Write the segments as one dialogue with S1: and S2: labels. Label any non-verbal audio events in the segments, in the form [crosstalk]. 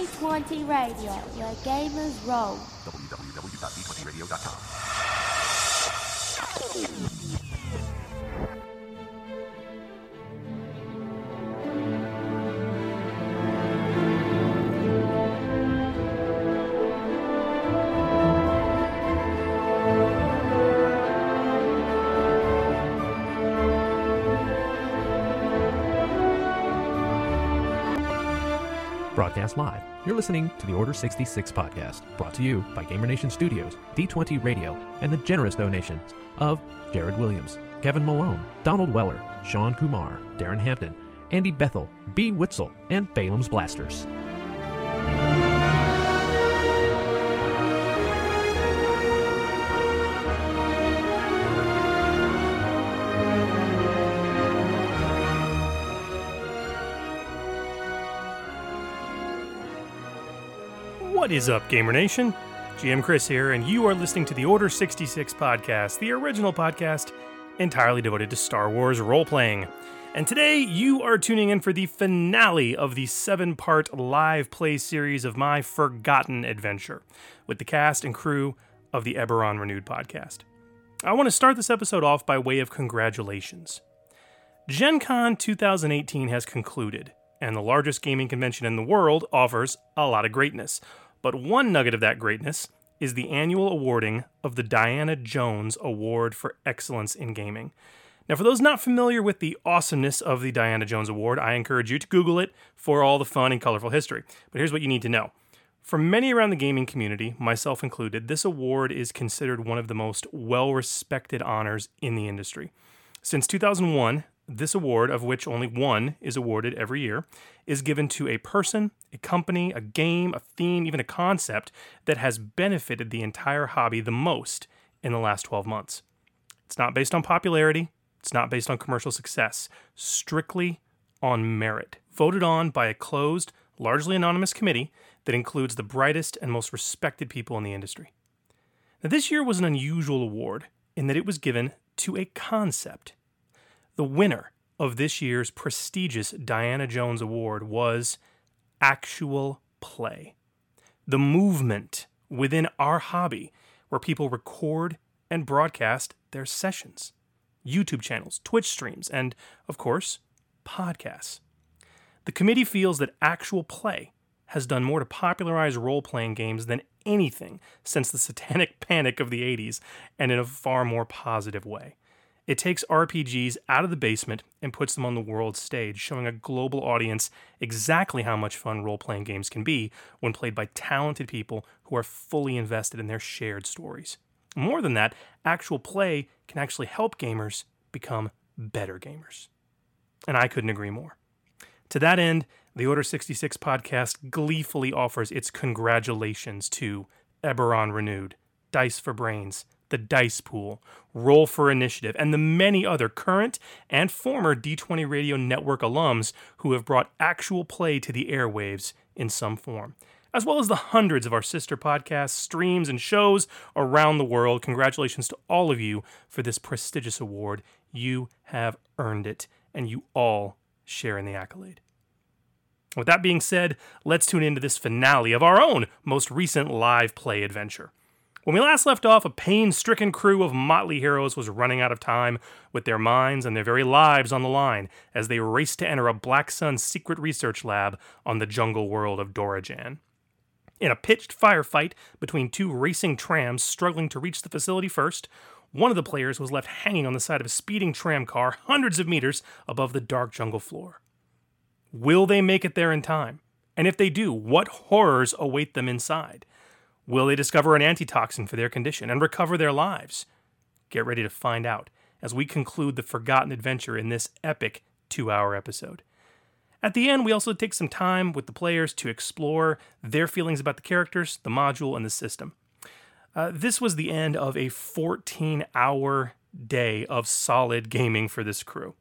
S1: D20 Radio, where gamers roll.
S2: www.d20radio.com.
S3: Broadcast live. You're listening to the Order 66 podcast, brought to you by Gamer Nation Studios, D20 Radio, and the generous donations of Jared Williams, Kevin Malone, Donald Weller, Sean Kumar, Darren Hampton, Andy Bethel, B. Witzel, and Balaam's Blasters.
S4: What is up, Gamer Nation? GM Chris here, and you are listening to the Order 66 podcast, the original podcast entirely devoted to Star Wars role playing. And today, you are tuning in for the finale of the seven part live play series of My Forgotten Adventure with the cast and crew of the Eberron Renewed podcast. I want to start this episode off by way of congratulations. Gen Con 2018 has concluded, and the largest gaming convention in the world offers a lot of greatness. But one nugget of that greatness is the annual awarding of the Diana Jones Award for Excellence in Gaming. Now, for those not familiar with the awesomeness of the Diana Jones Award, I encourage you to Google it for all the fun and colorful history. But here's what you need to know. For many around the gaming community, myself included, this award is considered one of the most well respected honors in the industry. Since 2001, this award, of which only one is awarded every year, is given to a person, a company, a game, a theme, even a concept that has benefited the entire hobby the most in the last 12 months. It's not based on popularity, it's not based on commercial success, strictly on merit, voted on by a closed, largely anonymous committee that includes the brightest and most respected people in the industry. Now, this year was an unusual award in that it was given to a concept. The winner of this year's prestigious Diana Jones Award was actual play. The movement within our hobby where people record and broadcast their sessions, YouTube channels, Twitch streams, and, of course, podcasts. The committee feels that actual play has done more to popularize role playing games than anything since the satanic [laughs] panic of the 80s, and in a far more positive way. It takes RPGs out of the basement and puts them on the world stage, showing a global audience exactly how much fun role playing games can be when played by talented people who are fully invested in their shared stories. More than that, actual play can actually help gamers become better gamers. And I couldn't agree more. To that end, the Order 66 podcast gleefully offers its congratulations to Eberron Renewed, Dice for Brains, The Dice Pool, Roll for Initiative, and the many other current and former D20 Radio Network alums who have brought actual play to the airwaves in some form. As well as the hundreds of our sister podcasts, streams, and shows around the world. Congratulations to all of you for this prestigious award. You have earned it, and you all share in the accolade. With that being said, let's tune into this finale of our own most recent live play adventure. When we last left off, a pain stricken crew of motley heroes was running out of time with their minds and their very lives on the line as they raced to enter a Black Sun secret research lab on the jungle world of Dorajan. In a pitched firefight between two racing trams struggling to reach the facility first, one of the players was left hanging on the side of a speeding tram car hundreds of meters above the dark jungle floor. Will they make it there in time? And if they do, what horrors await them inside? Will they discover an antitoxin for their condition and recover their lives? Get ready to find out as we conclude the forgotten adventure in this epic two hour episode. At the end, we also take some time with the players to explore their feelings about the characters, the module, and the system. Uh, this was the end of a 14 hour day of solid gaming for this crew.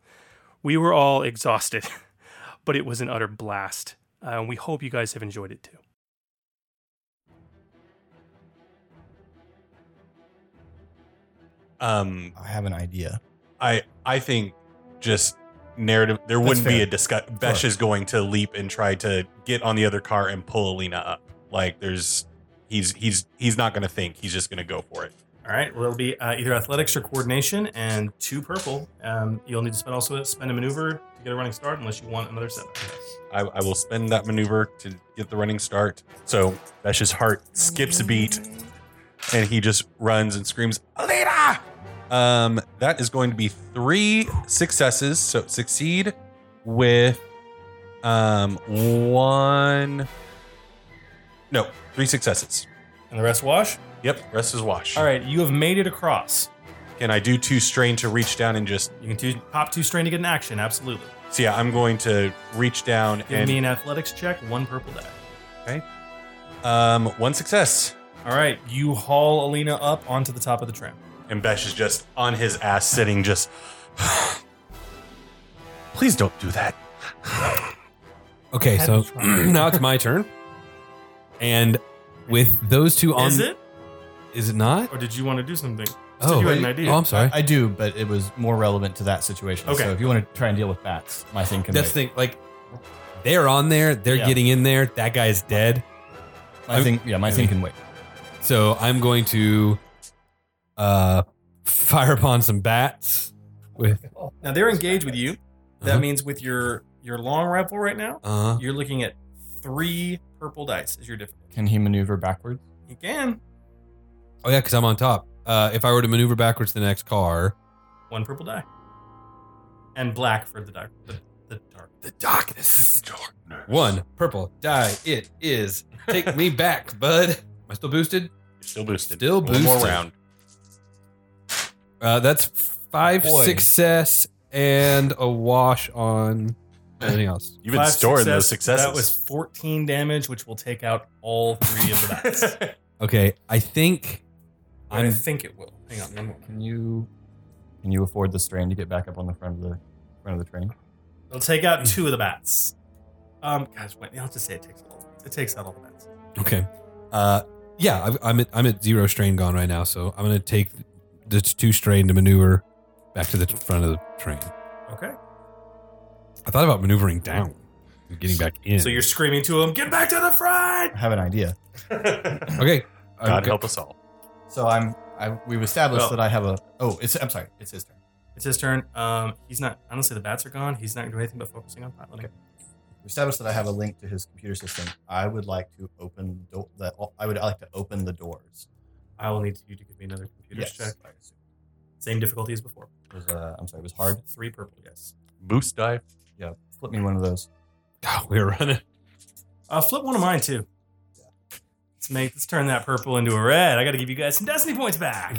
S4: We were all exhausted, [laughs] but it was an utter blast. Uh, we hope you guys have enjoyed it too.
S5: um
S6: I have an idea.
S5: i i think just narrative there
S6: That's
S5: wouldn't be
S6: fair.
S5: a discuss besh
S6: Sure.
S5: is going to leap and try to get on the other car and pull alina up Like there's he's he's he's not gonna think. He's just gonna go for it.
S4: All right, well, it'll be uh, either athletics or coordination, and two purple. Um, you'll need to spend also spend a maneuver to get a running start, unless you want another seven.
S5: I, I will spend that maneuver to get the running start. So Besh's heart skips a beat, and he just runs and screams, "Alita!" Um, that is going to be three successes. So succeed with um one, no, three successes.
S4: And the rest wash.
S5: Yep, rest is wash.
S4: All right, you have made it across.
S5: Can I do two strain to reach down and just?
S4: You can two, pop two strain to get an action. Absolutely.
S5: So yeah, I'm going to reach down
S4: Give
S5: and
S4: me an athletics check. One purple die.
S5: um one success.
S4: All right, you haul Alina up onto the top of the tram.
S5: and Besh is just on his ass sitting, just. [sighs] Please don't do that.
S7: Okay,
S4: Had
S7: so
S4: to try.
S7: [clears throat] now it's my turn. And with those two
S5: Um,
S7: on
S4: Is it,
S7: Is it not?
S4: or did you want to do something?
S7: Oh,
S4: you had an idea.
S7: oh,
S5: um,
S7: I'm sorry.
S6: I do, but it was more relevant to that situation.
S4: Okay.
S6: So if you want to try and deal with bats, my thing can
S7: That's the
S6: wait.
S7: thing. Like, they're on there. They're
S6: Yeah.
S7: getting in there. That guy's dead.
S6: My thing, yeah, my thing can wait.
S7: So I'm going to uh, fire upon some bats with.
S4: Now they're engaged with you. That
S7: Uh-huh.
S4: means with your your long rifle right now,
S5: Uh-huh.
S7: Uh,
S4: you're looking at three purple dice as your difficulty.
S6: Can he maneuver backwards?
S4: You can
S7: oh, yeah, because I'm on top. Uh, if I were to maneuver backwards to the next car,
S4: one purple die, and black for the dark. The, the dark.
S7: the darkness. One purple die. It is. Take me back, bud. Am I still boosted?
S5: Still boosted.
S7: Still
S5: One more
S7: boosted.
S5: round.
S7: Uh, that's five
S6: Boy.
S7: success and a wash on anything else.
S5: You've been
S4: Five
S5: storing those
S4: success.
S5: successes.
S4: That was 14 damage, which will take out all three of the
S5: [laughs]
S4: dice.
S7: Okay, I think
S4: I
S7: I'm.
S4: think it will. Hang on one moment.
S6: Can you? Can you afford the strain to get back up on the front of the front of the train?
S4: It'll take out two of the bats. Um, guys, wait. I'll just say it takes all. It takes out all the bats.
S7: Okay. Uh, yeah, I've, I'm at, I'm at zero strain gone right now, so I'm gonna take the two strain to maneuver back to the front of the train.
S4: Okay.
S7: I thought about maneuvering down, and getting back in.
S4: So you're screaming to him, "Get back to the front!"
S6: I have an idea.
S5: [laughs]
S7: okay.
S5: God
S7: Okay. [laughs]
S5: help us all.
S6: So I'm. I, we've established
S4: Oh.
S6: that I have a. Oh, it's. I'm sorry. It's his turn.
S4: It's his turn. Um, he's not. Honestly, the bats are gone. He's not doing anything but focusing on piloting.
S6: We established that I have a link to his computer system. I would like to open do- that. I would like to open the doors.
S4: I will need you to give me another computer's check.
S6: I assume.
S4: Same difficulty as before.
S6: It was, uh, I'm sorry. It was hard.
S4: Three purple. Yes.
S5: Boost dive.
S6: Flip me one of those.
S7: God, Oh, we're running.
S4: Uh, flip one of mine too. Let's make. Let's turn that purple into a red. I got to give you guys some destiny points back.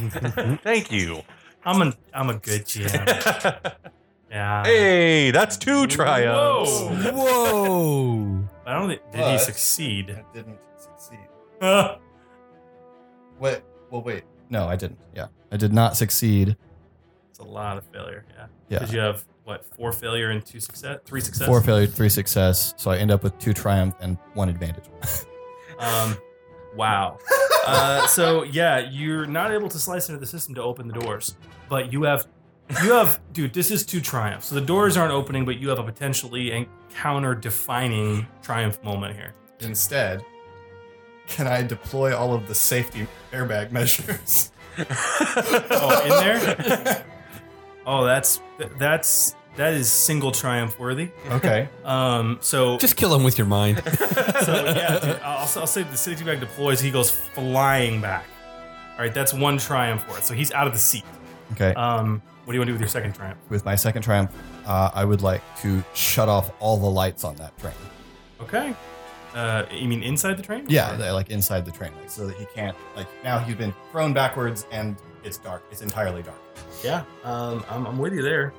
S5: Thank you.
S4: I'm an. I'm a good
S5: [laughs]
S4: GM. Yeah.
S5: hey, that's two triumphs.
S4: Whoa.
S7: Whoa!
S4: But I don't think. Did he
S6: But-
S4: succeed?
S6: I didn't succeed.
S4: Uh,
S6: Wait. Well, wait. No, I didn't. Yeah, I did not succeed.
S4: [laughs] It's a lot of failure. Yeah.
S6: Yeah.
S4: Because you have what four failure and two success, three success.
S6: Four failure, three success. So I end up with two triumph and one advantage.
S4: Um,
S6: [laughs]
S4: wow. Uh, so yeah, you're not able to slice into the system to open the doors, but you have, you have, dude. This is two triumphs. So the doors aren't opening, but you have a potentially encounter-defining triumph moment
S6: [laughs]
S4: here.
S6: Instead, can I deploy all of the safety airbag [laughs] measures?
S4: Oh, in there? Oh, that's that's that is single triumph worthy.
S6: okay.
S4: Um, so
S7: Just kill him with your
S4: [laughs]
S7: mind.
S4: so yeah, dude, I'll, I'll say the safety bag deploys. He goes flying back. All right, that's one triumph for it. So he's out of the seat.
S6: Okay.
S4: Um, what do you want to do with your second triumph?
S6: With my second triumph, uh, I would like to shut off all the lights on that train.
S4: Okay. Uh, you mean inside the train?
S6: Yeah, they're, like inside the train, like, so that he can't. Like now he's been thrown backwards and it's dark. It's entirely dark.
S4: Yeah. Um, I'm, I'm with you there.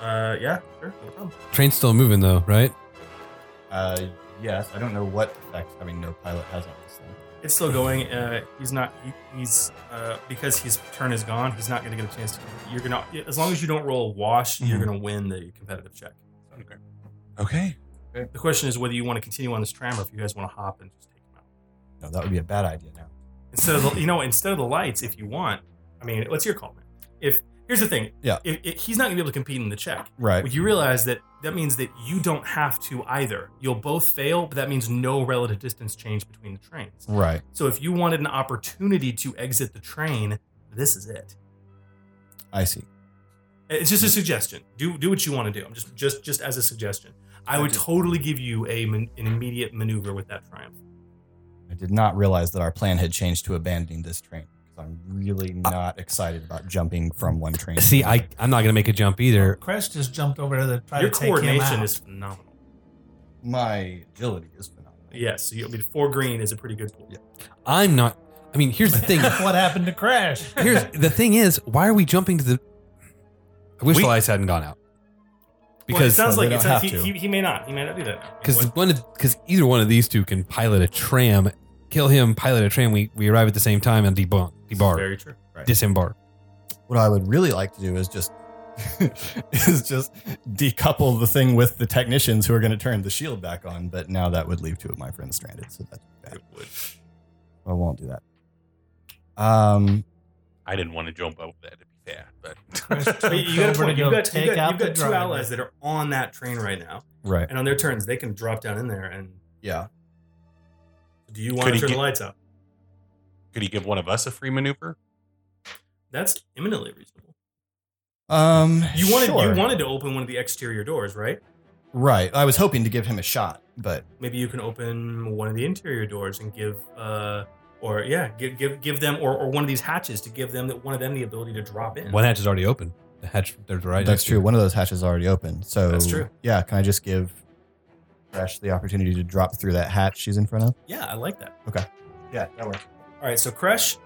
S4: Uh, yeah. Sure. No problem.
S7: Train's still moving though, right?
S6: Uh, yes, I don't know what effect having no pilot has on this thing.
S4: It's still going. Uh, he's not. He, he's uh, because his turn is gone. He's not going to get a chance to. You're gonna as long as you don't roll a wash, you're going to win the competitive check.
S5: okay.
S4: The question is whether you want to continue on this tram or if you guys want to hop and just take him out.
S6: No, that would be a bad idea now.
S4: Instead of the, you know, instead of the lights, if you want, I mean, what's your call, man? If Here's the thing.
S6: Yeah.
S4: If, if, he's not gonna be able to compete in the check.
S6: Right.
S4: Would you realize that that means that you don't have to either? You'll both fail, but that means no relative distance change between the trains.
S6: Right.
S4: So if you wanted an opportunity to exit the train, this is it.
S6: I see.
S4: It's just a suggestion. Do do what you want to do. I'm just just just as a suggestion. I would totally give you a man, an immediate maneuver with that triumph.
S6: I did not realize that our plan had changed to abandoning this train. 'cause I'm really
S4: Uh,
S6: not excited about jumping from one train. to
S7: See,
S6: another.
S7: I, I'm not going to make a jump either.
S8: Crash just jumped over to the try
S4: Your
S8: to take him
S4: coordination
S8: out.
S4: is phenomenal.
S6: my agility is phenomenal.
S4: Yes, so you, I mean four green is a pretty good pool.
S7: I'm not. I mean, here's
S4: [laughs]
S7: the thing.
S8: what happened to Crash?
S7: [laughs] Here's the thing is, why are we jumping to the? I wish
S5: We-
S7: the lights hadn't gone out.
S4: well, it
S7: Because
S4: sounds
S6: Well,
S4: like
S6: they
S4: it
S6: don't
S4: sounds, he,
S6: have
S4: he, he may not. He may not do that.
S7: because [laughs]
S4: What-
S7: one because either one of these two can pilot a tram, kill him, pilot a tram. We we arrive at the same time and debunk, debar,
S4: very true.
S7: disembark.
S6: What I would really like to do is just [laughs] is just decouple the thing with the technicians who are going to turn the shield back on. But now that would leave two of my friends stranded, so that's bad.
S4: It would.
S6: I won't do that. Um,
S5: I didn't want to jump over there to be fair, but
S4: But you got
S8: Over to
S4: to
S8: go
S4: You've got,
S8: take
S4: you've got,
S8: out
S4: you've
S8: the
S4: got two
S8: driver.
S4: allies that are on that train right now,
S6: right.
S4: and on their turns they can drop down in there. And
S6: Yeah.
S4: do you want
S5: Could
S4: to
S5: he
S4: turn
S5: get-
S4: the lights out?
S5: could he give one of us a free maneuver?
S4: That's imminently reasonable.
S6: Um,
S4: You wanted
S6: sure.
S4: you wanted to open one of the exterior doors, right?
S6: right. I was hoping to give him a shot, but
S4: Maybe you can open one of the interior doors and give, uh, or yeah, give give give them, or, or one of these hatches to give them that one of them the ability to drop in.
S7: One hatch is already open. The hatch there's right.
S6: that's
S7: next to
S6: true. One of those hatches is already open. So
S4: That's true.
S6: Yeah. Can I just give Crash the opportunity to drop through that hatch she's in front of?
S4: Yeah, I like that.
S6: Yeah, that works.
S4: All right, so Kresh,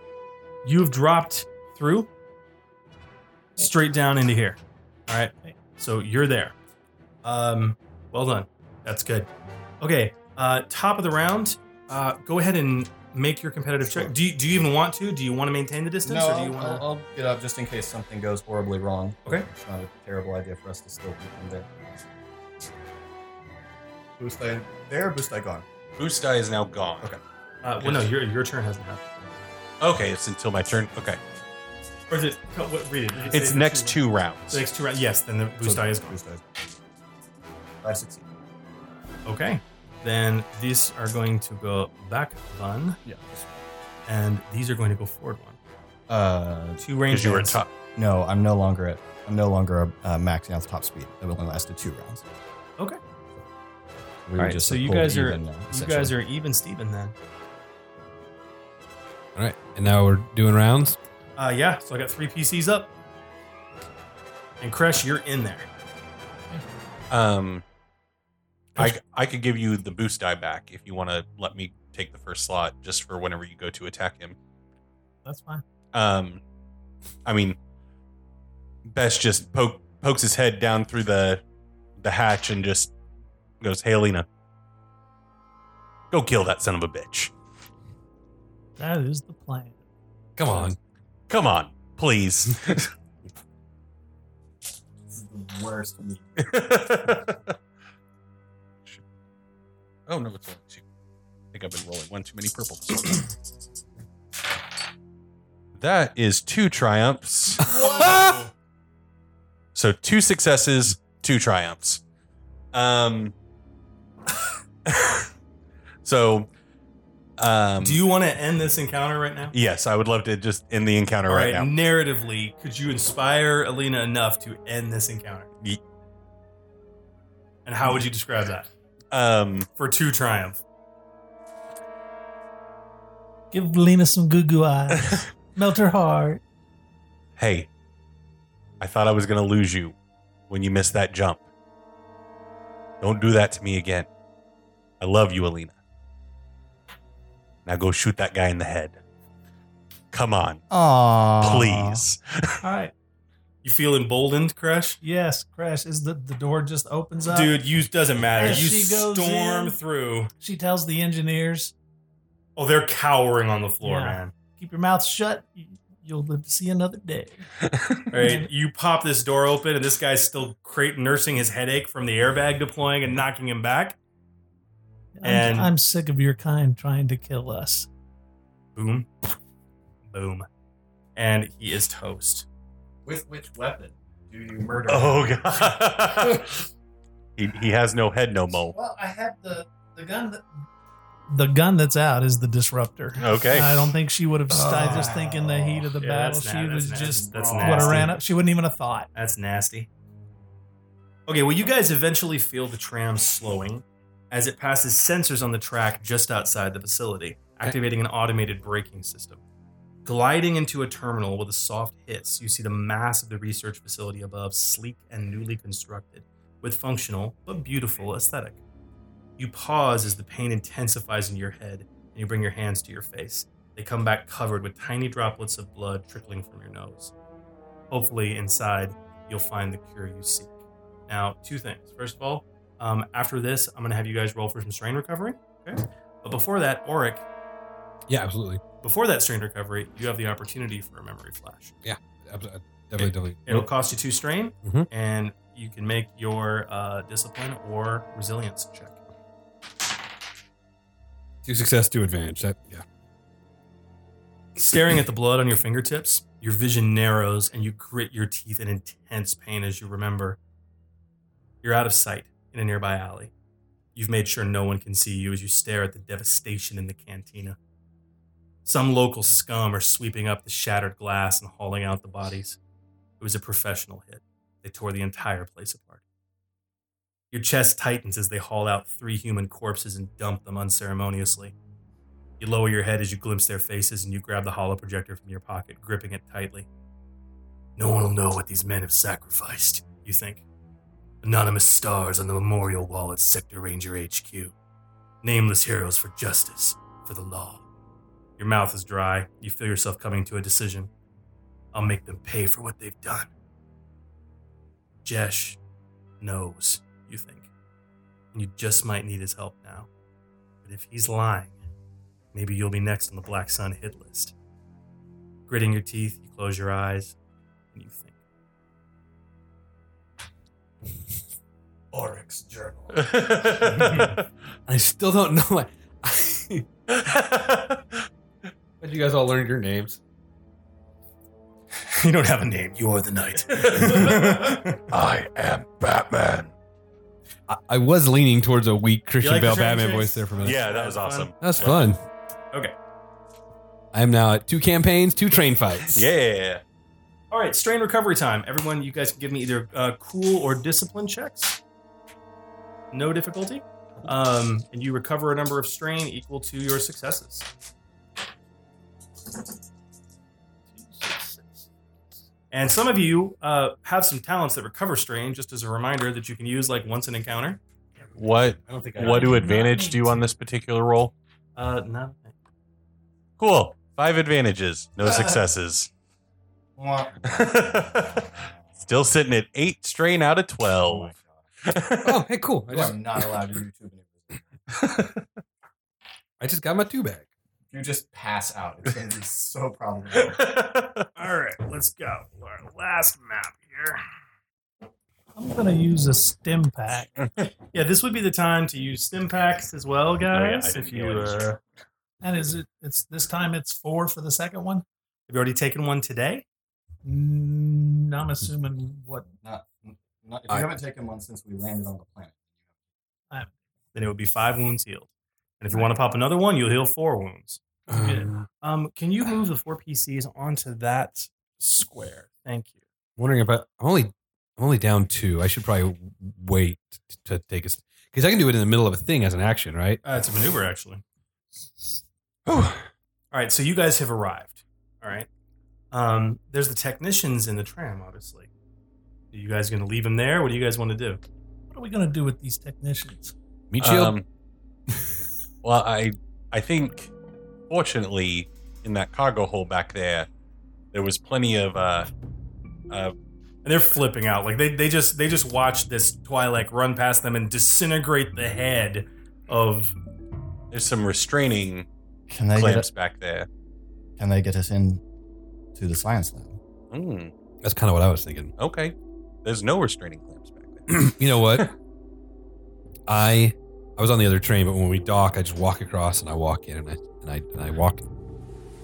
S4: you've dropped through straight down into here. All right, so you're there. Um, well done. That's good. Okay, uh, top of the round. Uh, go ahead and make your competitive
S6: Sure.
S4: check. Do you, do you even want to? Do you want to maintain the distance, or do you want to?
S6: I'll get up just in case something goes horribly wrong.
S4: Okay.
S6: It's not a terrible idea for us to still be in there. Boost I there, boost I gone.
S5: Boostai is now gone. Okay.
S4: Uh, well, no, your your turn hasn't happened.
S5: Okay, it's until my turn. Okay.
S4: Or is it? no, What, read it. You can
S5: It's
S4: say the
S5: next two rounds.
S4: The next two rounds. Yes, then the boost die is gone.
S6: Boost I. I succeed.
S4: Okay. Then these are going to go back one.
S6: Yeah.
S4: And these are going to go forward one.
S6: Uh,
S4: Two range.
S5: Because you were
S4: rounds.
S5: top.
S6: no, I'm no longer at. I'm no longer uh, maxing out the top speed. That only lasted two rounds.
S4: Okay.
S6: We
S4: All
S6: were
S4: right,
S6: just
S4: so
S6: a
S4: you
S6: pulled
S4: guys are-
S6: even now,
S4: You
S6: essentially.
S4: guys are even Steven then.
S7: All right, and now we're doing rounds.
S4: Uh, yeah, so I got three PCs up. And Kresh, you're in there.
S5: Um, I I could give you the boost die back if you want to let me take the first slot just for whenever you go to attack him.
S8: That's fine.
S5: Um, I mean, Bess just poke, pokes his head down through the the hatch and just goes, "Hey, Alina, go kill that son of a bitch!
S8: That is the plan.
S7: Come on,
S5: Come on,
S4: [laughs]
S5: please."
S6: This is the worst. meet.
S5: oh no, it's only two. I think I've been rolling one too many purples. that is
S4: [laughs]
S5: two triumphs. so two successes, two triumphs. Um. [laughs] so, um.
S4: Do you want to end this encounter right now?
S5: Yes, I would love to just end the encounter
S4: All
S5: right now.
S4: narratively, could you inspire Alina enough to end this encounter?
S5: Ye-
S4: And how would you describe that?
S5: Um,
S4: For two triumph.
S8: Give Lena some goo goo eyes. [laughs] Melt her heart.
S5: [laughs] hey, I thought I was going to lose you when you missed that jump. Don't do that to me again. I love you, Alina. Now go shoot that guy in the head. Come on,
S6: Aww.
S5: please.
S8: All right.
S4: You feel emboldened, Kresh?
S8: Yes, Crash. Is the, the door just opens up?
S4: Dude, you doesn't matter.
S8: As
S4: You
S8: she goes
S4: storm
S8: in-
S4: through.
S8: She tells the engineers,
S4: Oh, they're cowering on the floor,
S8: Yeah.
S4: man.
S8: keep your mouth shut. You- You'll live to see another day.
S4: All right, you pop this door open, and this guy's still crate nursing his headache from the airbag deploying and knocking him back.
S8: I'm,
S4: And-
S8: I'm sick of your kind trying to kill us.
S4: Boom, boom, and he is toast.
S6: With which weapon do you murder?
S5: Oh [laughs] god. he he has no head no mo.
S6: Well, I have the the gun that
S8: The gun that's out is the disruptor.
S5: Okay.
S8: I don't think she would have. I just think in the heat of the
S4: Oh, Yeah,
S8: battle,
S4: that's
S8: she
S4: na-
S8: would
S4: that's
S8: have
S4: na-
S8: just
S4: that's
S8: would
S4: nasty.
S8: have ran up. She wouldn't even have thought.
S4: That's nasty. Okay, well, you guys eventually feel the tram slowing as it passes sensors on the track just outside the facility, activating an automated braking system. Gliding into a terminal with a soft hiss, you see the mass of the research facility above, sleek and newly constructed, with functional but beautiful aesthetic. You pause as the pain intensifies in your head, and you bring your hands to your face. They come back covered with tiny droplets of blood trickling from your nose. Hopefully, inside, you'll find the cure you seek. Now, two things. First of all, um, after this, I'm going to have you guys roll for some strain recovery. Okay. But before that, Auric,
S7: Yeah, absolutely.
S4: before that strain recovery, you have the opportunity for a memory flash.
S7: Abs- uh, Definitely, definitely.
S4: It'll cost you two strain,
S7: Mhm.
S4: and you can make your uh, discipline or resilience check.
S7: Two success, two advantage. That, yeah.
S4: Staring at the blood on your fingertips, your vision narrows and you grit your teeth in intense pain as you remember. You're out of sight in a nearby alley. You've made sure no one can see you as you stare at the devastation in the cantina. Some local scum are sweeping up the shattered glass and hauling out the bodies. It was a professional hit. They tore the entire place apart. Your chest tightens as they haul out three human corpses and dump them unceremoniously. You lower your head as you glimpse their faces and you grab the hollow projector from your pocket, gripping it tightly. No one will know what these men have sacrificed, you think. Anonymous stars on the memorial wall at Sector Ranger HQ. Nameless heroes for justice, for the law. Your mouth is dry. You feel yourself coming to a decision. I'll make them pay for what they've done. Jesh knows, you think. And you just might need his help now. But if he's lying, Maybe you'll be next on the Black Sun hit list. Gritting your teeth, you close your eyes, and you think.
S6: [laughs]
S4: [laughs]
S6: Oryx journal.
S7: I still don't know. Why.
S6: [laughs]
S7: How'd you guys all learn your names?
S4: [laughs] You don't have a name. You are the
S6: [laughs]
S4: knight.
S9: I am Batman.
S7: I, I was leaning towards a weak Christian
S4: like
S7: Bale
S4: the train
S7: Batman
S4: chase?
S7: voice there for a minute.
S5: yeah, that was awesome.
S7: That's fun.
S4: Okay.
S7: I am now at two campaigns, two train fights.
S5: Yeah.
S4: All right, strain recovery time. Everyone, you guys can give me either uh, cool or discipline checks. No difficulty. Um, and you recover a number of strain equal to your successes. And some of you uh, have some talents that recover strain, just as a reminder that you can use like once an encounter.
S5: What
S4: I don't think
S5: what do advantage do on this particular roll?
S4: Uh, no. [laughs]
S5: Cool. Five advantages, [laughs] no successes. [laughs] Still sitting at eight strain out of twelve.
S7: [laughs] Oh, hey, cool. I just,
S6: I'm not allowed to YouTube anymore.
S7: I just got my two back.
S6: You just pass out. It's going to be so problematic.
S4: All right, let's go. Our last map here.
S8: I'm gonna use a stim pack.
S4: Yeah, this would be the time to use stim packs as well, guys.
S5: Oh, didn't
S4: if you
S5: know it.
S4: uh, have
S8: And is it? It's this time. It's four for the second one.
S4: you already taken one today,
S8: Mm, I'm assuming what
S6: Not, not, if you haven't taken one since we landed on the planet.
S4: then it would be five wounds healed. And if you want to pop another one, you'll heal four wounds.
S7: Um,
S4: Um, can you move the four PCs onto that square? Thank you.
S7: wondering if I, I'm only I'm only down two. I should probably wait t- to take a because I can do it in the middle of a thing as an action, right?
S4: Uh, it's a maneuver, actually.
S7: Whew.
S4: All right, so you guys have arrived. All right. Um, there's the technicians in the tram, obviously. Are you guys going to leave them there? What do you guys want to do?
S8: What are we gonna do with these technicians?
S7: Meat shield.
S5: Um, well, I I think fortunately in that cargo hold back there, there was plenty of uh, uh,
S4: And they're flipping out. Like they, they just they just watch this Twi'lek run past them and disintegrate the head of
S5: there's some restraining
S6: Can they,
S5: clamps back there.
S6: can they get us in to the science lab?
S5: Mm,
S7: That's kind of what I was thinking.
S5: okay, there's no restraining clamps back there.
S7: you know
S10: [laughs]
S7: what? I I was on the other train, but when we dock, I just walk across and I walk in and I and I and I walk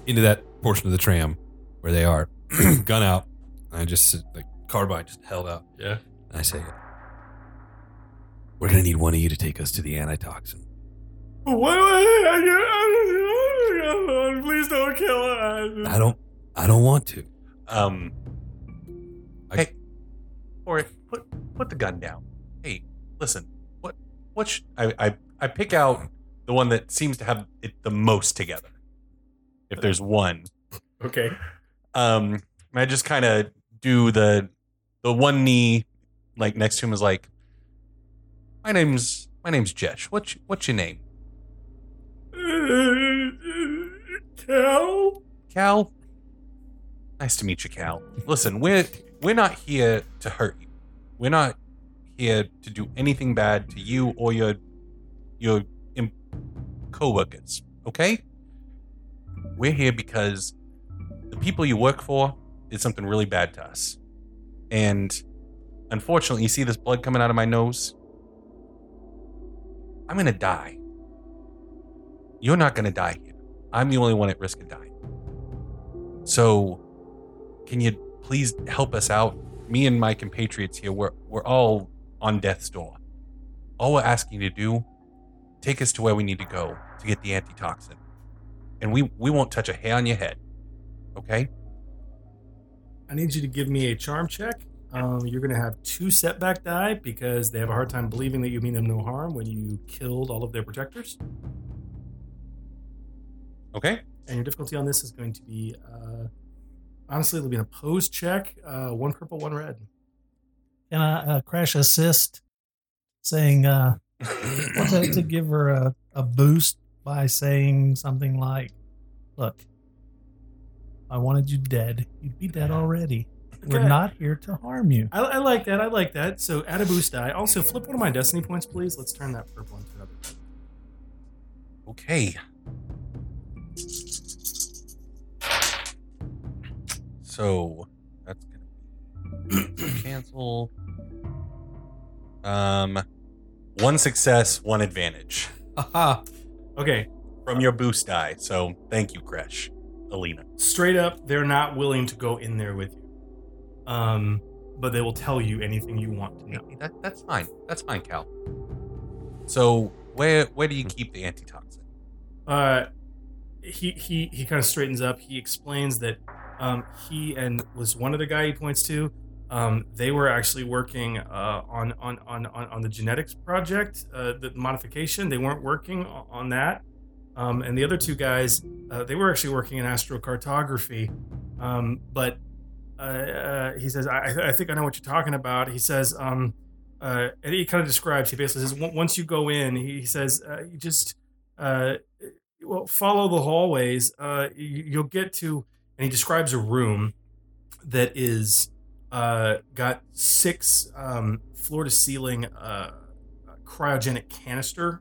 S7: into that portion of the tram where they are, [clears throat] gun out, I just sit- like carbine just held out.
S5: Yeah.
S7: And I say, "We're gonna need one of you to take us to the antitoxin."
S10: Please don't kill us.
S7: I don't. I don't want to.
S5: Um,
S7: I-
S5: hey, or put put the gun down. Hey, listen, what what sh- I, I I pick out the one that seems to have it the most together. If there's one,
S4: Okay.
S5: um, and I just kind of do the the one knee like next to him is like, my name's my name's Jesh. What's what's your name?
S4: Cow?
S5: Cal. Nice to meet you, Cal. Listen, we're we're not here to hurt you. We're not here to do anything bad to you or your your em- co-workers. Okay? We're here because the people you work for did something really bad to us, and unfortunately, you see this blood coming out of my nose. I'm gonna die. You're not gonna die here. I'm the only one at risk of dying. So, can you please help us out? Me and my compatriots here, we're, we're all on death's door. All we're asking you to do, take us to where we need to go to get the antitoxin. And we, we won't touch a hair on your head. Okay?
S4: I need you to give me a charm check. Um, you're going to have two setback die because they have a hard time believing that you mean them no harm when you killed all of their protectors.
S5: Okay?
S4: And your difficulty on this is going to be, uh, honestly, it'll be an opposed check. Uh, one purple, one red.
S8: Can I uh, crash assist
S7: [coughs]
S8: saying uh, what's that to give her a, a boost by saying something like, Look, I wanted you dead. You'd be dead already. We're
S4: Okay.
S8: not here to harm you.
S4: I, I like that. I like that. So add a boost die. Also, flip one of my destiny points, please. Let's turn that purple into another.
S5: Okay. So that's gonna be [coughs] cancel. Um, one success, one advantage
S7: Aha!
S4: Okay.
S5: from your boost die. So thank you, Gresh, Alina.
S4: straight up they're not willing to go in there with you um but they will tell you anything you want to know
S5: That, that's fine. That's fine, Cal. So where where do you keep the antitoxin?
S4: uh he he he kind of straightens up he explains that um he and was one other guy he points to um they were actually working uh on on on on, on the genetics project uh the modification they weren't working o- on that um and the other two guys uh, they were actually working in astrocartography um but uh, uh, he says, I, I th- I think I know what you're talking about. He says, um, uh, and he kind of describes, he basically says, "Once- once you go in, he he says, uh, you just, uh, well, follow the hallways. Uh, you, you'll get to, and he describes a room that is uh, got six um, floor to ceiling uh, cryogenic canister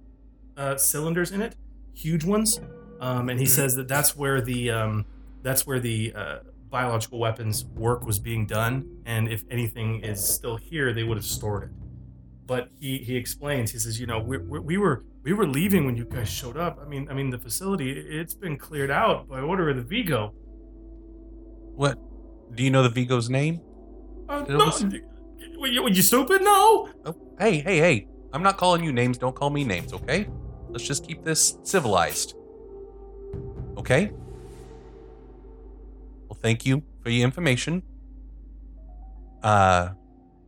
S4: uh, cylinders in it, huge ones. Um, and he says that that's where the um, that's where the uh, biological weapons work was being done. And if anything is still here, they would have stored it but he he explains. He says, you know, we, we, we were we were leaving when you guys showed up. I mean, I mean, the facility it's been cleared out by order of the Vigo.
S5: What do you know the Vigo's name?
S4: Uh,
S5: Did it
S4: no,
S5: listen?
S4: were you, were you stupid? No.
S5: Oh, hey, hey, hey! I'm not calling you names. Don't call me names, okay? Let's just keep this civilized. Okay. Well, thank you for your information. Uh,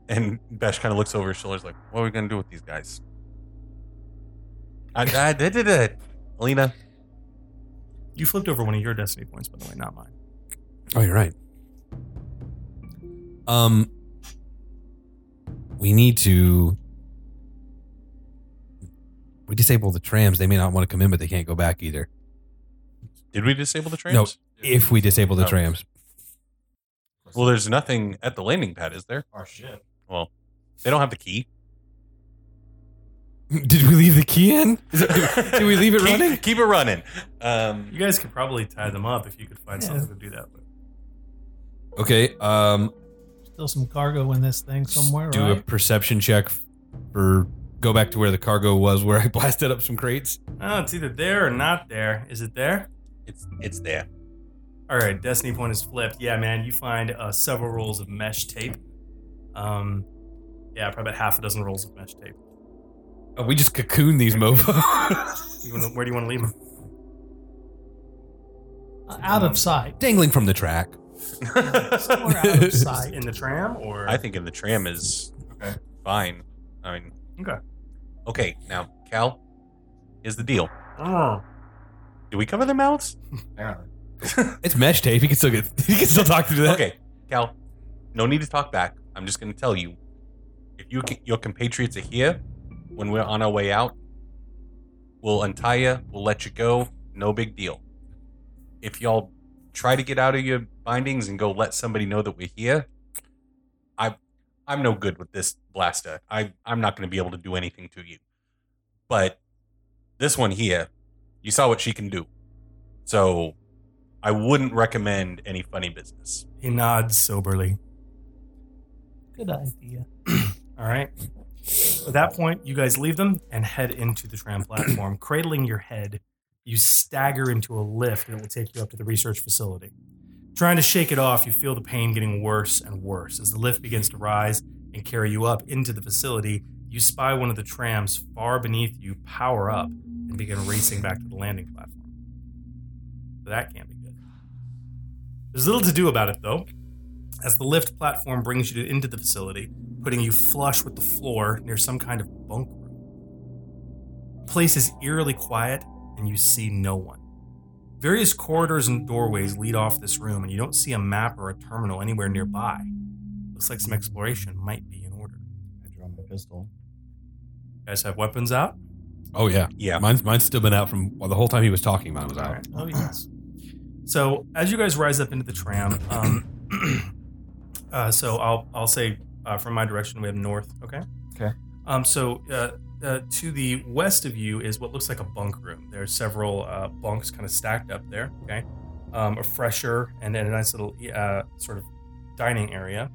S5: and Besh kind of looks over his shoulder, is like, "What are we gonna do with these guys?" I, I did it, Alina.
S4: You flipped over one of your destiny points, by the way, not mine.
S7: Oh, you're right. Um, we need to. We disable the trams. They may not want to come in, but they can't go back either.
S5: Did we disable the trams?
S7: No, If we disable the
S5: Oh.
S7: trams, [laughs]
S5: Well, there's nothing at the landing pad, is there?
S6: Oh shit.
S5: Well, they don't have the key.
S7: did we leave the key in?
S5: Do
S7: we leave it
S5: keep,
S7: running?
S5: Keep it running. Um,
S4: You guys could probably tie them up if you could find
S8: Yeah.
S4: something to do that with.
S7: Okay. Um,
S8: Still some cargo in this thing somewhere,
S7: do a [laughs]
S8: right?
S7: perception check for go back to where the cargo was, where I [laughs] blasted up some crates.
S4: Oh, it's either there or not there. Is it there?
S5: It's it's there.
S4: All All right, destiny point is flipped. Yeah, man, you find uh, several rolls of mesh tape. Um, yeah, probably about half a dozen rolls of mesh tape.
S7: Oh, we just cocoon these mofos. [laughs]
S4: You wanna, where do you want to leave them?
S8: Uh, out of sight.
S7: Dangling from the track.
S8: Somewhere
S7: [laughs]
S8: out of
S4: [laughs]
S8: sight.
S4: In the tram, or
S5: I think in the tram is
S4: Okay.
S5: fine. I mean,
S4: Okay.
S5: Okay, now, Cal, is the deal.
S4: Oh,
S5: Do we cover the mouths?
S6: Apparently.
S7: It's mesh tape. You can still get. [laughs] You can still talk through that.
S5: Okay, Cal, no need to talk back. I'm just going to tell you if you ca- your compatriots are here, when we're on our way out, we'll untie you, we'll let you go. No big deal. If y'all try to get out of your bindings and go let somebody know that we're here, I, I'm no good with this blaster. I, I'm not going to be able to do anything to you. But this one here, you saw what she can do. So I wouldn't recommend any funny business.
S4: he nods soberly.
S8: Good idea.
S4: All right. At that point, you guys leave them and head into the tram platform. [clears throat] Cradling your head, you stagger into a lift that will take you up to the research facility. Trying to shake it off, you feel the pain getting worse and worse. As the lift begins to rise and carry you up into the facility, you spy one of the trams far beneath you power up and begin racing back to the landing platform. That can't be good. There's little to do about it, though. As the lift platform brings you to- into the facility, putting you flush with the floor near some kind of bunk room. The place is eerily quiet, and you see no one. Various corridors and doorways lead off this room, and you don't see a map or a terminal anywhere nearby. Looks like some exploration might be in order.
S6: I draw my pistol.
S4: You guys have weapons out?
S7: Oh yeah.
S5: Yeah.
S7: Mine's mine's still been out from well, the whole time he was talking. Mine was out.
S4: Oh yes. So as you guys rise up into the tram, um, [clears throat] uh, so I'll I'll say uh, from my direction we have north. Okay.
S6: Okay.
S4: Um, so uh, uh, to the west of you is what looks like a bunk room. There are several uh, bunks kind of stacked up there. Okay. Um, a fresher and then a nice little uh, sort of dining area.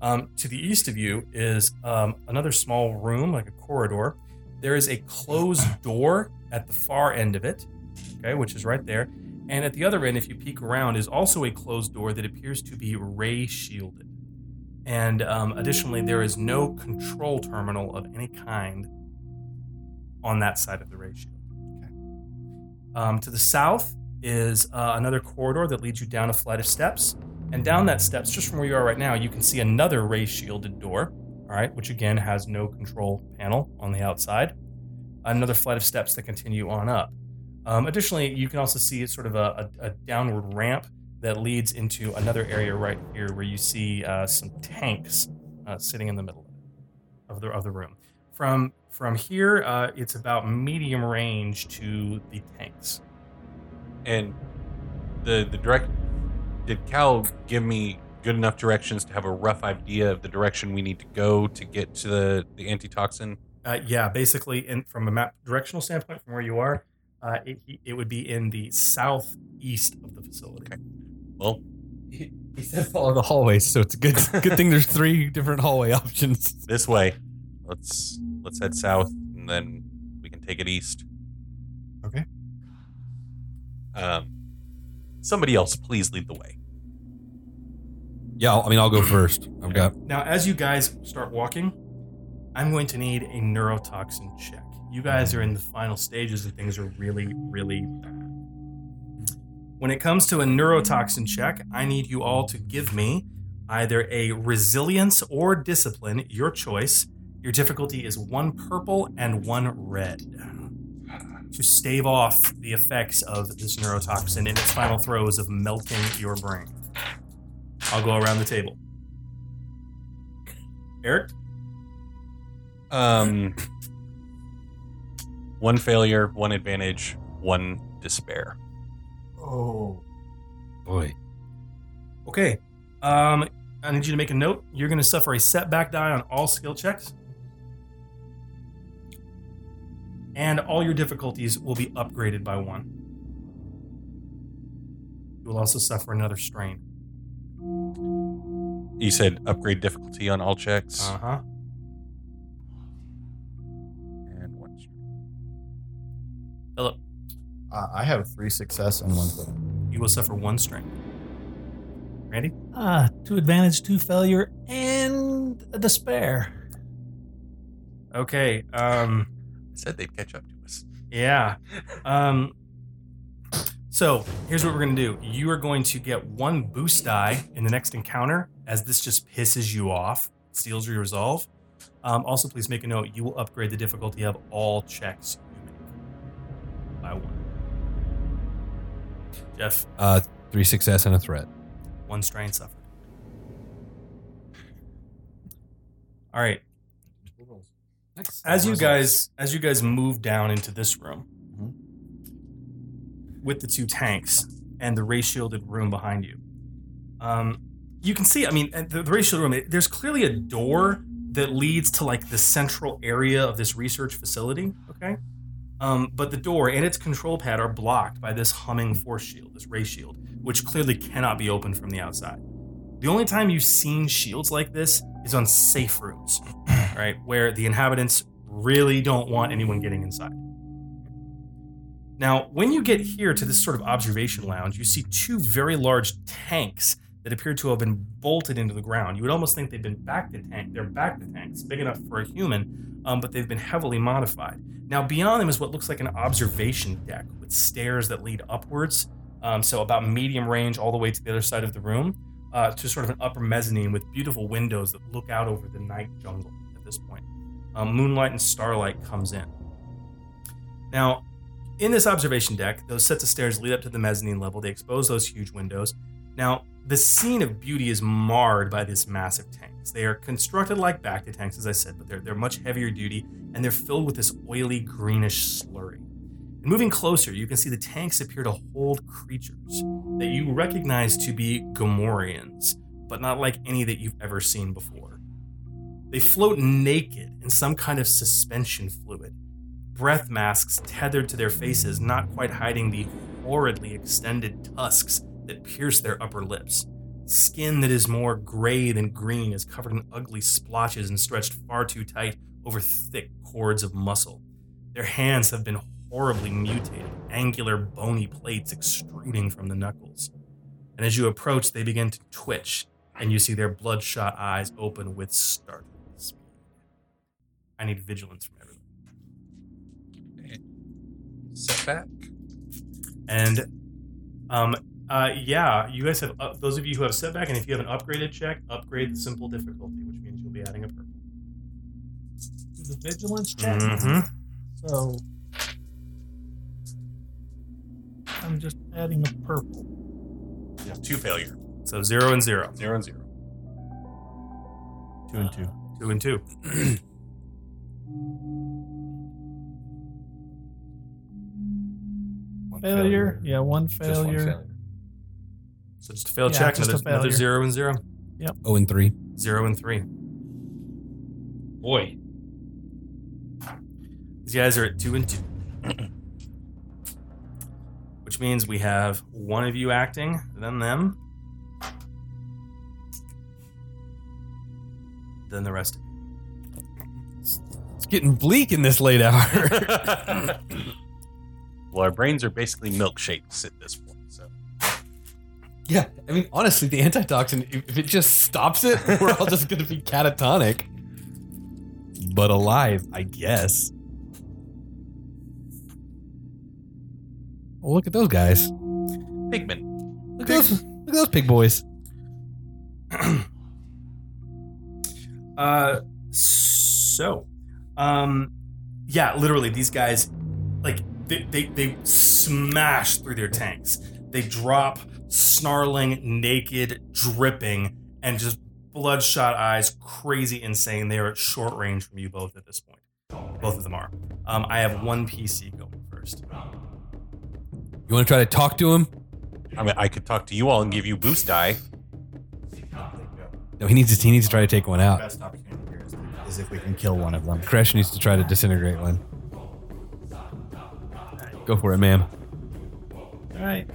S4: Um, to the east of you is um, another small room, like a corridor. There is a closed door at the far end of it okay, which is right there. And at the other end, if you peek around, is also a closed door that appears to be ray shielded. And um, additionally, there is no control terminal of any kind on that side of the ray shield. Um, to the south is uh, another corridor that leads you down a flight of steps. And down that steps, just from where you are right now, you can see another ray shielded door, all right, which again has no control panel on the outside. Another flight of steps that continue on up. Um, additionally, you can also see it's sort of a, a, a downward ramp that leads into another area right here where you see uh, some tanks uh, sitting in the middle of the of the room. From from here, uh, it's about medium range to the tanks.
S5: And the the direct did Cal give me good enough directions to have a rough idea of the direction we need to go to get to the, the antitoxin?
S4: Uh, yeah, basically, in, from a map directional standpoint, from where you are, uh, it, it would be in the southeast of the facility.
S5: Well,
S7: He said follow the hallways, so it's a [laughs] good good thing there's three different hallway options.
S5: this way. Let's let's head south and then we can take it east.
S6: Okay.
S5: Um somebody else please lead the way.
S7: Yeah, I'll, I mean I'll go first. I've got
S4: Now, as you guys start walking, I'm going to need a neurotoxin check. You guys are in the final stages and things are really, really bad. When it comes to a neurotoxin check, I need you all to give me either a resilience or discipline, your choice. Your difficulty is one purple and one red to stave off the effects of this neurotoxin in its final throes of melting your brain. I'll go around the table. Eric?
S5: Um one failure, one advantage, one despair.
S6: Oh.
S7: boy.
S4: Okay. Um, I need you to make a note. You're going to suffer a setback die on all skill checks. And all your difficulties will be upgraded by one. You will also suffer another strain.
S5: You said upgrade difficulty on all checks.
S4: Uh huh.
S5: and one strength.
S4: Philip,
S6: Uh, I have three success and one fail.
S4: you will suffer one strain.
S10: Randy?
S8: Ah, two advantage, two failure, and a despair.
S4: Okay. Um,
S5: said they'd catch up to us.
S4: yeah. Um, so here's what we're gonna do. You are going to get one boost die in the next encounter, as this just pisses you off, steals your resolve. Um, also, please make a note: you will upgrade the difficulty of all checks you make by one. Jeff,
S7: Uh, three success and a threat.
S4: one strain suffered. All right. As you guys as you guys move down into this room with the two tanks and the ray shielded room behind you, um, you can see. I mean, and the, the ray shielded room. it- there's clearly a door that leads to like the central area of this research facility. Okay. Um, but the door and its control pad are blocked by this humming force shield, this ray shield, which clearly cannot be opened from the outside. The only time you've seen shields like this is on safe rooms, right, where the inhabitants really don't want anyone getting inside. Now, when you get here to this sort of observation lounge, you see two very large tanks that appear to have been bolted into the ground. You would almost think they've been back to tank. They're back to tanks, big enough for a human, um, but they've been heavily modified. Now, beyond them is what looks like an observation deck with stairs that lead upwards um, so about medium range all the way to the other side of the room, uh, to sort of an upper mezzanine with beautiful windows that look out over the night jungle at this point. Um, moonlight and starlight comes in. Now, in this observation deck, those sets of stairs lead up to the mezzanine level. They expose those huge windows. Now, the scene of beauty is marred by these massive tanks. They are constructed like Bacta tanks, as I said, but they're, they're much heavier duty and they're filled with this oily greenish slurry. And moving closer, you can see the tanks appear to hold creatures that you recognize to be Gomorians, but not like any that you've ever seen before. They float naked in some kind of suspension fluid, breath masks tethered to their faces, not quite hiding the horridly extended tusks that pierce their upper lips. Skin that is more gray than green is covered in ugly splotches and stretched far too tight over thick cords of muscle. Their hands have been horribly mutated, angular bony plates extruding from the knuckles. And as you approach, they begin to twitch, and you see their bloodshot eyes open with startling speed. I need vigilance from everyone.
S5: Setback.
S4: And, um, uh, yeah, you guys have up, those of you who have setback, and if you have an upgraded check, upgrade the simple difficulty, which means you'll be adding a purple.
S8: The vigilance check.
S4: Mm-hmm.
S8: So I'm just adding a purple.
S5: Yeah, two failure.
S4: So zero and zero,
S5: Zero and zero.
S6: Two and two.
S4: two and two.
S6: One
S5: [laughs]
S8: Failure. Yeah, one failure.
S6: Just one
S4: So just a failed
S8: Yeah,
S4: check,
S8: just a
S4: another, another
S8: failure.
S4: zero and zero,
S7: Oh, and three.
S4: zero and three.
S5: Boy.
S4: These guys are at two and two. [clears throat] Which means we have one of you acting, then them, then the rest of you.
S7: It's getting bleak in this
S4: [laughs]
S7: late hour.
S5: Well, our brains are basically milkshakes at this point. So
S7: yeah, I mean, honestly, the antitoxin, if if it just stops it, [laughs] we're all just going to be catatonic. But alive, I guess. Well, look at those guys.
S5: Pigman.
S7: Look at those, look at those pig boys.
S4: Uh, so, um, yeah, literally, these guys, like, they, they, they smash through their tanks. They drop, snarling, naked, dripping, and just bloodshot eyes, crazy insane. They are at short range from you both at this point. Both of them are. Um, I have one PC going first.
S7: You want to try to talk to him?
S5: I mean, I could talk to you all and give you boost die.
S7: No, he needs to, he needs to try to take one out.
S6: Best opportunity here is, is if we can kill one of them.
S7: Crash needs to try to disintegrate one. Go for it, ma'am.
S8: All right.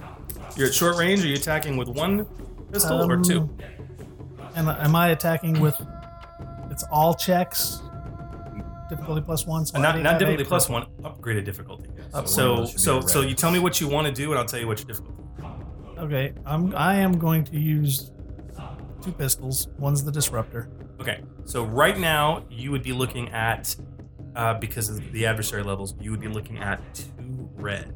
S4: You're at short range. Are you attacking with one pistol or
S8: Um,
S4: two?
S8: Am, I- am I attacking with? It's all checks. Difficulty plus one. So I
S4: Uh,
S8: uh,
S4: Not,
S8: already
S4: not
S8: have
S4: difficulty
S8: eight
S4: plus
S8: purple.
S4: one, upgraded difficulty.
S6: Up- one
S4: so
S6: of those
S4: so
S6: should be a
S4: so
S6: red.
S4: you tell me what you want to do, and I'll tell you what your difficulty.
S8: Okay, I'm. I am going to use two pistols. One's the disruptor.
S4: Okay, so right now you would be looking at, uh, because of the adversary levels, you would be looking at two red.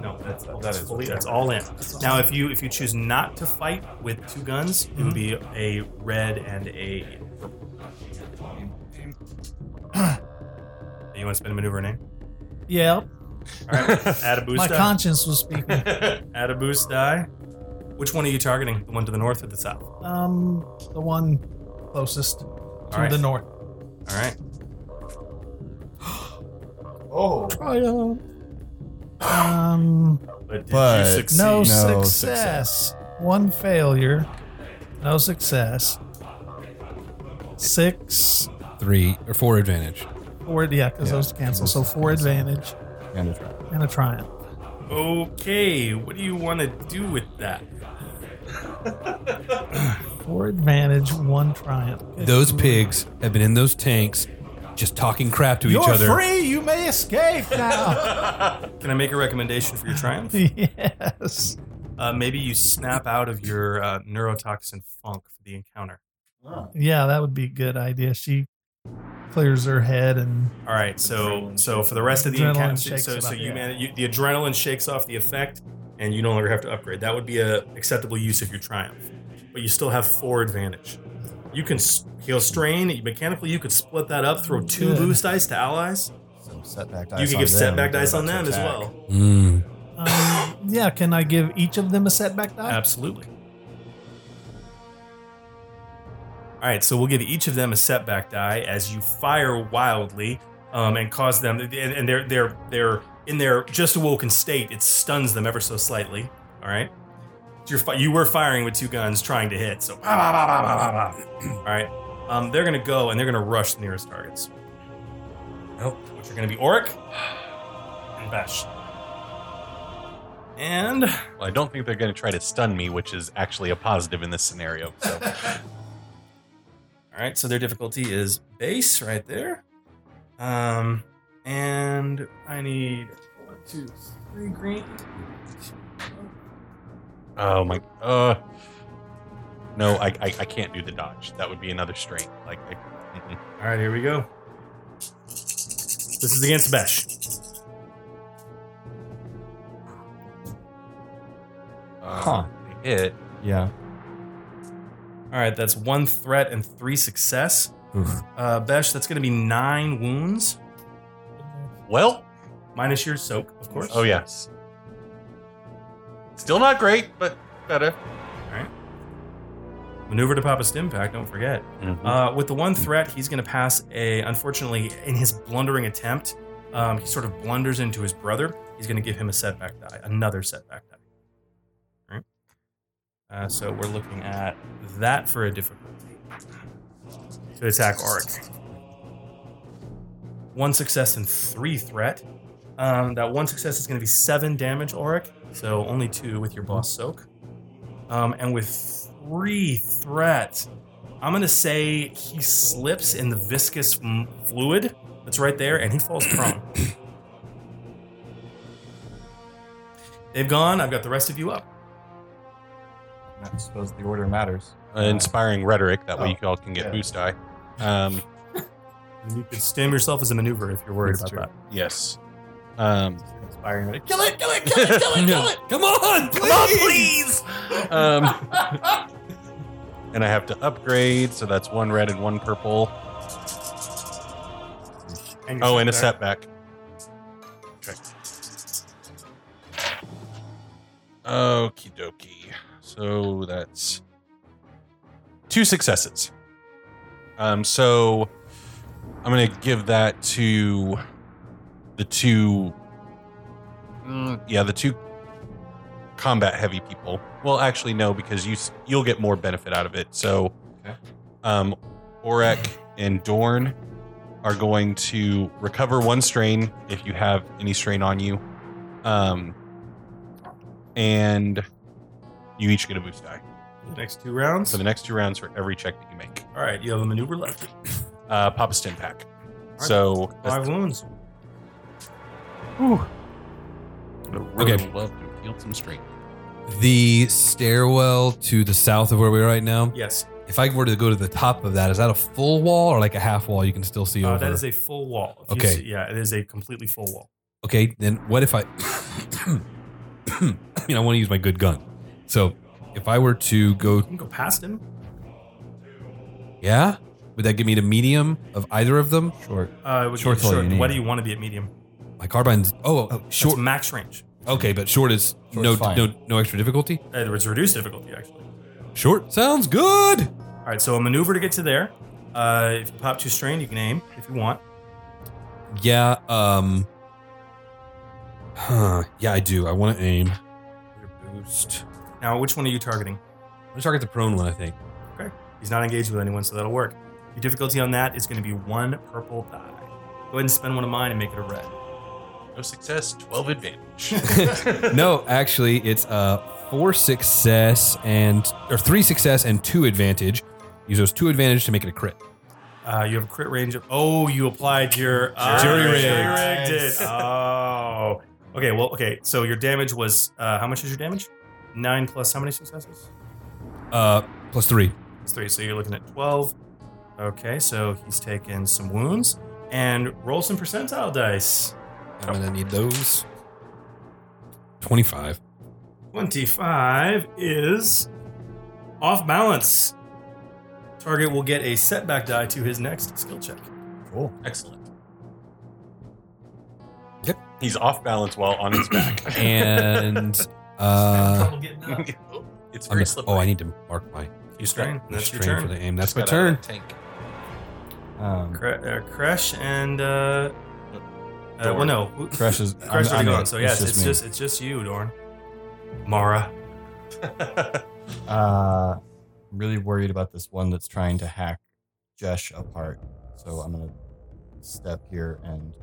S4: No, that's that's, fully, that's all in. Now, if you if you choose not to fight with two guns, it would be a red and a. purple. you want to spend a maneuver name?
S8: Yeah,
S4: All right, add a boost.
S8: my
S4: die. [laughs]
S8: conscience was speaking.
S4: add a boost die. Which one are you targeting? The one to the north or the south?
S8: um, the one closest to
S4: All right.
S8: the north.
S4: All right.
S8: Um,
S4: But did
S6: But-
S4: you succeed?
S8: no,
S6: No
S8: success. One failure. No success. Six.
S7: Three or four advantage.
S8: Four. Yeah, because those cancel. So four advantage
S6: And a try.
S8: and a triumph.
S4: Okay, what do you want to do with that?
S8: Four advantage, one triumph.
S7: Those pigs have been in those tanks just talking crap to each other.
S8: You may escape [laughs] now.
S4: Can I make a recommendation for your
S8: [laughs]
S4: triumph?
S8: yes.
S4: uh, maybe you snap out of your uh, neurotoxin funk for the encounter.
S8: Yeah, that would be a good idea. She clears her head and
S4: All right, so so for the rest of the
S8: Adrenaline
S4: encounter,
S8: shakes
S4: so,
S8: it
S4: so
S8: up,
S4: you,
S8: yeah.
S4: man, you the adrenaline shakes off the effect, and you no longer have to upgrade. That would be a acceptable use of your triumph, but you still have four advantage. You can s- heal strain mechanically. You could split that up, throw two
S8: Good.
S4: boost dice to allies.
S6: So setback dice
S4: you can
S6: on
S4: give
S6: them,
S4: setback
S6: they're
S4: dice on
S6: about to
S4: them as
S6: attack.
S4: well.
S7: Mm.
S8: um, yeah. Can I give each of them a setback die?
S4: Absolutely. All right, so we'll give each of them a setback die as you fire wildly um, and cause them, and, and they're they're they're in their just awoken state. It stuns them ever so slightly. All right, you're fi- you were firing with two guns trying to hit, so bah, bah, bah, bah, bah, bah, bah. all right, um, they're gonna go and they're gonna rush the nearest targets. Nope, which are gonna be Oric and Bash. And
S5: Well, I don't think they're going to try to stun me, which is actually a positive in this scenario. So
S4: All right, so their difficulty is base right there. Um, and I need one, two, three green.
S5: Oh my. Uh. No, I, I I can't do the dodge. That would be another strain. Like, I, mm-mm.
S4: All right, here we go. This is against Besh.
S5: Uh,
S6: Huh.
S5: they Hit.
S6: Yeah.
S4: All right, that's one threat and three success. Uh, Besh, that's going to be nine wounds
S5: Well.
S4: minus your soak, of course.
S5: Oh yes. Still not great, but better.
S4: Maneuver to pop a stim pack. Don't forget.
S5: Mm-hmm.
S4: Uh, with the one threat, he's going to pass a. Unfortunately, in his blundering attempt, um, he sort of blunders into his brother. He's going to give him a setback die, another setback die. All right. Uh, so we're looking at that for a difficulty to attack Auric. One success and three threat. Um, that one success is going to be seven damage, Auric. So only two with your boss soak. Um, and with three threats, I'm gonna say he slips in the viscous m- fluid that's right there, and he falls prone. They've gone. I've got the rest of you up.
S6: I suppose the order matters.
S5: Uh, inspiring rhetoric. That way you all can get
S6: yeah.
S5: boost die. Um.
S4: You could stem yourself as a maneuver if you're worried
S6: That's
S4: about
S5: Yes. Um.
S4: that. Inspiring. Like,
S7: Kill it, kill it, kill it, kill it,
S5: [laughs]
S7: kill it. Come on, please.
S5: Um. [laughs] and I have to upgrade, so that's one red and one purple. Oh, and a setback. Okay. Okie dokie. So that's two successes. Um, so I'm gonna give that to the two. Mm, yeah, the two combat heavy people. Well, actually, no, because you s- you'll get more benefit out of it. So, um, Orek and Dorn are going to recover one strain if you have any strain on you, um, and you each get a boost die
S4: The next two rounds.
S5: for the next two rounds for every check that you make.
S4: All right, you have a maneuver left.
S5: Uh, pop a stim pack. So
S4: Five wounds.
S5: I would really
S7: Okay.
S5: love to heal some strain.
S7: the stairwell to the south of where we are right now,
S4: Yes,
S7: if I were to go to the top of that, is that a full wall or like a half wall you can still see
S4: uh,
S7: over?
S4: that is a full wall. If you
S7: Okay.
S4: see- yeah, it is a completely full wall.
S7: okay, then what if I. [coughs] I mean, I want to use my good gun. So if I were to go
S4: You can go past him.
S7: Yeah? Would that give me the medium of either of them? Short.
S4: Uh, would
S6: Short's all you
S4: short.
S6: need.
S4: Why do you want to be at medium?
S7: My carbine's oh,
S4: Short
S7: short.
S4: max range.
S7: Okay, but short is
S6: Short's
S7: no
S6: fine.
S7: no no extra difficulty.
S4: Uh, there was reduced difficulty actually.
S7: Short sounds good.
S4: All right, so a maneuver to get to there. Uh, if you pop two strain, you can aim if you want.
S7: Yeah. Um. Huh. Yeah, I do. I want to aim. Boost.
S4: Now, which one are you targeting?
S7: I'm gonna target the prone one. I think.
S4: He's not engaged with anyone, so that'll work. Your difficulty on that is going to be one purple die. Go ahead and spend one of mine and make it a red.
S5: No success, 12 advantage. [laughs]
S7: no, actually, it's uh four success and or three success and two advantage. Use those two advantage to make it a crit.
S4: Uh, you have a crit range of. Oh, you applied your uh,
S6: Jury
S4: jury
S6: rigged.
S4: rigged it. Oh, okay. Well, okay. So your damage was uh, how much is your damage? Nine plus how many successes?
S7: Uh, plus three.
S4: It's three. So you're looking at twelve. Okay, so he's taken some wounds and roll some percentile dice.
S7: I'm gonna need those. Twenty-five.
S4: 25 is off balance. Target will get a setback die to his next skill check.
S6: Cool.
S5: Excellent.
S7: Yep.
S5: He's off balance while on his
S4: [laughs]
S5: back.
S7: [laughs] and uh,
S4: Trouble getting up.
S5: [laughs] it's
S7: I'm
S5: very
S7: gonna,
S5: slippery.
S7: oh, I need to mark my
S4: [laughs] You strain. That's your
S7: strain for
S4: turn.
S7: the aim. That's my
S5: Got a
S7: turn.
S5: Tank.
S6: Um,
S4: Cra- uh, Crash and uh, uh well,
S5: Dorn.
S4: no, who-
S6: Crash is
S4: [laughs]
S6: I'm-
S4: Crash
S6: I'm
S4: already
S6: it.
S4: gone. So yes, it's,
S6: me.
S4: just, it's just you, Dorn. [laughs] Mara.
S6: Uh, I'm really worried about this one that's trying to hack Jesh apart. So I'm gonna step here and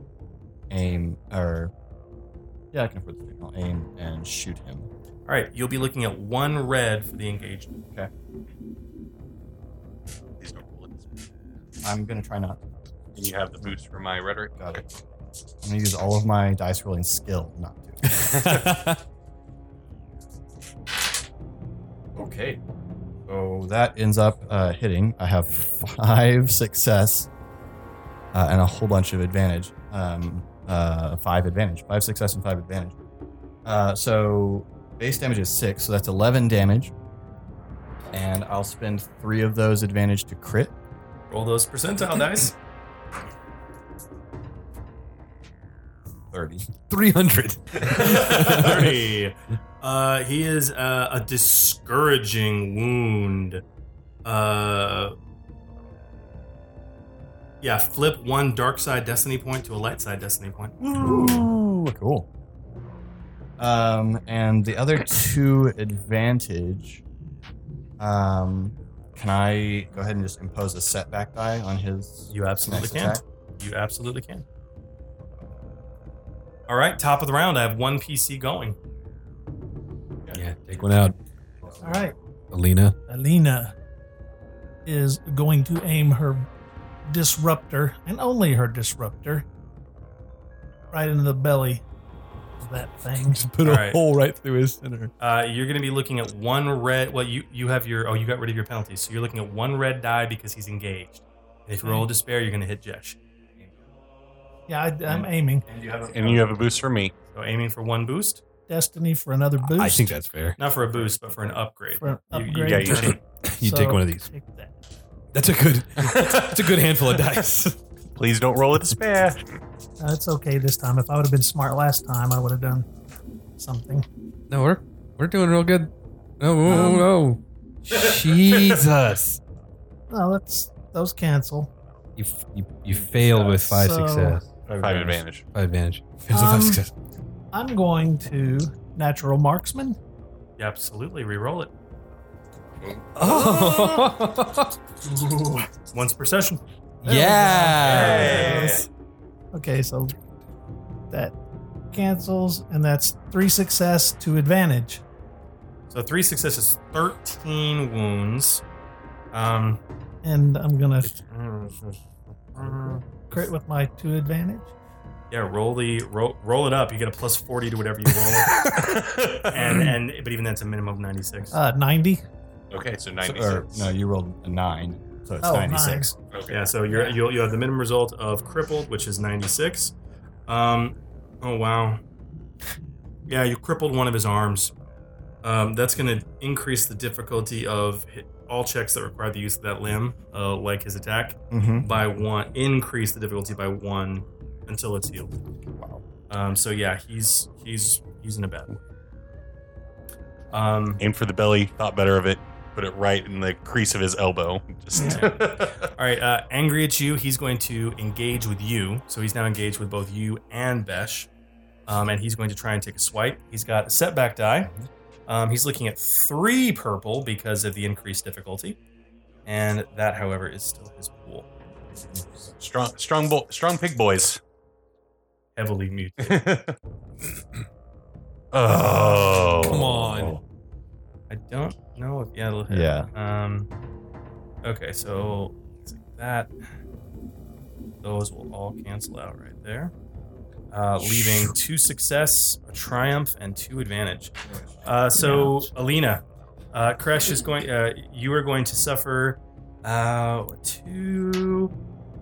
S6: aim, or yeah, I can afford the thing. I'll aim and shoot him.
S4: All right, you'll be looking at one red for the engagement.
S5: Please don't roll it.
S6: I'm gonna try not.
S5: And you have the boost for my rhetoric.
S6: Got it. I'm gonna use all of my dice rolling skill not to. okay. So that ends up uh, hitting. I have five success uh, and a whole bunch of advantage. Um, uh, five advantage, five success and five advantage. Uh, so base damage is six, so that's eleven damage. And I'll spend three of those advantage to crit.
S4: Roll those percentile dice.
S6: Thirty.
S4: [laughs]
S7: Three hundred.
S4: 30. [laughs] Uh, he is uh, a discouraging wound. Uh, yeah, flip one dark side destiny point to a light side destiny point.
S6: Ooh, cool. Um, and the other two advantage. Um, can I go ahead and just impose a setback die on his?
S4: You absolutely
S6: next
S4: can.
S6: attack?
S4: You absolutely can. All right, top of the round. I have one PC going.
S7: yeah, take one out,
S8: All right.
S7: Alina.
S8: Alina is going to aim her disruptor, and only her disruptor, right into the belly of that thing.
S7: Put
S4: a All right.
S7: hole right through his center.
S4: Uh, you're going to be looking at one red. Well, you you have your. Oh, you got rid of your penalties, so you're looking at one red die because he's engaged. And if you
S5: Hmm.
S4: roll despair, you're going to hit Jesh.
S8: Yeah, I,
S7: Mm.
S8: I'm aiming.
S5: And you have a boost for me.
S4: So aiming for one boost,
S8: Destiny for another boost.
S7: I think that's fair. [laughs]
S4: not for a boost, but for an upgrade.
S8: for
S4: You-
S8: an
S4: you-
S8: upgrade.
S5: yeah, you take-
S7: You
S8: So,
S7: take one of these.
S8: take that.
S7: That's a good. [laughs] That's a good handful of dice.
S5: Please don't roll a despair.
S8: Uh, it's okay this time. If I would have been smart last time, I would have done something.
S7: No, we're we're doing real good. No, no,
S8: Um,
S7: no. Jesus.
S8: No, that's those cancel.
S7: You, f- you, you fail with five
S8: So-
S7: success.
S5: Five advantage.
S7: Five advantage. Fails with
S8: Um,
S7: five
S8: [laughs]
S7: success.
S8: I'm going to natural marksman.
S4: Yeah, absolutely. Reroll it
S7: Oh.
S4: [laughs] once per session.
S7: yes.
S8: Okay, so that cancels, and that's three success to advantage.
S4: So three successes, thirteen wounds. Um,
S8: And I'm gonna crit with my two advantage.
S4: Yeah, roll the roll, roll it up. You get a plus forty to whatever you
S5: [laughs]
S4: roll, [laughs] and and but even that's a minimum of ninety six.
S8: Uh, 90.
S5: okay, so
S6: So-
S5: 96.
S6: or, no, you rolled a nine, so it's
S8: Oh,
S6: ninety six.
S5: okay.
S4: Yeah, so you're you'll, you have the minimum result of crippled, which is 96. Um, oh wow. Yeah, you crippled one of his arms. Um, that's going to increase the difficulty of hit, all checks that require the use of that limb, uh, like his attack,
S6: Mm-hmm.
S4: by one. Increase the difficulty by one until it's healed. Wow. Um, so yeah, he's he's he's in a bad way. Um,
S5: Aim for the belly, thought better of it, put it right in the crease of his elbow. Just
S4: All right, uh, angry at you, he's going to engage with you. So he's now engaged with both you and Besh. Um, and he's going to try and take a swipe. He's got a setback die. Um, he's looking at three purple because of the increased difficulty. And that, however, is still his pool.
S5: [laughs] strong, strong, bo- strong pig
S7: [laughs]
S5: boys.
S4: Heavily muted.
S5: Oh,
S7: Come on.
S4: I don't know if. Yeah, it'll hit.
S6: Yeah.
S4: Um, okay, so it's like that. Those will all cancel out right there, uh, leaving two success, a triumph, and two advantage. Uh, so, Alina, uh, Kresh is going. Uh, you are going to suffer uh, two,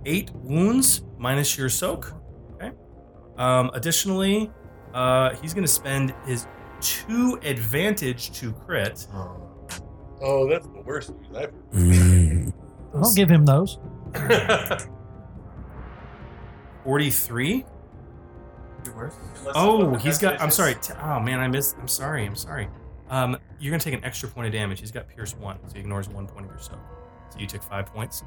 S4: eight wounds minus your soak. Okay. Um, additionally, uh, he's going to spend his two advantage to crit.
S5: Oh, that's the worst news I've
S8: Don't give him those.
S4: 43 oh he's got i'm sorry t- oh man i missed i'm sorry i'm sorry um you're gonna take an extra point of damage he's got pierce one so he ignores one point of your soak so you took five points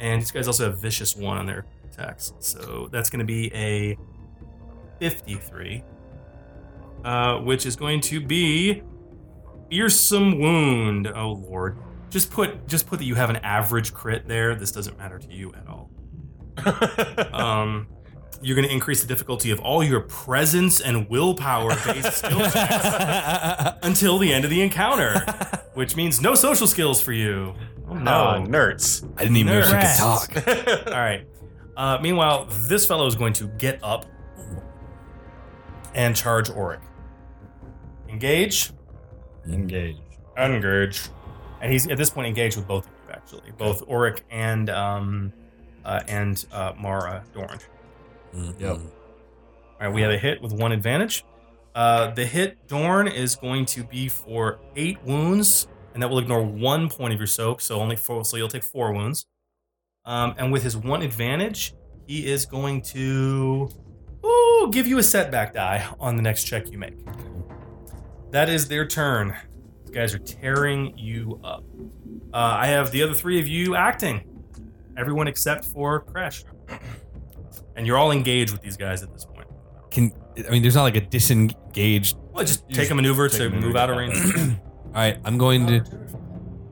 S4: and these guys also have vicious one on their attacks so that's gonna be a 53 uh which is going to be fearsome wound oh lord just put just put that you have an average crit there this doesn't matter to you at all um, you're going to increase the difficulty of all your presence and willpower based
S7: [laughs]
S4: skill checks until the end of the encounter, which means no social skills for you. Oh,
S5: No, nerds.
S7: I didn't even know she could
S8: Congrats.
S7: talk.
S5: Ah,
S7: [laughs]
S4: All right. Uh, meanwhile, this fellow is going to get up and charge Auric. Engage.
S6: Engage.
S4: Engage. And he's at this point engaged with both of you, actually, both Auric and um, uh, and uh, Mara Dorn.
S8: Mm-hmm.
S6: Yep.
S4: All right, we have a hit with one advantage. Uh, the hit Dorn is going to be for eight wounds, and that will ignore one point of your soak, so only four. So you'll take four wounds. Um, and with his one advantage, he is going to ooh, give you a setback die on the next check you make. That is their turn. These guys are tearing you up. Uh, I have the other three of you acting, everyone except for Crash, [clears throat] and you're all engaged with these guys at this point.
S7: Can I mean? There's not like a disengaged. [clears throat]
S4: Well, just
S5: You
S4: take
S5: just
S4: a maneuver
S5: take
S4: to
S5: a maneuver.
S4: move out of range. [clears throat]
S7: All right, I'm going to.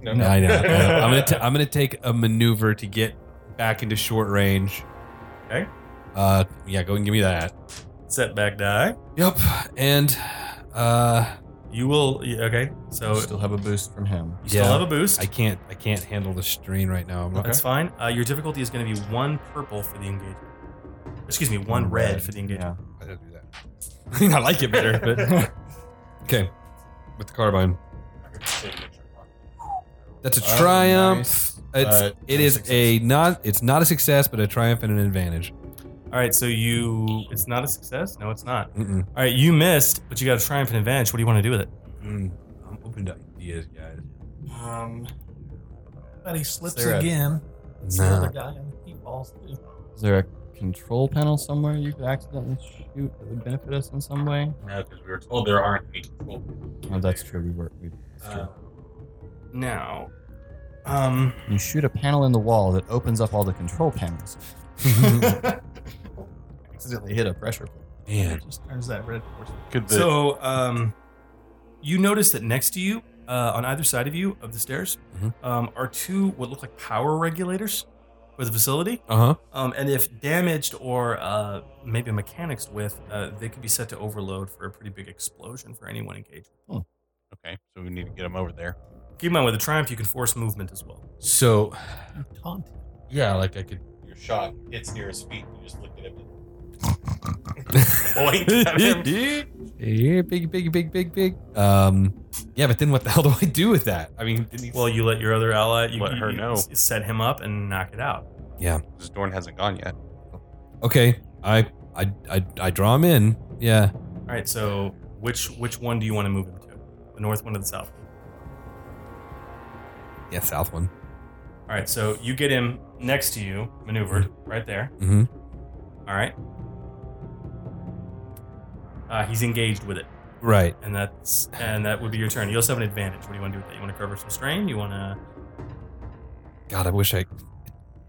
S7: I
S8: [laughs]
S7: know. I know. I'm gonna. T- I'm gonna take a maneuver to get back into short range.
S4: Okay.
S7: Uh, yeah. Go and give me that.
S4: Setback die.
S7: Yep. And, uh,
S4: You will. y- Okay. So
S6: You
S4: you
S6: [laughs] still have a boost from him.
S4: still
S7: yeah.
S4: have a boost.
S7: I can't. I can't handle the strain right now. I'm not,
S4: That's fine. Uh, your difficulty is going to be one purple for the engagement. Excuse me, one red for the engagement.
S6: Yeah.
S7: I don't do that. [laughs] I mean, I like it better, [laughs] but okay. With the carbine, that's a
S6: Oh,
S7: triumph.
S6: nice.
S7: It's
S6: But
S7: it is a not. It's not a success, but a triumph and an advantage.
S4: All right. So you. It's not a success. No, it's not.
S7: Mm-mm.
S4: All right. You missed, but you got a triumph and advantage. What do you want to do with it?
S7: Mm. I'm open to ideas, guys.
S6: Um,
S8: But he slips
S6: Sarah.
S8: again. It's the
S7: Nah.
S8: other guy, and he falls through.
S6: is there a control panel somewhere you could accidentally shoot that would benefit us in some way?
S5: No, because we were told there aren't any control.
S6: Oh, that's true. We were. We, that's true.
S5: Uh,
S4: Now. Um.
S6: you shoot a panel in the wall that opens up all the control panels.
S7: [laughs]
S6: accidentally hit a pressure plate.
S7: Uh, Man,
S8: Just turns that red force.
S5: could the
S4: So, um, you notice that next to you, uh, on either side of you of the stairs,
S7: Mhm.
S4: um, are two what look like power regulators for the facility.
S7: uh huh.
S4: Um, and if damaged or uh, maybe mechanics with, uh, they could be set to overload for a pretty big explosion for anyone engaged.
S5: okay? So we need to get him over there.
S4: Keep in mind, with a triumph, you can force movement as
S5: [laughs]
S4: well.
S7: So,
S8: You taunt him.
S7: yeah, like I could.
S5: Your shot hits near his feet. You just look at him. Boink at him. [laughs]
S7: Yeah, big, big, big, big, big. Um, yeah, but then what the hell do I do with that? I mean, didn't he-
S4: Well, you let your other ally you,
S5: Let her
S4: you
S5: know.
S4: s- set him up and knock it out.
S5: Because Dorn hasn't gone yet.
S7: okay, I, I, I, I draw him in. Yeah,
S4: All right, so which which one do you want to move him to? The north one or the south?
S7: yeah, south one.
S4: All right, so you get him next to you, maneuvered
S5: Mm-hmm.
S4: right there.
S7: Mhm.
S4: All right. Uh, he's engaged with it,
S7: Right.
S4: and that's and that would be your turn. You also have an advantage. What do you want to do with that? You want to cover some strain? You want to?
S7: God, I wish I.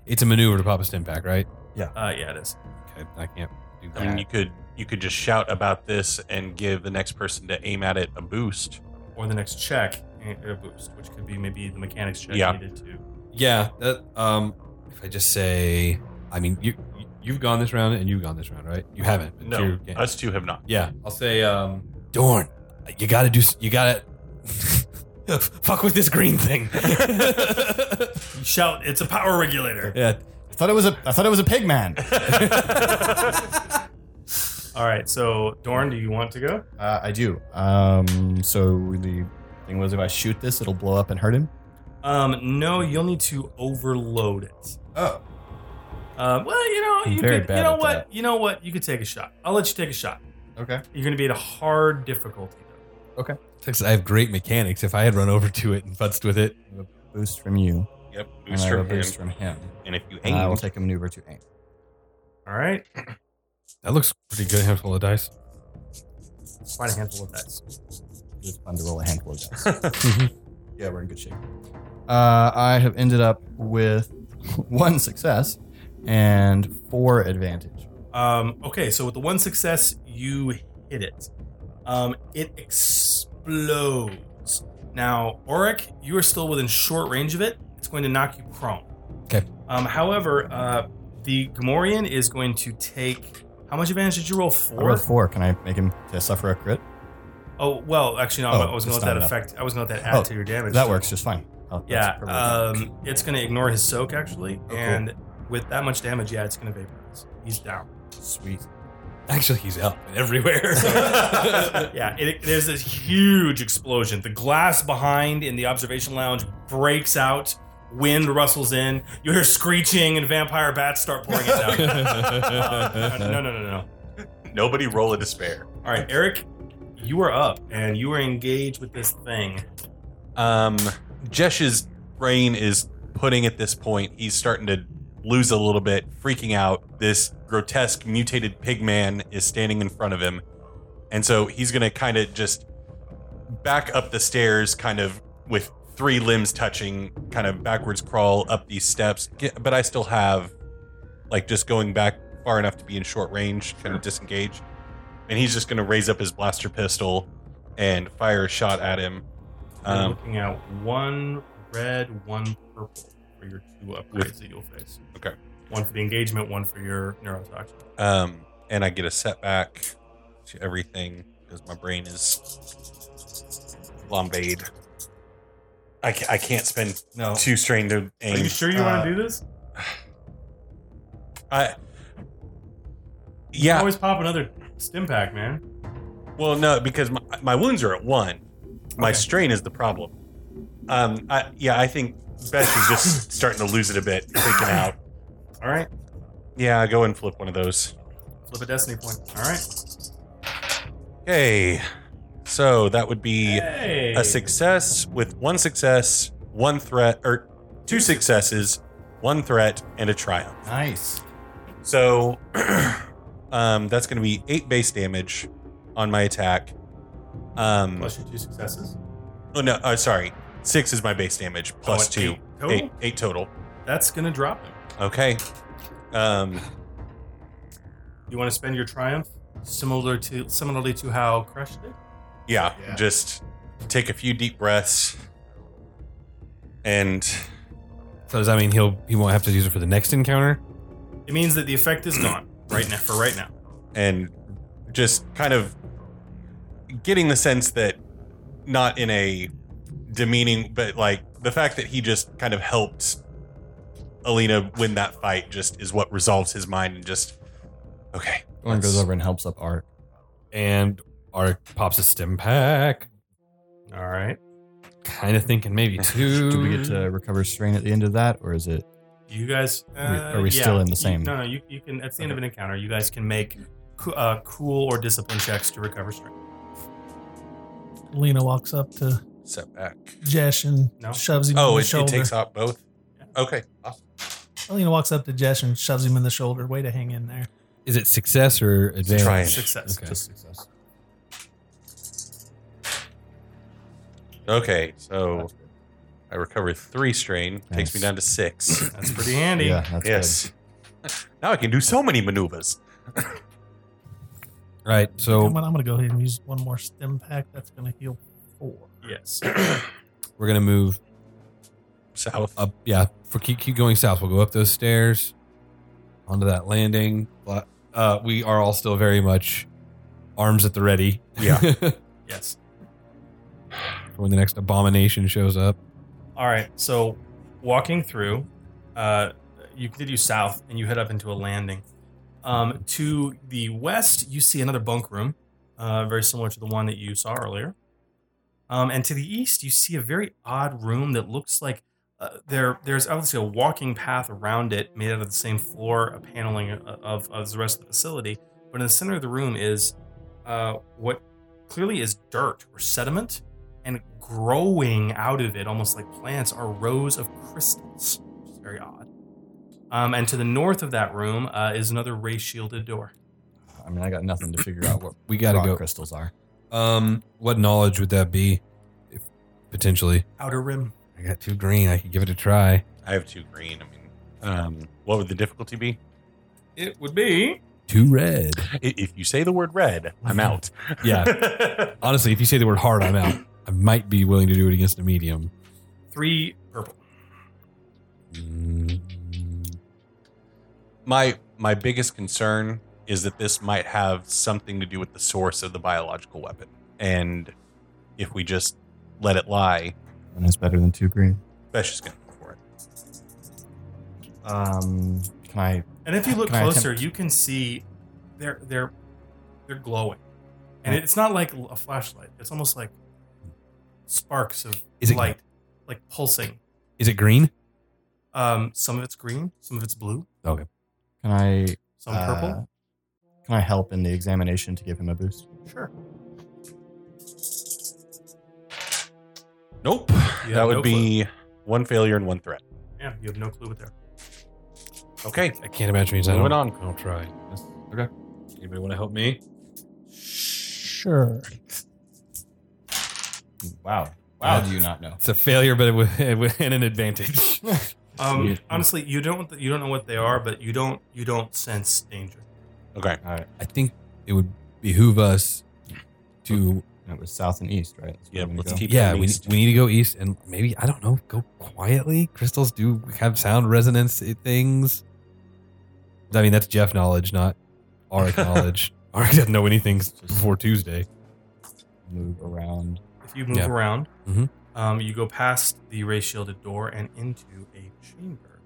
S7: It's a maneuver to pop a stim pack, right?
S4: Uh, yeah, it is.
S7: Okay, I can't do
S5: I mean, you could you could just shout about this and give the next person to aim at it a boost.
S4: Or the next check, eh, a boost, which could be maybe the mechanics check
S5: Yeah.
S4: needed to.
S7: Yeah. That, um, if I just say, I mean, you you- you've gone this round and you've gone this round, right? You haven't. but
S5: No,
S7: you're- yeah.
S5: us two
S7: [laughs]
S5: have not. [laughs]
S7: yeah. I'll say, um, Dorn, you gotta do. s- You gotta [laughs] fuck with this green thing. [laughs]
S4: You shout! It's a power regulator.
S7: yeah.
S6: I thought it was a I thought it was a pig man.
S4: All right, so Dorn, do you want to go?
S6: Uh, I do. Um, so the thing was, if I shoot this, it'll blow up and hurt him.
S4: Um, no, you'll need to overload it.
S6: Oh,
S4: Uh, well, you know,
S6: I'm
S4: you
S6: very
S4: could,
S6: bad
S4: you know
S6: at
S4: what,
S6: that.
S4: you know what, you could take a shot. I'll let you take a shot.
S6: okay.
S4: You're going to be at a hard difficulty. though.
S7: Since I have great mechanics. If I had run over to it and futzed with it,
S6: Boost from you.
S5: Yep.
S6: and I
S5: Boost
S6: have a
S5: from him.
S6: boost from him.
S5: And if you
S6: And I
S5: aim,
S6: will take a maneuver to aim.
S4: All right,
S7: that looks pretty good. Handful of dice.
S4: quite a handful of dice.
S6: It's fun to roll a handful of [laughs] dice. yeah, we're in good shape. Uh, I have ended up with one success and four advantage.
S4: Um, okay, so with the one success, you hit it. Um, it explodes. Now, Auric, you are still within short range of it. It's going to knock you prone.
S7: Okay.
S4: Um, however, uh, the Gamorrean is going to take. How much advantage did you roll?
S6: I rolled
S4: Four.
S6: four. Can I make him to suffer a crit?
S4: Oh well, actually, no.
S6: Oh,
S4: I was going
S6: it's
S4: to let
S6: not
S4: that
S6: enough.
S4: affect. I was going to let that add
S6: Oh,
S4: to your damage.
S6: That works just fine. Oh, that's
S4: Yeah,
S6: perfect. Oh,
S4: um, it's going to ignore his soak actually,
S6: cool.
S4: and with that much damage, yeah, it's going to vaporize. He's down.
S7: Sweet. Actually, he's up and
S4: [laughs]
S7: everywhere. [laughs]
S4: yeah, it, there's this huge explosion. The glass behind in the observation lounge breaks out. Wind rustles in. You hear screeching, and vampire bats start pouring it down.
S5: [laughs]
S4: [laughs] Uh, no, no, no, no.
S5: nobody roll a despair.
S4: All right, Eric, you are up, and you are engaged with this thing.
S5: Um, Jesh's brain is putting at this point. He's starting to lose a little bit, freaking out. This grotesque mutated pig man is standing in front of him. And so he's going to kind of just back up the stairs, kind of with three limbs touching, kind of backwards crawl up these steps. Get, but I still have, like, just going back far enough to be in short range, kind of disengage. And he's just going to raise up his blaster pistol and fire a shot at him.
S4: You're
S5: Um,
S4: looking at one red, one purple for your two upgrades that you'll face.
S5: Okay.
S4: One for the engagement, one for your neurotoxin.
S5: Um, and I get a setback to everything because my brain is lombade. I, ca- I can't spend
S6: no.
S5: two strain to aim.
S4: Are you sure you
S5: Uh,
S4: want to do this?
S5: I,
S4: You
S5: yeah.
S4: Always pop another stim pack, man.
S5: Oh, Well, no, because my, my wounds are at one. My
S4: Okay.
S5: strain is the problem. Um, I, yeah, I think Beth is [laughs] just starting to lose it a bit, freaking out.
S4: All right.
S5: Yeah, I go and flip one of those.
S4: Flip a destiny point. All right.
S5: Okay, so that would be.
S4: Hey.
S5: a success with one success, one threat, or two successes, one threat, and a triumph.
S6: nice.
S5: So [clears throat] um, that's going to be eight base damage on my attack. Um,
S4: Plus your two successes.
S5: oh no, uh, sorry, six is my base damage plus
S4: So an
S5: two,
S4: Oh, eight total?
S5: Eight, eight total.
S4: That's gonna drop him.
S5: Okay. Um,
S4: You want to spend your triumph similar to similarly to how crushed did.
S5: yeah,
S6: Yeah.
S5: just take a few deep breaths and
S7: so does that mean he'll he won't have to use it for the next encounter?
S4: It means that the effect is
S5: [clears throat]
S4: gone right now. For right now.
S5: and just kind of getting the sense that not in a demeaning but like the fact that he just kind of helped Alina win that fight just is what resolves his mind and just okay
S6: Orn goes over and helps up Art.
S7: and Ark pops a stim pack.
S4: All right.
S7: Kind of thinking [laughs] maybe two.
S6: Do we get to recover strain at the end of that, or is it?
S4: You guys, uh,
S6: Are we- are we still
S4: yeah.
S6: in the same-
S4: You, no, no. You, you can. That's the end of an encounter. You guys can make co- uh, cool or discipline checks to recover strength.
S8: Lena walks up to
S5: Setback.
S8: Jesh and
S4: No.
S8: shoves him in
S5: Oh,
S8: the
S5: it, it
S8: shoulder.
S5: takes out both. Okay, awesome.
S8: Lena walks up to Jesh and shoves him in the shoulder. Way to hang in there.
S7: Is it success or advantage?
S5: Try it.
S4: Success.
S7: Okay.
S4: Just success.
S5: Okay, so I recover three strain. Takes me
S6: Nice.
S5: down to [clears throat] six.
S4: That's pretty handy.
S6: Yeah, that's
S5: yes. [laughs] Now I can do so many maneuvers.
S7: Right.
S8: You know
S7: So
S8: what, I'm going to go ahead and use one more stim pack. That's going to heal four.
S4: Yes.
S7: we're gonna move
S5: South.
S7: up. Yeah. For keep keep going south. We'll go up those stairs, onto that landing. But, Uh, we are all still very much arms at the ready.
S5: Yeah.
S4: Yes.
S7: [laughs] when the next abomination shows up.
S4: All right. So, walking through, uh, you continue south and you head up into a landing. Um, to the west, you see another bunk room, uh, very similar to the one that you saw earlier. Um, and to the east, you see a very odd room that looks like uh, there. There's obviously a walking path around it, made out of the same floor, a paneling uh, of, of the rest of the facility. But in the center of the room is uh, what clearly is dirt or sediment, and growing out of it, almost like plants, are rows of crystals. It's very odd. Um, and to the north of that room uh, is another ray shielded door.
S6: I mean, I got nothing to figure out what
S7: [laughs] We gotta
S6: rock
S7: go.
S6: crystals are.
S7: Um, what knowledge would that be? If potentially,
S4: Outer rim.
S7: I got two green. I could give it a try.
S5: I have two green. I mean, um, what would the difficulty be?
S4: It would be.
S7: Two red.
S5: I- If you say the word red, I'm out.
S7: Yeah.
S5: [laughs]
S7: Honestly, if you say the word hard, I'm out. I might be willing to do it against a medium.
S4: Three purple.
S7: Mm,
S5: my my biggest concern is that this might have something to do with the source of the biological weapon, and if we just let it lie,
S6: And it's better than two green.
S5: Besh is gonna go for it.
S6: Um, can I?
S4: And if you look
S6: Can I
S4: closer, you can see they're they're they're glowing, and it's not like a flashlight. It's almost like sparks of
S7: Is it-
S4: light, like pulsing.
S7: Is it green?
S4: Um, some of it's green, some of it's blue,
S6: Can I?
S4: some purple.
S6: uh, Can I help in the examination to give him a boost?
S4: Sure.
S5: Nope.
S4: You
S5: that
S4: have
S5: would
S4: no
S5: be one failure and one threat.
S4: Yeah, you have no clue what they're.
S5: Okay.
S7: I can't imagine. It means I
S5: Moving
S7: don't,
S5: on.
S7: I don't try. Yes. Okay. Anybody want to help me?
S8: Sure.
S6: Wow. How
S7: Wow.
S6: do you not know?
S7: It's a failure, but [laughs] it with, with and an advantage.
S4: Um,
S7: Yeah.
S4: honestly, you don't you don't know what they are, but you don't you don't sense danger.
S5: Okay.
S7: I think it would behoove us to
S6: And It was south and east, right? That's where
S5: Yeah,
S6: I'm gonna
S5: let's
S6: go.
S5: keep
S7: yeah.
S5: it
S7: We,
S5: east.
S7: we need to go east and maybe I don't know. Go quietly. Crystals do have sound resonance i- things. I mean that's Jeff knowledge, not Arik knowledge. Arik doesn't know anything s- before Tuesday.
S6: move around.
S4: If you move
S7: Yeah.
S4: around,
S7: Mhm.
S4: um, you go past the ray shielded door and into a chamber.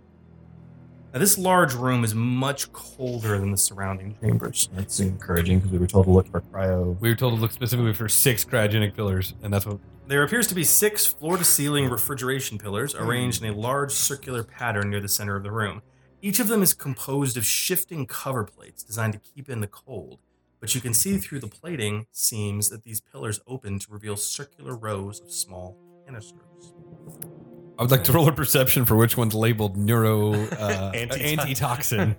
S4: Now, this large room is much colder than the surrounding chambers.
S6: That's encouraging because we were told to look for cryo.
S7: We were told to look specifically for six cryogenic pillars, and that's what
S4: There appears to be six floor to ceiling refrigeration pillars arranged in a large circular pattern near the center of the room. Each of them is composed of shifting cover plates designed to keep in the cold, but you can see through the plating seams that these pillars open to reveal circular rows of small canisters.
S7: I would like to roll a perception for which one's labeled neuro uh,
S5: Antitoxin.
S7: [laughs] antitoxin.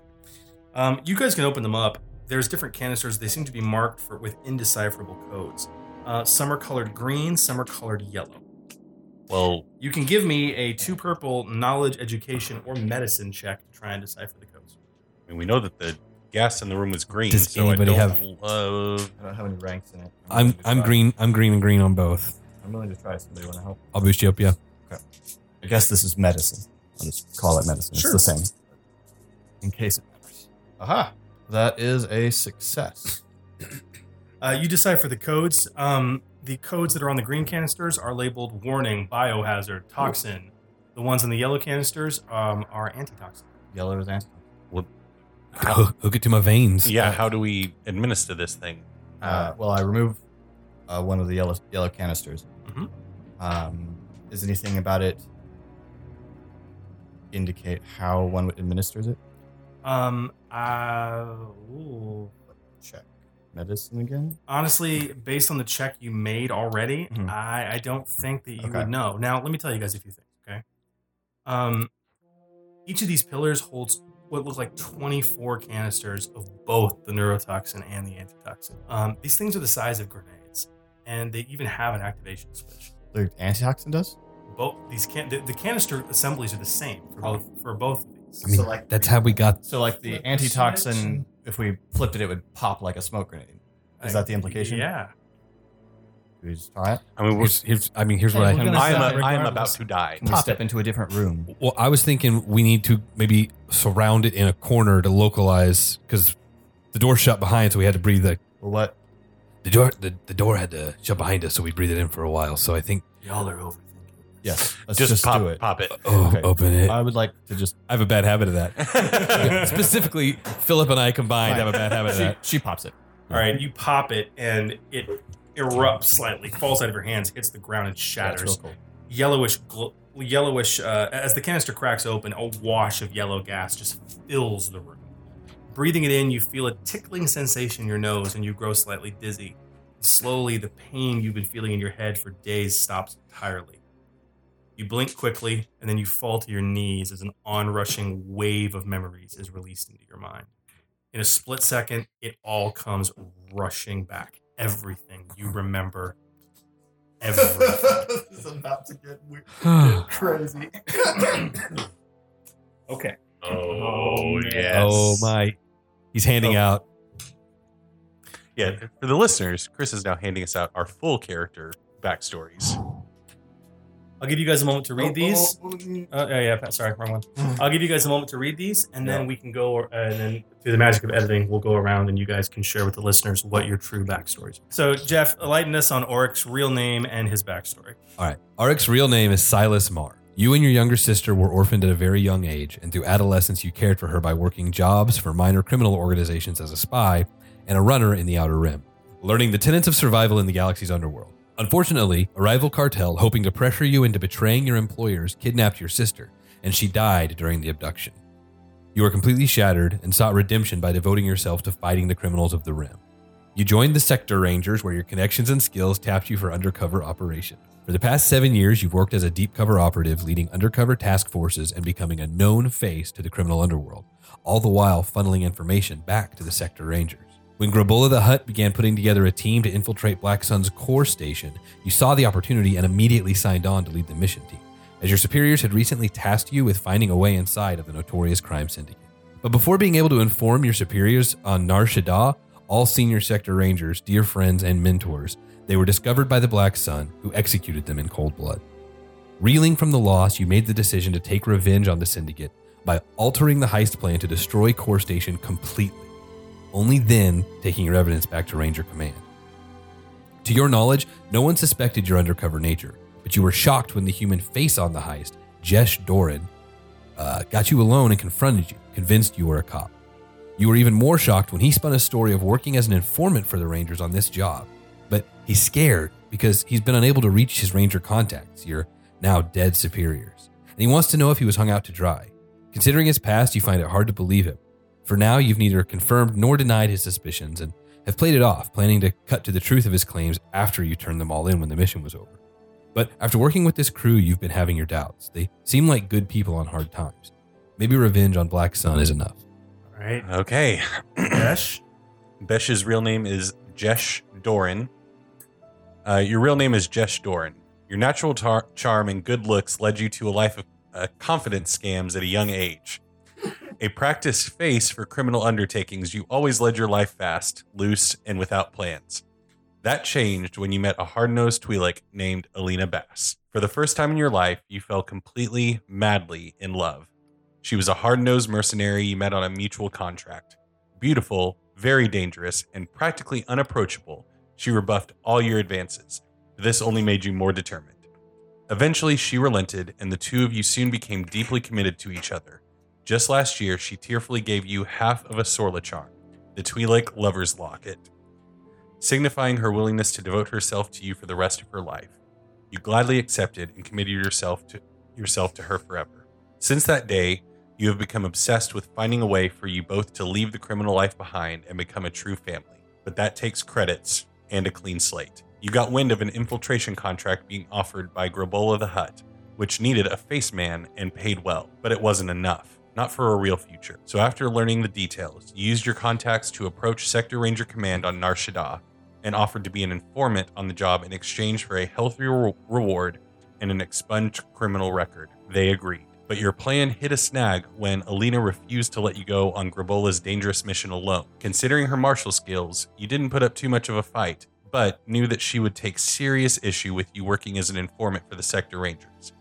S4: Um, you guys can open them up. There's different canisters. They seem to be marked for, with indecipherable codes. Uh, some are colored green, some are colored yellow.
S5: Well,
S4: You can give me a two purple knowledge, education, or medicine check to try and decipher the codes.
S5: I mean, we know that the gas in the room was green,
S7: Does
S5: so I
S7: anybody
S5: don't
S7: have-
S5: love.
S6: I don't have any ranks in it.
S7: [laughs] I'm
S6: willing to
S7: I'm
S6: try.
S7: green. I'm green and green on both.
S6: I'm willing to try. Somebody want to help?
S7: I'll boost you up. Yeah.
S6: I guess this is medicine. I'll just call it medicine.
S4: Sure.
S6: It's the same. In case it matters. Aha. That is a success.
S4: Uh, you decipher the codes. Um, the codes that are on the green canisters are labeled warning, biohazard, toxin. The ones on the yellow canisters um, are antitoxin.
S6: Yellow is answer.
S7: Hook, hook it to my veins.
S5: Yeah, how do we administer this thing?
S6: Uh, well, I remove uh, one of the yellow yellow canisters.
S4: Mhm.
S6: Um, does anything about it indicate how one administers it?
S4: Um, uh, ooh.
S6: Check medicine again.
S4: honestly, based on the check you made already,
S6: Mhm.
S4: I, I don't think that you
S6: Okay.
S4: would know. Now, let me tell you guys a few things, okay? Um, each of these pillars holds what look like 24 canisters of both the neurotoxin and the antitoxin. Um, these things are the size of grenades, and they even have an activation switch.
S6: The antitoxin does.
S4: Both these can the, the canister assemblies are the same for
S6: Oh.
S4: both for both of these.
S7: I mean,
S6: So, like,
S7: that's how we got.
S6: So, like the
S8: Flip the
S6: antitoxin,
S8: switch.
S6: if we flipped it, it would pop like a smoke grenade. Is that the implication?
S4: Yeah.
S6: Do we just try it?
S5: I mean, we're,
S7: Here's, here's, I mean, here's
S8: Hey,
S7: what I.
S8: we're gonna
S5: I am
S8: stop
S5: a, I am about
S8: regardless.
S5: to die.
S6: Can we
S7: Pop
S6: step into a different room?
S7: Well, I was thinking we need to maybe surround it in a corner to localize because the door shut behind, so we had to breathe the
S6: Well, what?
S7: the door. The, the door had to shut behind us, so we breathed it in for a while. So I think
S4: Y'all are overthinking.
S6: Yes. Let's
S5: Just,
S6: just,
S5: pop
S6: do
S5: it.
S6: it.
S5: Pop it.
S7: oh,
S6: Okay.
S7: open it.
S6: I would like to just.
S7: I have a bad habit of
S5: [laughs]
S7: that. [laughs] Specifically, Philip and I combined have a bad habit of
S6: She,
S7: that.
S6: she pops it.
S4: All right,
S6: Mm-hmm.
S4: you pop it and it erupts slightly, falls out of your hands, hits the ground, and
S6: That's real
S4: shatters.
S6: cool.
S4: Yellowish, gl- yellowish. Uh, as the canister cracks open, a wash of yellow gas just fills the room. Breathing it in, you feel a tickling sensation in your nose, and you grow slightly dizzy. Slowly, the pain you've been feeling in your head for days stops entirely. You blink quickly, and then you fall to your knees as an onrushing wave of memories is released into your mind. In a split second, it all comes rushing back. Everything you remember, [laughs] everything.
S6: is about to get weird,
S7: oh,
S6: crazy.
S4: okay.
S5: Oh,
S4: man.
S5: yes.
S7: my! [sighs] He's handing out.
S5: Yeah, for the listeners, Chris is now handing us out our full character backstories.
S4: I'll give you guys a moment to read these. Uh, yeah, yeah. pa- Sorry, wrong one. I'll give you guys a moment to read these, and then we can go. Uh, and then through the magic of editing, we'll go around, and you guys can share with the listeners what your true backstories. Are. So, Jeff, enlighten us on Oric's real name and his backstory.
S7: All right. Arik's real name is Silas Marr. You and your younger sister were orphaned at a very young age, and through adolescence, you cared for her by working jobs for minor criminal organizations as a spy and a runner in the Outer Rim, learning the tenets of survival in the galaxy's underworld. Unfortunately, a rival cartel, hoping to pressure you into betraying your employers, kidnapped your sister, and she died during the abduction. You were completely shattered and sought redemption by devoting yourself to fighting the criminals of the Rim. You joined the Sector Rangers, where your connections and skills tapped you for undercover operations. For the past seven years, you've worked as a deep cover operative, leading undercover task forces and becoming a known face to the criminal underworld, all the while funneling information back to the Sector Rangers. When Grabola the Hutt began putting together a team to infiltrate Black Sun's core station, you saw the opportunity and immediately signed on to lead the mission team, as your superiors had recently tasked you with finding a way inside of the notorious crime syndicate. But before being able to inform your superiors on Nar Shaddaa, all senior sector rangers, dear friends, and mentors, they were discovered by the Black Sun, who executed them in cold blood. Reeling from the loss, you made the decision to take revenge on the syndicate by altering the heist plan to destroy Core Station completely, only then taking your evidence back to Ranger Command. To your knowledge, no one suspected your undercover nature, but you were shocked when the human face on the heist, Jesh Doran, uh, got you alone and confronted you, convinced you were a cop. You were even more shocked when he spun a story of working as an informant for the Rangers on this job. But he's scared because he's been unable to reach his Ranger contacts, your now dead superiors. And he wants to know if he was hung out to dry. Considering his past, you find it hard to believe him. For now, you've neither confirmed nor denied his suspicions and have played it off, planning to cut to the truth of his claims after you turned them all in when the mission was over. But after working with this crew, you've been having your doubts. They seem like good people on hard times. Maybe revenge on Black Sun is enough.
S4: All right,
S5: Okay.
S4: Dash.
S5: [clears throat] Besh's real name is Jesh Doran. Uh, your real name is Jesh Doran. Your natural tar- charm and good looks led you to a life of uh, confidence scams at a young age. A practiced face for criminal undertakings, you always led your life fast, loose, and without plans. That changed when you met a hard nosed Twi'lek named Alina Bass. For the first time in your life, you fell completely, madly in love. She was a hard nosed mercenary you met on a mutual contract beautiful, very dangerous, and practically unapproachable, she rebuffed all your advances. This only made you more determined. Eventually, she relented, and the two of you soon became deeply committed to each other. Just last year, she tearfully gave you half of a Sorlachar, the Twi'lek Lover's Locket, signifying her willingness to devote herself to you for the rest of her life. You gladly accepted and committed yourself to yourself to her forever. Since that day, you have become obsessed with finding a way for you both to leave the criminal life behind and become a true family. But that takes credits and a clean slate. You got wind of an infiltration contract being offered by Grobola the Hut, which needed a face man and paid well, but it wasn't enough. Not for a real future. So after learning the details, you used your contacts to approach Sector Ranger Command on Nar Shaddaa and offered to be an informant on the job in exchange for a healthy re- reward and an expunged criminal record. They agreed. But your plan hit a snag when Alina refused to let you go on Grabola's dangerous mission alone. Considering her martial skills, you didn't put up too much of a fight, but knew that she would take serious issue with you working as an informant for the Sector Rangers.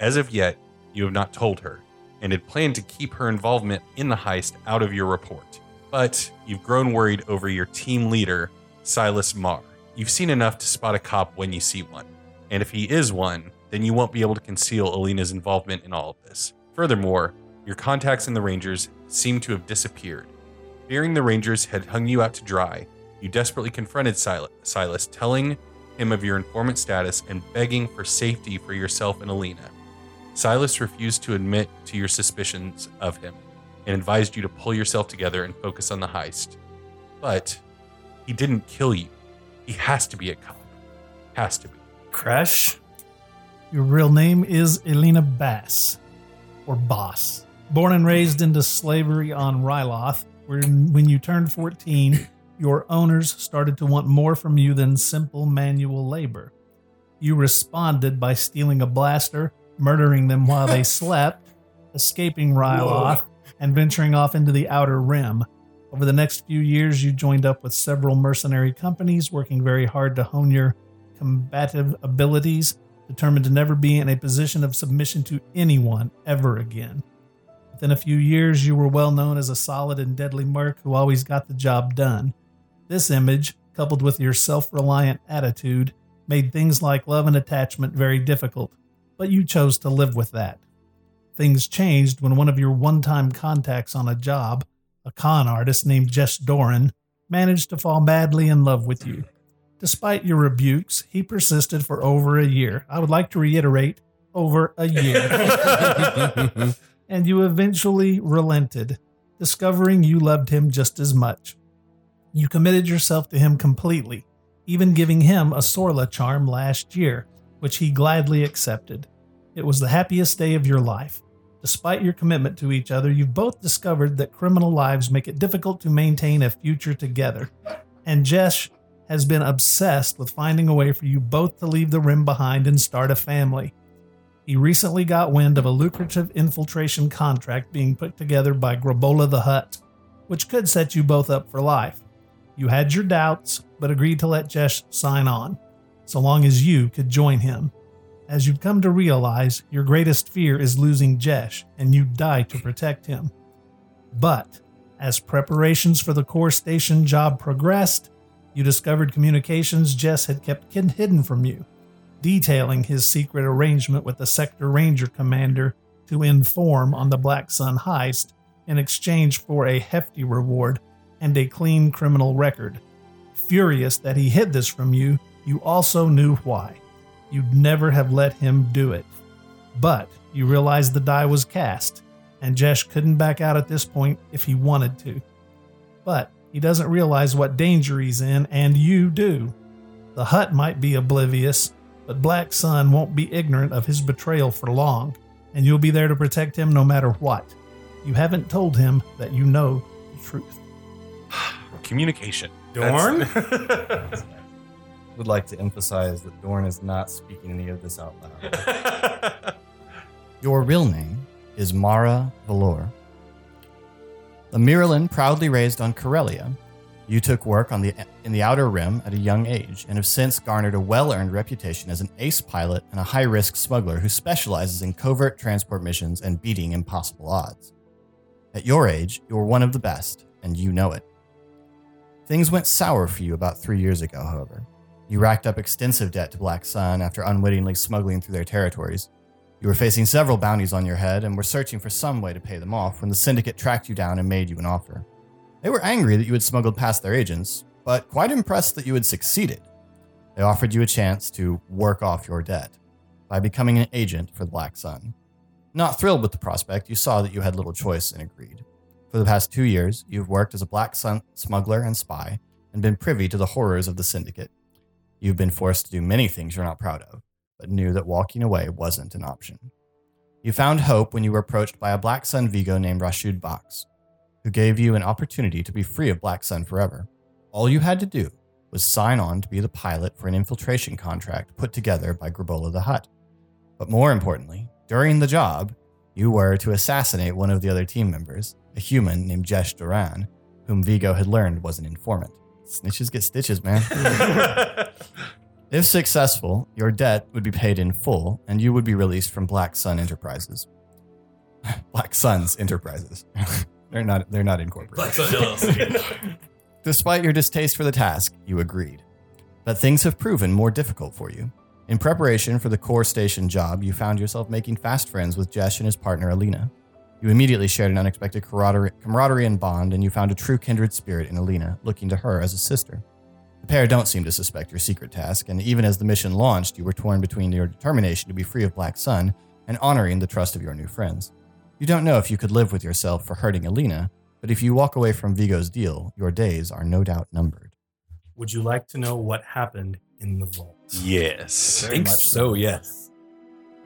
S5: As of yet, you have not told her, and had planned to keep her involvement in the heist out of your report. But you've grown worried over your team leader, Silas Marr. You've seen enough to spot a cop when you see one and if he is one, then you won't be able to conceal Alina's involvement in all of this. Furthermore, your contacts in the Rangers seem to have disappeared. Fearing the Rangers had hung you out to dry, you desperately confronted Sil- Silas, telling him of your informant status and begging for safety for yourself and Alina. Silas refused to admit to your suspicions of him and advised you to pull yourself together and focus on the heist. But he didn't kill you. He has to be a cop. Has to be.
S4: Crash.
S8: Your real name is Elena Bass, or Boss. Born and raised into slavery on Ryloth, where when you turned 14, your owners started to want more from you than simple manual labor. You responded by stealing a blaster, murdering them while they slept, escaping Ryloth, and venturing off into the Outer Rim. Over the next few years, you joined up with several mercenary companies, working very hard to hone your combative abilities, determined to never be in a position of submission to anyone ever again. Within a few years, you were well known as a solid and deadly merc who always got the job done. This image, coupled with your self reliant attitude, made things like love and attachment very difficult, but you chose to live with that. Things changed when one of your one time contacts on a job, a con artist named Jess Doran, managed to fall madly in love with you. Despite your rebukes, he persisted for over a year. I would like to reiterate over a year. [laughs] and you eventually relented, discovering you loved him just as much. You committed yourself to him completely, even giving him a Sorla charm last year, which he gladly accepted. It was the happiest day of your life. Despite your commitment to each other, you've both discovered that criminal lives make it difficult to maintain a future together. And Jesh has been obsessed with finding a way for you both to leave the rim behind and start a family. He recently got wind of a lucrative infiltration contract being put together by Grabola the Hut, which could set you both up for life. You had your doubts, but agreed to let Jesh sign on, so long as you could join him. As you've come to realize, your greatest fear is losing Jesh, and you die to protect him. But as preparations for the core station job progressed, you discovered communications Jess had kept kid- hidden from you, detailing his secret arrangement with the Sector Ranger commander to inform on the Black Sun heist in exchange for a hefty reward and a clean criminal record. Furious that he hid this from you, you also knew why. You'd never have let him do it. But you realized the die was cast, and Jesh couldn't back out at this point if he wanted to but he doesn't realize what danger he's in, and you do. The hut might be oblivious, but Black Sun won't be ignorant of his betrayal for long, and you'll be there to protect him no matter what. You haven't told him that you know the truth.
S5: Communication.
S4: Dorn? [laughs]
S5: That's-
S6: Would like to emphasize that Dorn is not speaking any of this out loud. Your real name is Mara Valor. The Miralyn proudly raised on Corellia, you took work on the in the Outer Rim at a young age and have since garnered a well-earned reputation as an ace pilot and a high-risk smuggler who specializes in covert transport missions and beating impossible odds. At your age, you're one of the best, and you know it. Things went sour for you about three years ago, however. You racked up extensive debt to Black Sun after unwittingly smuggling through their territories You were facing several bounties on your head and were searching for some way to pay them off when the syndicate tracked you down and made you an offer. They were angry that you had smuggled past their agents, but quite impressed that you had succeeded. They offered you a chance to work off your debt by becoming an agent for the Black Sun. Not thrilled with the prospect, you saw that you had little choice and agreed. For the past two years, you've worked as a Black Sun smuggler and spy and been privy to the horrors of the syndicate. You've been forced to do many things you're not proud of, but knew that walking away wasn't an option. You found hope when you were approached by a Black Sun Vigo named Rashid Box, who gave you an opportunity to be free of Black Sun forever. All you had to do was sign on to be the pilot for an infiltration contract put together by Grabola the Hutt. But more importantly, during the job, you were to assassinate one of the other team members, a human named Jesh Duran, whom Vigo had learned was an informant. Snitches get stitches, man. If successful, your debt would be paid in full and you would be released from Black Sun Enterprises. [laughs] Black Suns Enterprises. [laughs] they're not they're not incorporated.
S11: Black Sun LLC.
S6: Despite your distaste for the task, you agreed. But things have proven more difficult for you. In preparation for the core station job, you found yourself making fast friends with Jesh and his partner Alina. You immediately shared an unexpected camaraderie, camaraderie and bond, and you found a true kindred spirit in Alina, looking to her as a sister. The pair don't seem to suspect your secret task, and even as the mission launched, you were torn between your determination to be free of Black Sun and honoring the trust of your new friends. You don't know if you could live with yourself for hurting Alina, but if you walk away from Vigo's deal, your days are no doubt numbered.
S4: Would you like to know what happened in the vault?
S5: yes.
S6: Very much so.
S5: yes.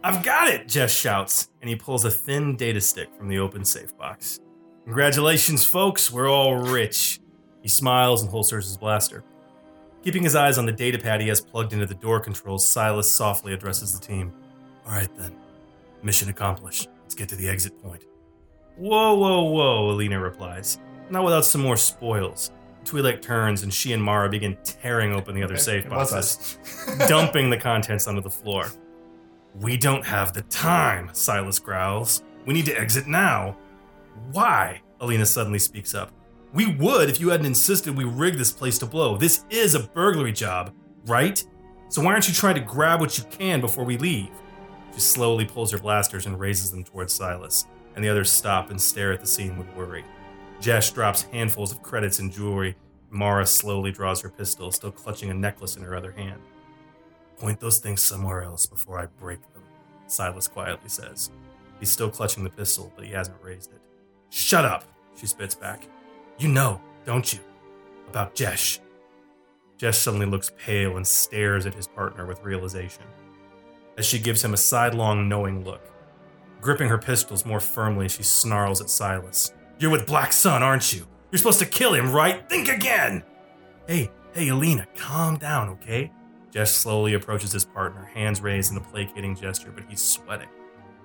S4: I've got it, Jess shouts, and he pulls a thin data stick from the open safe box. Congratulations, folks, we're all rich. He smiles and holsters his blaster. Keeping his eyes on the data pad he has plugged into the door controls, Silas softly addresses the team. All right, then. Mission accomplished. Let's get to the exit point. Whoa, whoa, whoa, Alina replies. Not without some more spoils. Twi'lek turns, and she and Mara begin tearing open the other safe
S6: It was
S4: boxes
S6: us.
S4: dumping the contents onto the floor. We don't have the time, Silas growls. We need to exit now. Why? Alina suddenly speaks up. We would if you hadn't insisted we rig this place to blow. This is a burglary job, right? So why aren't you trying to grab what you can before we leave? She slowly pulls her blasters and raises them towards Silas, and the others stop and stare at the scene with worry. Jesh drops handfuls of credits and jewelry. Mara slowly draws her pistol, still clutching a necklace in her other hand. Point those things somewhere else before I break them, Silas quietly says. He's still clutching the pistol, but he hasn't raised it. Shut up, she spits back. You know, don't you? About Jesh. Jesh suddenly looks pale and stares at his partner with realization as she gives him a sidelong, knowing look. Gripping her pistols more firmly, she snarls at Silas. You're with Black Sun, aren't you? You're supposed to kill him, right? Think again! Hey, hey, Alina, calm down, okay? Jess slowly approaches his partner, hands raised in a placating gesture, but he's sweating.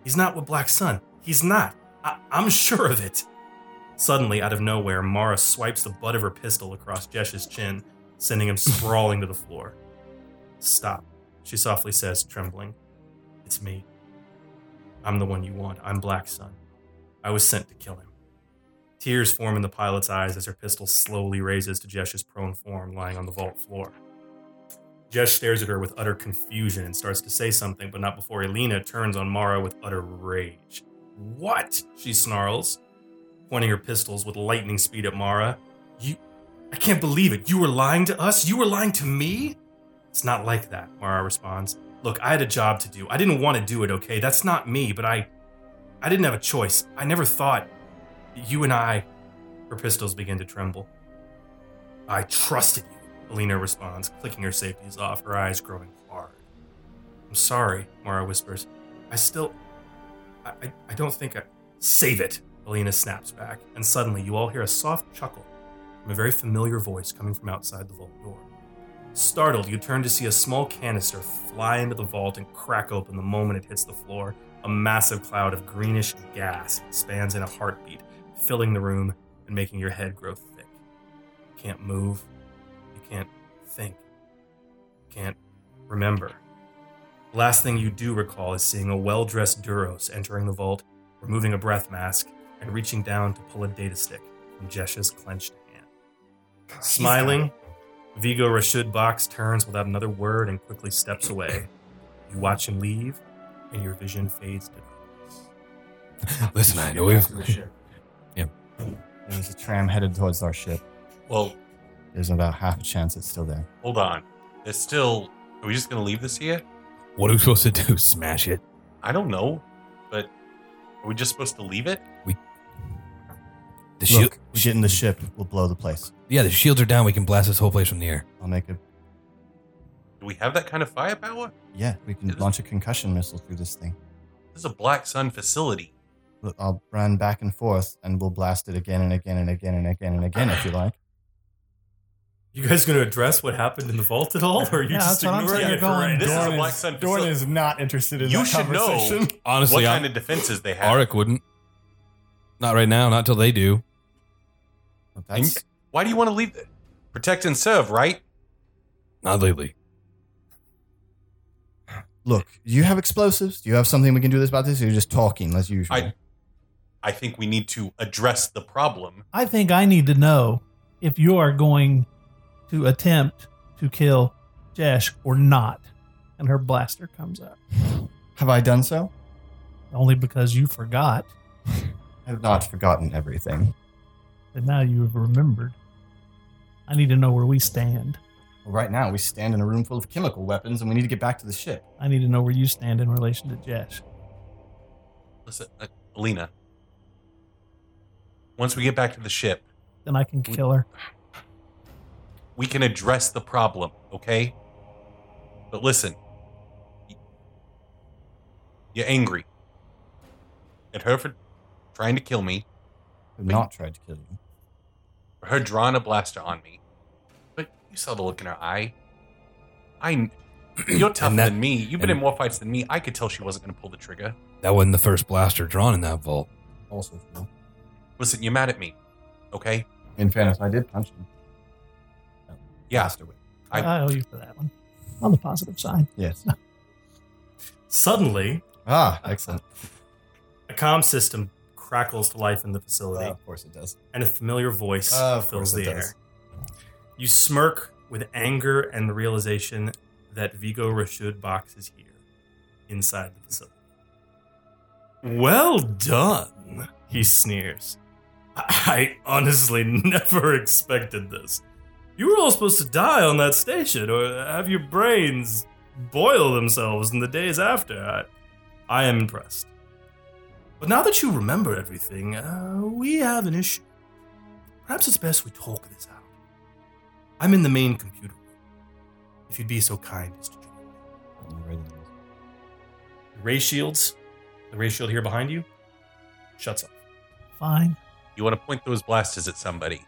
S4: He's not with Black Sun. He's not. I- I'm sure of it. Suddenly, out of nowhere, Mara swipes the butt of her pistol across Jesh's chin, sending him sprawling to the floor. Stop, she softly says, trembling. It's me. I'm the one you want. I'm Black Sun. I was sent to kill him. Tears form in the pilot's eyes as her pistol slowly raises to Jesh's prone form lying on the vault floor. Jesh stares at her with utter confusion and starts to say something, but not before Elena turns on Mara with utter rage. What? She snarls, pointing her pistols with lightning speed at Mara. You. I can't believe it. You were lying to us? You were lying to me? It's not like that, Mara responds. Look, I had a job to do. I didn't want to do it, okay? That's not me, but I. I didn't have a choice. I never thought. You and I. Her pistols begin to tremble. I trusted you. Alina responds, clicking her safeties off, her eyes growing hard. I'm sorry, Mara whispers. I still. I, I, I don't think I. Save it! Alina snaps back, and suddenly you all hear a soft chuckle from a very familiar voice coming from outside the vault door. Startled, you turn to see a small canister fly into the vault and crack open the moment it hits the floor. A massive cloud of greenish gas expands in a heartbeat, filling the room and making your head grow thick. You can't move, you can't think. You can't remember. The last thing you do recall is seeing a well dressed Duros entering the vault, removing a breath mask, and reaching down to pull a data stick from Jesh's clenched hand. Smiling, Vigo Rashid Box turns without another word and quickly steps away. You watch him leave, and your vision fades to
S7: Listen, I know you.
S4: the ship.
S6: There's a tram headed towards our ship.
S5: Well,
S6: There's about half a chance it's still there.
S5: hold on. There's still. Are we just gonna leave this here?
S7: What are we supposed to do? [laughs] Smash it?
S5: I don't know, but are we just supposed to leave it?
S7: The shield.
S6: Look, we get in the ship. We'll blow the place.
S7: Yeah, the shields are down. We can blast this whole place from the air.
S6: I'll make a.
S5: Do we have that kind of firepower?
S6: Yeah, we can launch a concussion missile through this thing.
S5: This is a Black Sun facility.
S6: Look, I'll run back and forth, and we'll blast it again and again and again and again and again if you like.
S4: You guys going to address what happened in the vault at all, or are you
S8: Yeah,
S4: just
S8: that's what I'm
S4: ignoring
S8: saying.
S4: it? for
S8: You're going
S4: right
S5: This
S4: now?
S5: is a Black Sun
S6: Dorn
S5: facility.
S6: is not interested in
S5: You
S6: that
S5: should know.
S6: conversation.
S7: Honestly,
S5: what
S7: I,
S5: kind of defenses they have?
S7: Auric wouldn't. Not right now. Not till they do.
S6: That's,
S5: Why do you want to leave? The- Protect and serve, right?
S7: Not lately.
S6: look, do you have explosives? Do you have something we can do this about this? Or you're just talking as usual.
S5: I- I think we need to address the problem.
S8: I think I need to know if you are going to attempt to kill Jesh or not. And her blaster comes out.
S6: have I done so?
S8: Only because you forgot,
S6: I have not forgotten everything.
S8: and now you have remembered. I need to know where we stand.
S6: Well, right now, we stand in a room full of chemical weapons, and we need to get back to the ship.
S8: I need to know where you stand in relation to Jesh.
S5: Listen, uh, Alina. Once we get back to the ship,
S8: Then I can kill her.
S5: we can address the problem, okay? But listen, y- you're angry at her for trying to kill me,
S6: I've not tried to kill you.
S5: for her drawing a blaster on me. But you saw the look in her eye. I, kn- [clears throat] you're tougher
S7: And that-
S5: than me. You've been
S7: and-
S5: in more fights than me. I could tell she wasn't going to pull the trigger.
S7: That wasn't the first blaster drawn in that vault.
S6: Also, true.
S5: Listen, you're mad at me, okay?
S6: In fairness, I did punch him.
S5: Yeah,
S6: Blaster whip.
S8: I,
S5: I-
S8: owe you for that one. On the positive side,
S6: Yes.
S4: Suddenly,
S6: ah, excellent.
S4: a comm system crackles to life in the facility,
S6: Well, of course it does.
S4: and a familiar voice
S6: Uh, of
S4: fills
S6: course
S4: the
S6: it
S4: air.
S6: does.
S4: You smirk with anger and the realization that Vigo Rashud Box is here inside the facility. Well done, he sneers. I I honestly never [laughs] expected this. You were all supposed to die on that station or have your brains boil themselves in the days after. I, I am impressed. But now that you remember everything, uh, we have an issue. Perhaps it's best we talk this out. I'm in the main computer room. If you'd be so kind as to join me.
S6: I don't know where that is.
S4: Ray shields, the ray shield here behind you, shuts off.
S8: fine.
S5: you want to point those blasters at somebody.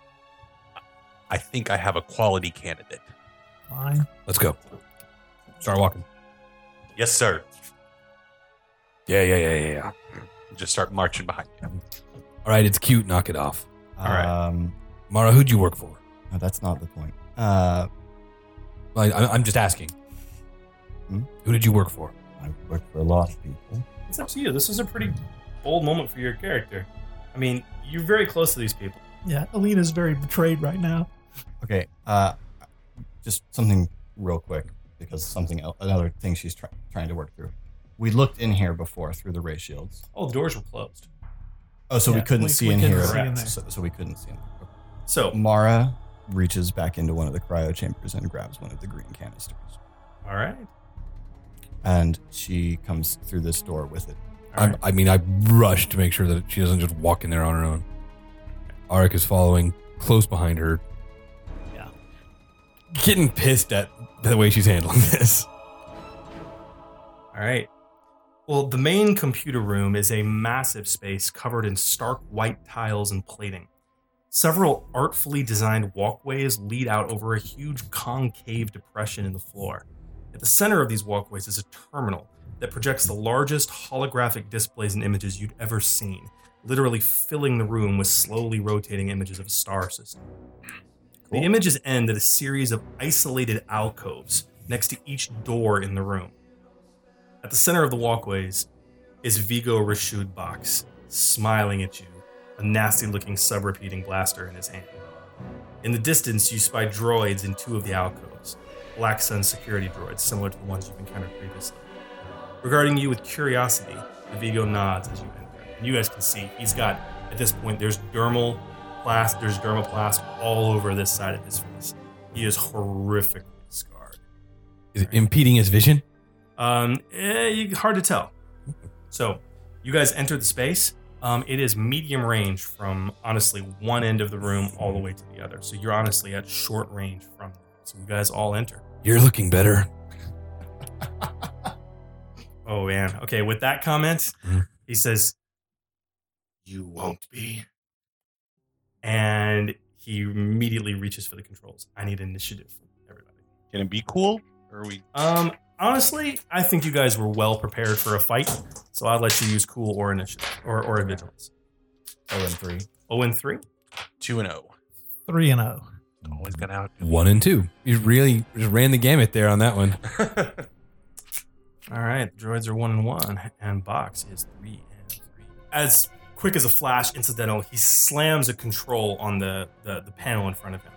S5: I think I have a quality candidate.
S8: Fine.
S7: Let's go. Start walking.
S5: Yes, sir.
S7: Yeah, yeah, yeah, yeah, yeah.
S5: Just start marching behind you.
S7: All right, it's cute. Knock it off.
S6: All right. Um,
S7: Mara, who'd you work for?
S6: no, that's not the point. Uh,
S7: I, I, I'm just asking.
S6: Hmm?
S7: Who did you work for?
S6: I work for a lot of people.
S4: It's up to you. This is a pretty bold moment for your character. I mean, you're very close to these people.
S8: Yeah, Alina's very betrayed right now.
S6: Okay. Uh, just something real quick because something else, another thing she's try- trying to work through. We looked in here before through the ray shields.
S4: All the doors were closed.
S6: Oh, so we
S8: Yeah,
S6: couldn't
S8: we-
S6: see
S8: we
S6: in
S8: couldn't
S6: here.
S8: see in there.
S6: so, so we couldn't see in there.
S4: So,
S6: Mara reaches back into one of the cryo chambers and grabs one of the green canisters.
S4: all right.
S6: And she comes through this door with it.
S4: All
S7: I'm,
S4: right.
S7: I mean, I rushed to make sure that she doesn't just walk in there on her own. Arik is following close behind her.
S8: Yeah.
S7: Getting pissed at the way she's handling [laughs] this.
S4: All right. Well, the main computer room is a massive space covered in stark white tiles and plating. Several artfully designed walkways lead out over a huge concave depression in the floor. At the center of these walkways is a terminal that projects the largest holographic displays and images you'd ever seen, literally filling the room with slowly rotating images of a star system. The images end at a series of isolated alcoves next to each door in the room. At the center of the walkways is Vigo Rashud Box, smiling at you, a nasty looking sub repeating blaster in his hand. In the distance, you spy droids in two of the alcoves, Black Sun security droids, similar to the ones you've encountered previously. regarding you with curiosity. The Vigo nods as you enter. And you guys can see he's got at this point there's dermal plast, there's dermoplast all over this side of his face. He is horrifically scarred.
S7: Is it impeding his vision?
S4: Um, eh, you- hard to tell. So, you guys enter the space. Um, it is medium range from honestly one end of the room all the way to the other. So you're honestly at short range from. So you guys all enter.
S7: You're looking better.
S4: Oh man. Okay. With that comment,
S7: Mhm.
S4: he says,
S9: You won't be.
S4: and he immediately reaches for the controls. I need initiative from everybody.
S5: Can it be cool? Or are we?
S4: Um, honestly, I think you guys were well prepared for a fight, so I'll let you use cool or initiative or or vigilance.
S6: Oh, and three.
S4: Oh, and three.
S5: Two and oh.
S8: Three and oh.
S3: Always gonna out.
S7: One and two. You really just ran the gamut there on that one.
S4: [laughs] All right, droids are one and one, and Box is three and three. As quick as a flash, incidental, he slams a control on the, the, the panel in front of him.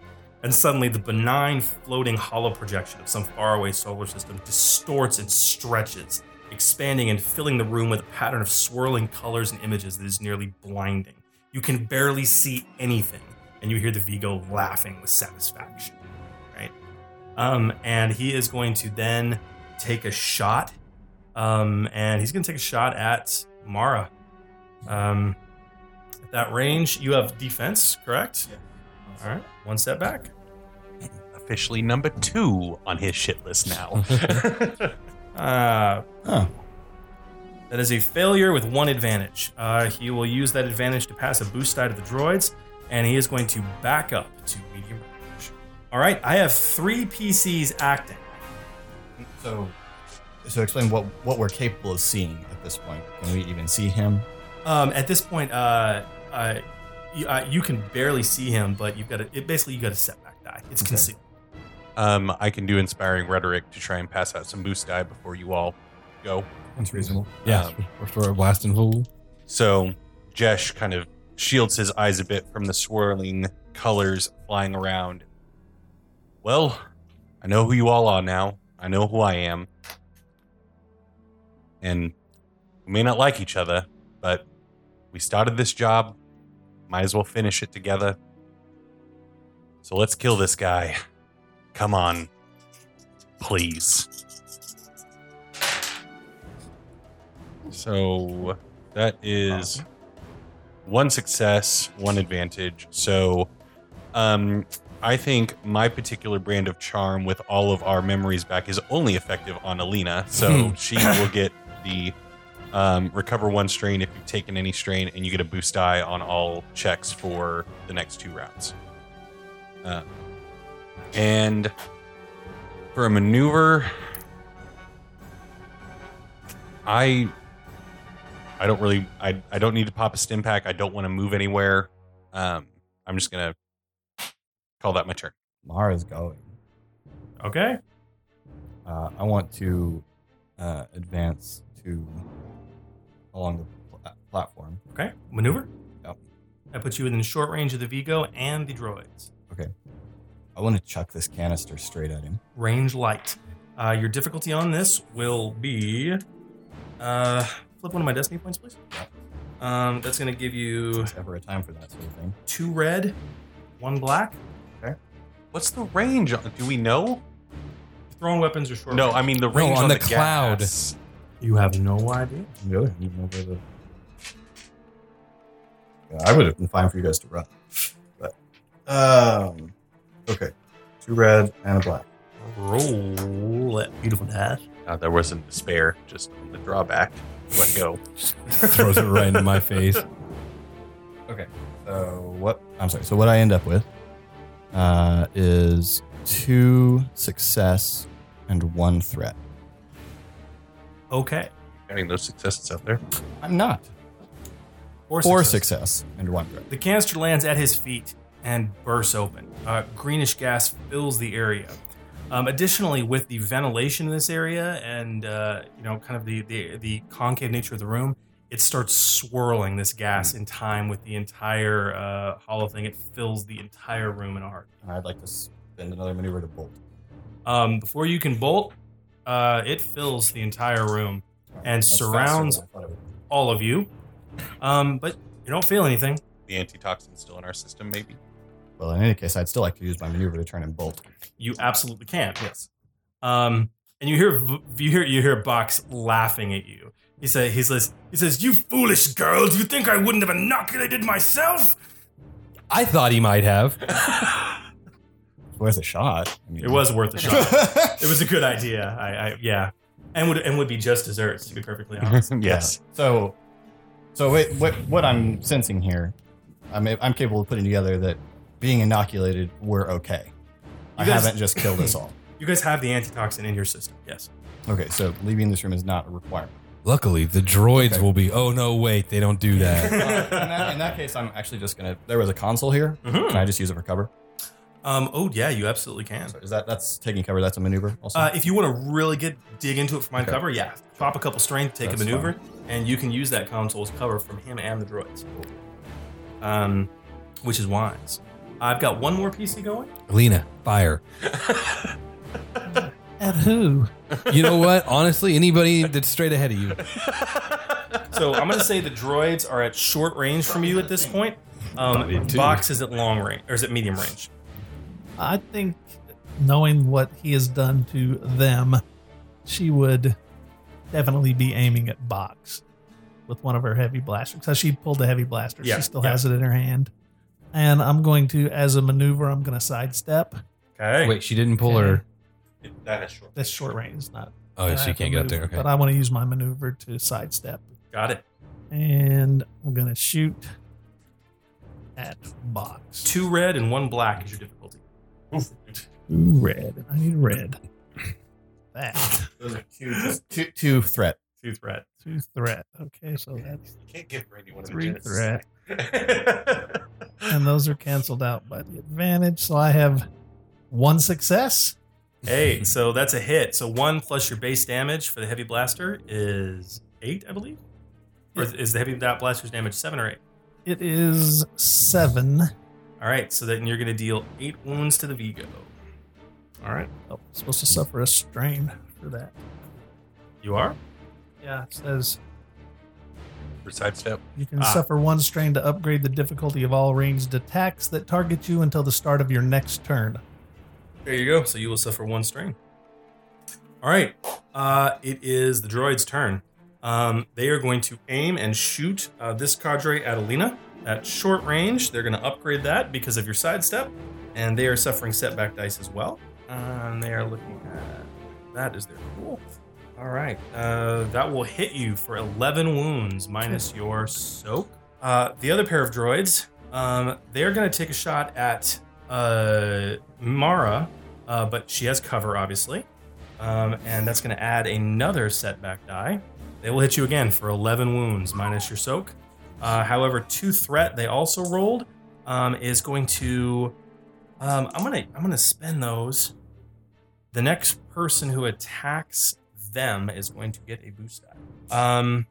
S4: And suddenly, the benign floating hollow projection of some faraway solar system distorts and stretches, expanding and filling the room with a pattern of swirling colors and images that is nearly blinding. You can barely see anything, and you hear the Vigo laughing with satisfaction. Right? Um, and he is going to then take a shot. Um, and he's going to take a shot at Mara. Um, at that range, you have defense, correct? All right, one step back.
S5: Officially number two on his shit list
S7: [laughs]
S5: now.
S4: Uh,
S6: Oh,
S4: that is a failure with one advantage. Uh, he will use that advantage to pass a boost die to the droids, and he is going to back up to medium range. All right, I have three PCs acting.
S6: so so explain what what we're capable of seeing at this point. Can we even see him?
S4: Um, at this point, uh, uh, you, uh, you can barely see him, but you've got to, it, basically you got a setback die. It's
S6: Okay.
S4: concealed.
S5: um, I can do inspiring rhetoric to try and pass out some boost die before you all go.
S6: That's reasonable.
S7: Yeah.
S5: Um,
S7: We're sort of blasting full.
S5: So Jesh kind of shields his eyes a bit from the swirling colors flying around. Well, I know who you all are now. I know who I am. And we may not like each other, but we started this job. Might as well finish it together. So let's kill this guy. Come on. Please. So that is one success, one advantage. So um, I think my particular brand of charm with all of our memories back is only effective on Alina. So she will get the um, recover one strain if you've taken any strain, and you get a boost die on all checks for the next two rounds. Uh, and for a maneuver, I I don't really I, I don't need to pop a stim pack. I don't want to move anywhere. Um, I'm just gonna call that my turn.
S6: Mara's going.
S4: Okay.
S6: Uh, I want to uh, advance to along the pla- platform.
S4: Okay. Maneuver.
S6: Yep.
S4: That puts you within short range of the Vigo and the droids.
S6: I want to chuck this canister straight at him.
S4: Range light. Uh, your difficulty on this will be. Uh, flip one of my destiny points, please. Um, that's going to give you
S6: There's ever a time for that sort of thing.
S4: two red, one black.
S5: What's the range? on- Do we know?
S4: Thrown weapons are short.
S5: No, I mean the range
S7: on
S5: on,
S7: the
S5: gas.
S4: you have no idea.
S6: Really? I don't know where the- Yeah, I would have been fine for you guys to run, but um, okay, two red and a black.
S4: Roll that beautiful dash.
S5: Uh, there wasn't despair, just the drawback. Let go.
S7: Throws it
S6: [laughs]
S7: right in my face.
S6: So what? I'm sorry. So what I end up with uh, is two success and one threat.
S4: Okay.
S5: Counting those successes out there.
S6: I'm not.
S4: Four,
S6: Four
S4: successes.
S6: success and one threat.
S4: The canister lands at his feet and bursts open. Uh, greenish gas fills the area. Um, additionally, with the ventilation in this area and uh, you know, kind of the, the the concave nature of the room, it starts swirling this gas in time with the entire uh, hollow thing. It fills the entire room in a heart.
S6: And I'd like to spend another maneuver to bolt.
S4: Um, before you can bolt, uh, it fills the entire room. and
S6: That's faster
S4: surrounds
S6: than I thought it would be.
S4: all of you. Um, but you don't feel anything.
S5: The antitoxin's still in our system, [laughs] maybe.
S6: Well, in any case, I'd still like to use my maneuver to turn and bolt.
S4: You absolutely can. Yes. Um, and you hear you hear you hear Box laughing at you. He says he says he says, "You foolish girls! You think I wouldn't have inoculated myself?" [laughs]
S7: I thought he might have.
S6: It's worth a shot. I mean,
S4: It
S6: [laughs]
S4: was worth a shot. it was a good idea. I, I yeah, and would and would be just as Ertz, to be perfectly honest.
S5: Yes.
S6: So, so wait, what what I'm sensing here, I'm I'm capable of putting together that being inoculated, we're okay. I
S4: You guys-
S6: haven't just killed [laughs] us all.
S4: You guys have the antitoxin in your system. Yes.
S6: Okay, so leaving this room is not a requirement.
S7: Luckily, the droids
S6: Okay.
S7: will be. Oh no, wait, they don't do
S6: [laughs]
S7: that.
S6: Uh, in, that, in that case, I'm actually just gonna. There was a console here.
S4: Mhm.
S6: Can I just use it for cover?
S4: Um. Oh yeah, you absolutely can.
S6: So is that that's taking cover? That's a maneuver. Also,
S4: Uh, if you want to really get dig into it from
S6: Okay.
S4: uncover, yeah, pop a couple strength, take
S6: That's
S4: a maneuver, and you can use that console's cover from him and the droids. Um, which is wise. I've got one more PC going.
S7: Lena, fire.
S8: At who?
S7: You know what? Honestly, anybody that's straight ahead of you.
S4: So I'm going to say the droids are at short range from you at this point. Um, box is at long range, or is it medium range?
S8: I think knowing what he has done to them, she would definitely be aiming at Box with one of her heavy blasters. Because she pulled the heavy blaster.
S4: Yeah,
S8: she still
S4: yeah.
S8: has it in her hand. And I'm going to, as a maneuver, I'm going to sidestep.
S4: Okay.
S7: Wait, she didn't pull her.
S5: That has short.
S8: That's short range, it's not.
S7: Oh,
S8: I
S7: she
S8: have to
S7: can't get up
S8: move,
S7: there. Okay.
S8: But I want to use my maneuver to sidestep.
S4: Got it.
S8: And I'm going to shoot at Box.
S4: Two red and one black is your difficulty.
S8: Two red. I need red. That.
S6: those are two, two, two threat.
S4: [laughs] Two threat.
S8: Two threat. Okay, so that's
S5: can't give Brady one
S8: three threat,
S4: [laughs]
S8: and those are canceled out by the advantage. So I have one success.
S4: Hey, so that's a hit. So one plus your base damage for the heavy blaster is eight, I believe. Or is- is the heavy that blaster's damage seven or eight?
S8: It is seven.
S4: All right, so then you're going to deal eight wounds to the Vigo. All right,
S8: Oh, supposed to suffer a strain for that.
S4: you are.
S8: Yeah, it says
S5: For sidestep.
S8: you can
S4: Ah.
S8: suffer one strain to upgrade the difficulty of all ranged attacks that target you until the start of your next turn.
S4: There you go. So you will suffer one strain. All right, uh, it is the droid's turn. Um, they are going to aim and shoot uh, this cadre at Alina at short range. They're going to upgrade that because of your sidestep, and they are suffering setback dice as well. Um, they are looking at that is their cool. All right, uh, that will hit you for 11 wounds minus your soak. Uh, the other pair of droids, um, they're going to take a shot at uh, Mara, uh, but she has cover, obviously. Um, and that's going to add another setback die. They will hit you again for 11 wounds minus your soak. Uh, however, two threat they also rolled um, is going to. Um, I'm gonna I'm gonna spend those. The next person who attacks them is going to get a boost die, um,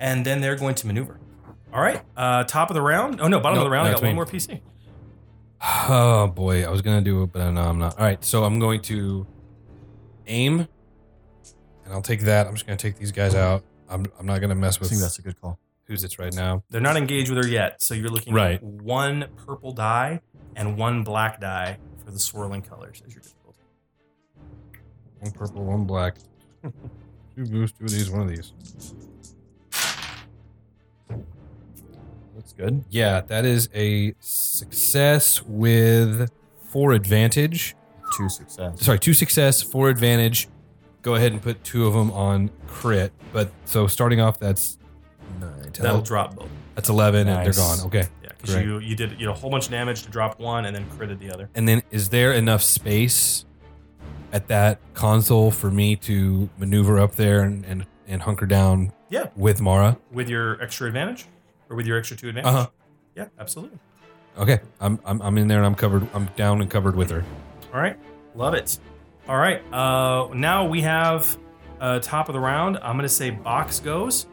S4: and then they're going to maneuver. All right, uh, top of the round. Oh no, bottom
S7: No,
S4: of the round. I
S7: no,
S4: got
S7: it's me.
S4: one more PC.
S7: Oh boy, I was gonna do it, but I know I'm not. All right, so I'm going to aim, and I'll take that. I'm just gonna take these guys out. I'm, I'm not gonna mess
S6: I
S7: with
S6: think that's a good call.
S7: who's it's right now.
S4: They're not engaged with her yet, so you're looking
S7: Right.
S4: at one purple die and one black die for the swirling colors as your difficulty.
S7: One purple, one black. two boost, two of these, one of these.
S6: That's good.
S7: Yeah, that is a success with four advantage.
S6: Two success.
S7: Sorry, two success, four advantage. Go ahead and put two of them on crit. But so starting off, that's nine.
S4: That'll drop both.
S7: That's eleven, and
S6: Nice.
S7: they're gone. Okay.
S4: Yeah, because
S7: Great.
S4: you you did you know a whole bunch of damage to drop one and then critted the other.
S7: And then is there enough space at that console for me to maneuver up there and, and, and hunker down
S4: Yeah.
S7: with Mara?
S4: with your extra advantage or with your extra two advantage.
S7: Uh-huh.
S4: Yeah, absolutely.
S7: Okay. I'm, I'm I'm in there and I'm covered I'm down and covered with her.
S4: All right, love it. All right, uh, now we have uh, top of the round. I'm gonna say box goes.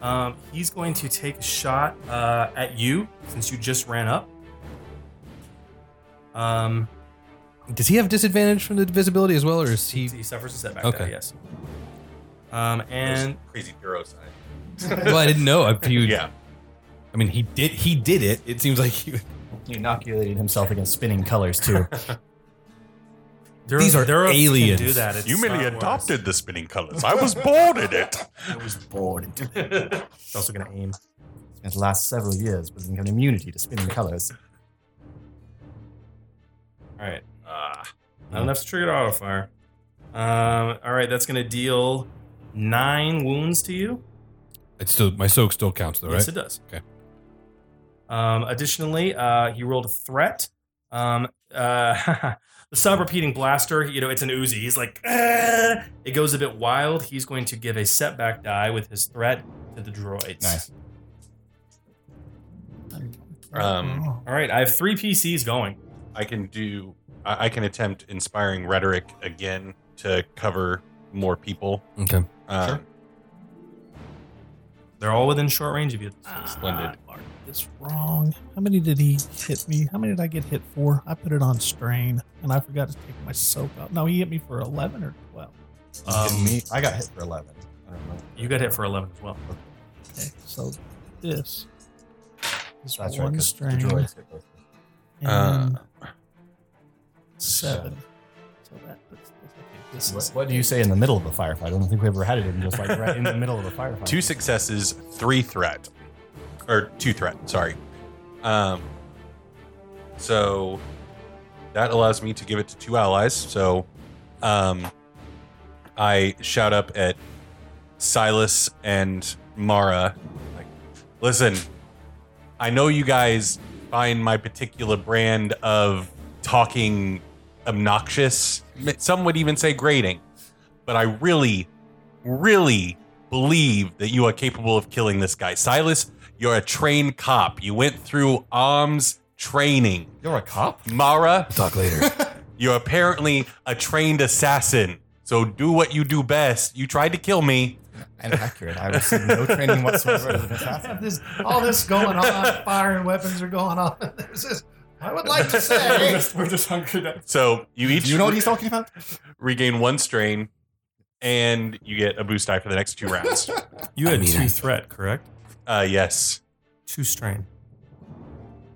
S4: Um, he's going to take a shot uh, at you since you just ran up. Um,
S7: Does he have disadvantage from the divisibility as well or is he
S4: he suffers a setback.
S7: Okay.
S4: die, yes. Um, and
S5: crazy hero sign.
S7: Well, I didn't know. If you,
S5: Yeah.
S7: I mean, he did. He did it. It seems like he,
S6: He inoculated himself against spinning colors too. [laughs]
S4: there,
S7: These are
S4: there can
S7: aliens.
S4: Do that. It's
S5: Humanly
S4: Star Wars.
S5: adopted the spinning colors. I was born in it.
S6: I was bored into it. He's also going to aim. It's going to last several years, but he's going to have immunity to spinning colors.
S4: All right. Ah, not enough to trigger auto fire. Um, all right, that's going to deal nine wounds to you.
S7: it's still my soak still counts though, right?
S4: Yes, it does.
S7: Okay.
S4: Um, additionally, uh, he rolled a threat. Um, uh, [laughs] the sub-repeating blaster, you know, it's an Uzi. He's like, "Ah!" it goes a bit wild. He's going to give a setback die with his threat to the droids.
S6: Nice.
S8: Oh.
S5: Um,
S4: All right, I have three PCs going.
S5: [laughs] I can do. I, I can attempt inspiring rhetoric again to cover more people.
S7: Okay.
S5: Uh,
S4: They're all within short range of you.
S5: Splendid.
S8: Ah, Mark, it's wrong. How many did he hit me? How many did I get hit for? I put it on strain, and I forgot to take my soap out. No, he hit me for eleven or twelve.
S4: Um,
S6: me, I got hit for 11. I don't know.
S4: You got hit for eleven as well.
S8: Okay, so this is
S6: That's right,
S8: one
S6: 'cause the
S8: strain
S6: droids hit both.
S8: and
S4: Uh,
S8: seven. So that puts this, okay, this
S6: What,
S8: is
S6: what do you say in the middle of a firefight? I don't think we ever had it in just like right in the middle of a firefight.
S5: two successes, three threat, or two threat. Sorry. Um, so that allows me to give it to two allies. So um, I shout up at Silas and Mara. Like, listen, I know you guys find my particular brand of talking obnoxious. Some would even say grating, but I really, really believe that you are capable of killing this guy. Silas, you're a trained cop. You went through arms training.
S6: You're a cop?
S5: Mara,
S7: Talk later.
S5: [laughs] you're apparently a trained assassin. So do what you do best. You tried to kill me.
S6: And accurate. I received no training whatsoever [laughs] as an
S8: I have
S6: assassin.
S8: this, all this going [laughs] on, firing weapons are going on. [laughs] This is, I would like
S5: [laughs]
S8: to [laughs] say,
S4: we're just hungry. now.
S5: So you each
S6: Do [laughs] you know what he's talking about?
S5: regain one strain and you get a boost die for the next two
S7: [laughs]
S5: rounds.
S4: You had
S7: I mean,
S4: two
S7: I-
S4: threat, correct?
S5: uh, yes.
S4: Two strain.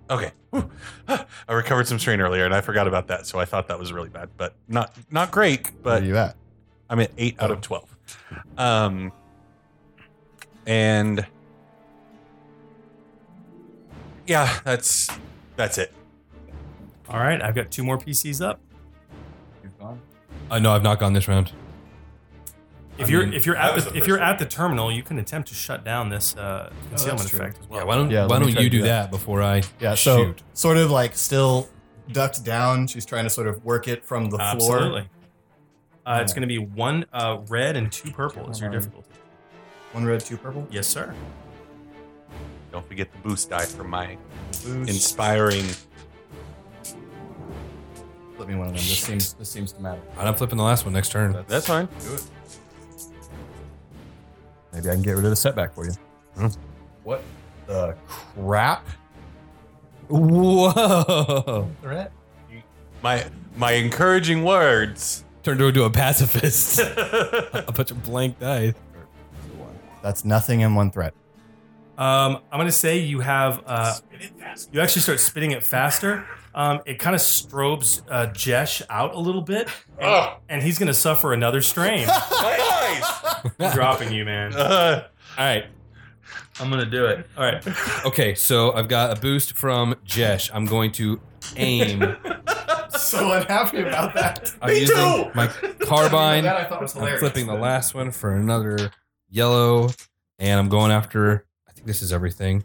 S5: Okay. Whew. [sighs] I recovered some strain earlier and I forgot about that. So I thought that was really bad, but not not great,
S6: Where
S5: but
S6: are you at?
S5: I'm at eight
S7: Oh.
S5: out of twelve. Um, and yeah, that's that's it.
S4: All right, I've got two more PCs up.
S7: uh, no, I've not gone this round.
S4: If
S7: I
S4: you're
S7: mean,
S4: if you're
S5: that
S4: at
S5: was
S4: the,
S5: the
S4: if you're
S5: first
S4: at the terminal, you can attempt to shut down this uh, concealment
S6: Oh, true.
S4: effect as well.
S7: Yeah. Why don't
S6: Yeah,
S7: Why
S6: let me
S7: don't
S6: try
S7: you
S6: to do
S7: do
S6: that.
S7: that before I?
S6: Yeah, so
S7: Shoot.
S6: sort of like still ducked down. She's trying to sort of work it from the floor.
S4: Absolutely. Uh, it's
S6: Yeah.
S4: going to be one uh, red and two purple. Is your
S6: Alright.
S4: difficulty?
S6: One red, two purple.
S4: Yes, sir.
S5: Don't forget the boost die for my
S6: Boost.
S5: inspiring.
S6: Flip me one of them. This seems this seems to matter.
S7: And I'm flipping the last one next turn.
S5: That's fine.
S6: Maybe I can get rid of the setback for you.
S7: Hmm.
S6: What the crap?
S7: Whoa!
S8: threat.
S5: My my encouraging words.
S7: Turned her into
S6: [laughs]
S7: a pacifist. a bunch of blank dice.
S6: [laughs] That's nothing in one threat.
S4: Um, I'm going to say you have uh, you actually start spinning it faster. Um, it kind of strobes uh, Jesh out a little bit, and,
S5: Oh,
S4: and he's going to suffer another
S7: [laughs]
S4: strain.
S5: my
S4: I'm dropping you, man.
S5: eyes! Uh,
S7: All right.
S4: I'm going to do it. All right.
S7: Okay. So I've got a boost from Jesh. I'm going to
S6: [laughs]
S7: aim.
S6: [laughs] So unhappy about that.
S7: I'm using My
S6: [laughs]
S7: carbine.
S6: I thought was
S7: I'm flipping the last one for another yellow, and I'm going after. I think this is everything.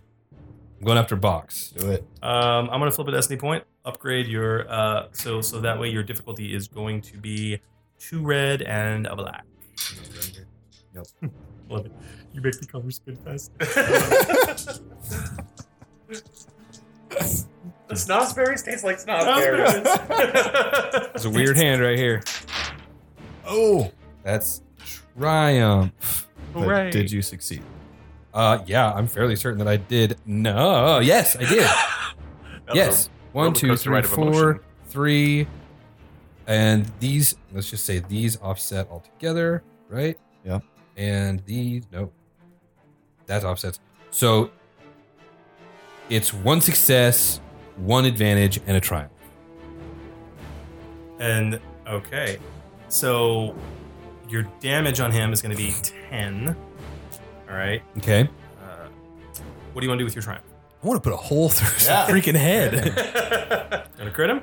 S7: I'm going after box.
S6: Do it.
S4: Um, I'm gonna flip a destiny point. Upgrade your uh, so so that way your difficulty is going to be two red and a black.
S6: Nope.
S4: [laughs] Love it. You make the colors spin fast.
S9: The snozzberries taste like
S7: It's a weird hand right here.
S6: Oh,
S7: That's triumph.
S6: right. did you succeed?
S7: Uh, yeah, I'm fairly certain that I did. No, yes, I
S5: [laughs]
S7: did. yes, one, two,
S5: rollercoaster
S7: three,
S5: ride of
S7: four,
S5: emotion.
S7: three, and these. Let's just say these offset altogether, right?
S6: Yeah.
S7: and these no. That's offsets. So it's one success, one advantage, and a triumph.
S4: [laughs] And okay, so your damage on him is going to be ten. All right.
S7: Okay.
S4: Uh, what do you want to do with your triumph?
S7: I want to put a hole through his
S6: Yeah.
S5: [laughs]
S7: freaking head.
S4: Gonna crit him?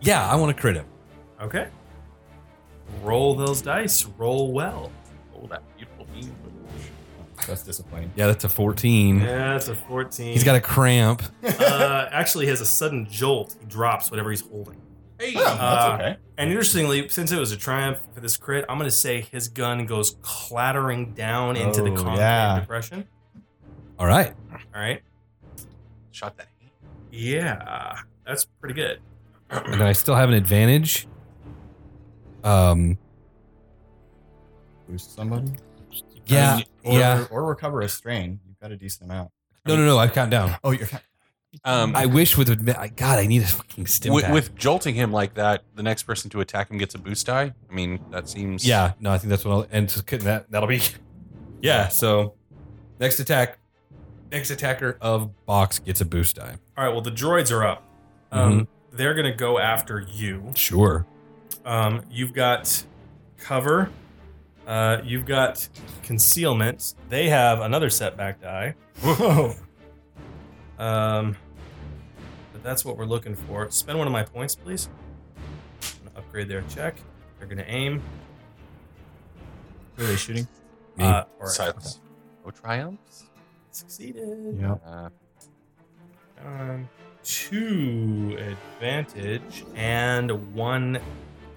S7: yeah, I want to crit him.
S4: Okay. Roll those dice. Roll well.
S9: Oh, that beautiful beam.
S6: That's disappointing.
S7: Yeah, that's a 14.
S4: Yeah, it's a fourteen.
S7: Mm. He's got a cramp.
S4: uh, actually he has a sudden jolt. He drops whatever he's holding.
S9: Hey,
S4: Uh,
S6: Oh, that's okay.
S4: And interestingly, since it was a triumph for this crit, I'm going to say his gun goes clattering down into the
S6: Oh,
S4: concave
S6: yeah.
S4: depression.
S7: All right.
S4: All right.
S9: shot that.
S4: Yeah, that's pretty good.
S7: and then I still have an advantage. Um,
S6: Boost somebody.
S7: Yeah,
S6: Or,
S7: yeah.
S6: Or recover a strain. You've got a decent amount.
S7: no, no, no, I've gotten down.
S6: Oh, you're.
S5: Um,
S7: I wish with adva- I- God, I need a fucking stim
S5: with,
S7: pack.
S5: with jolting him like that, the next person to attack him gets a boost die. I mean, that seems
S7: yeah, no, I think that's what I'll and so could- that that'll be. [laughs] Yeah, so next attack, next attacker of box gets a boost die.
S4: All right. Well, the droids are up. Um,
S7: Mm-hmm.
S4: They're going to go after you.
S7: Sure.
S4: Um, you've got cover. Uh, you've got concealment. They have another setback die. Whoa. Um, but that's what we're looking for. Spend one of my points, please. I'm gonna upgrade their check. They're gonna aim.
S6: Who are they shooting?
S7: Me.
S4: Uh, or
S5: Silence. No triumphs.
S4: Succeeded.
S6: Yeah.
S5: Uh,
S4: Um, two advantage and one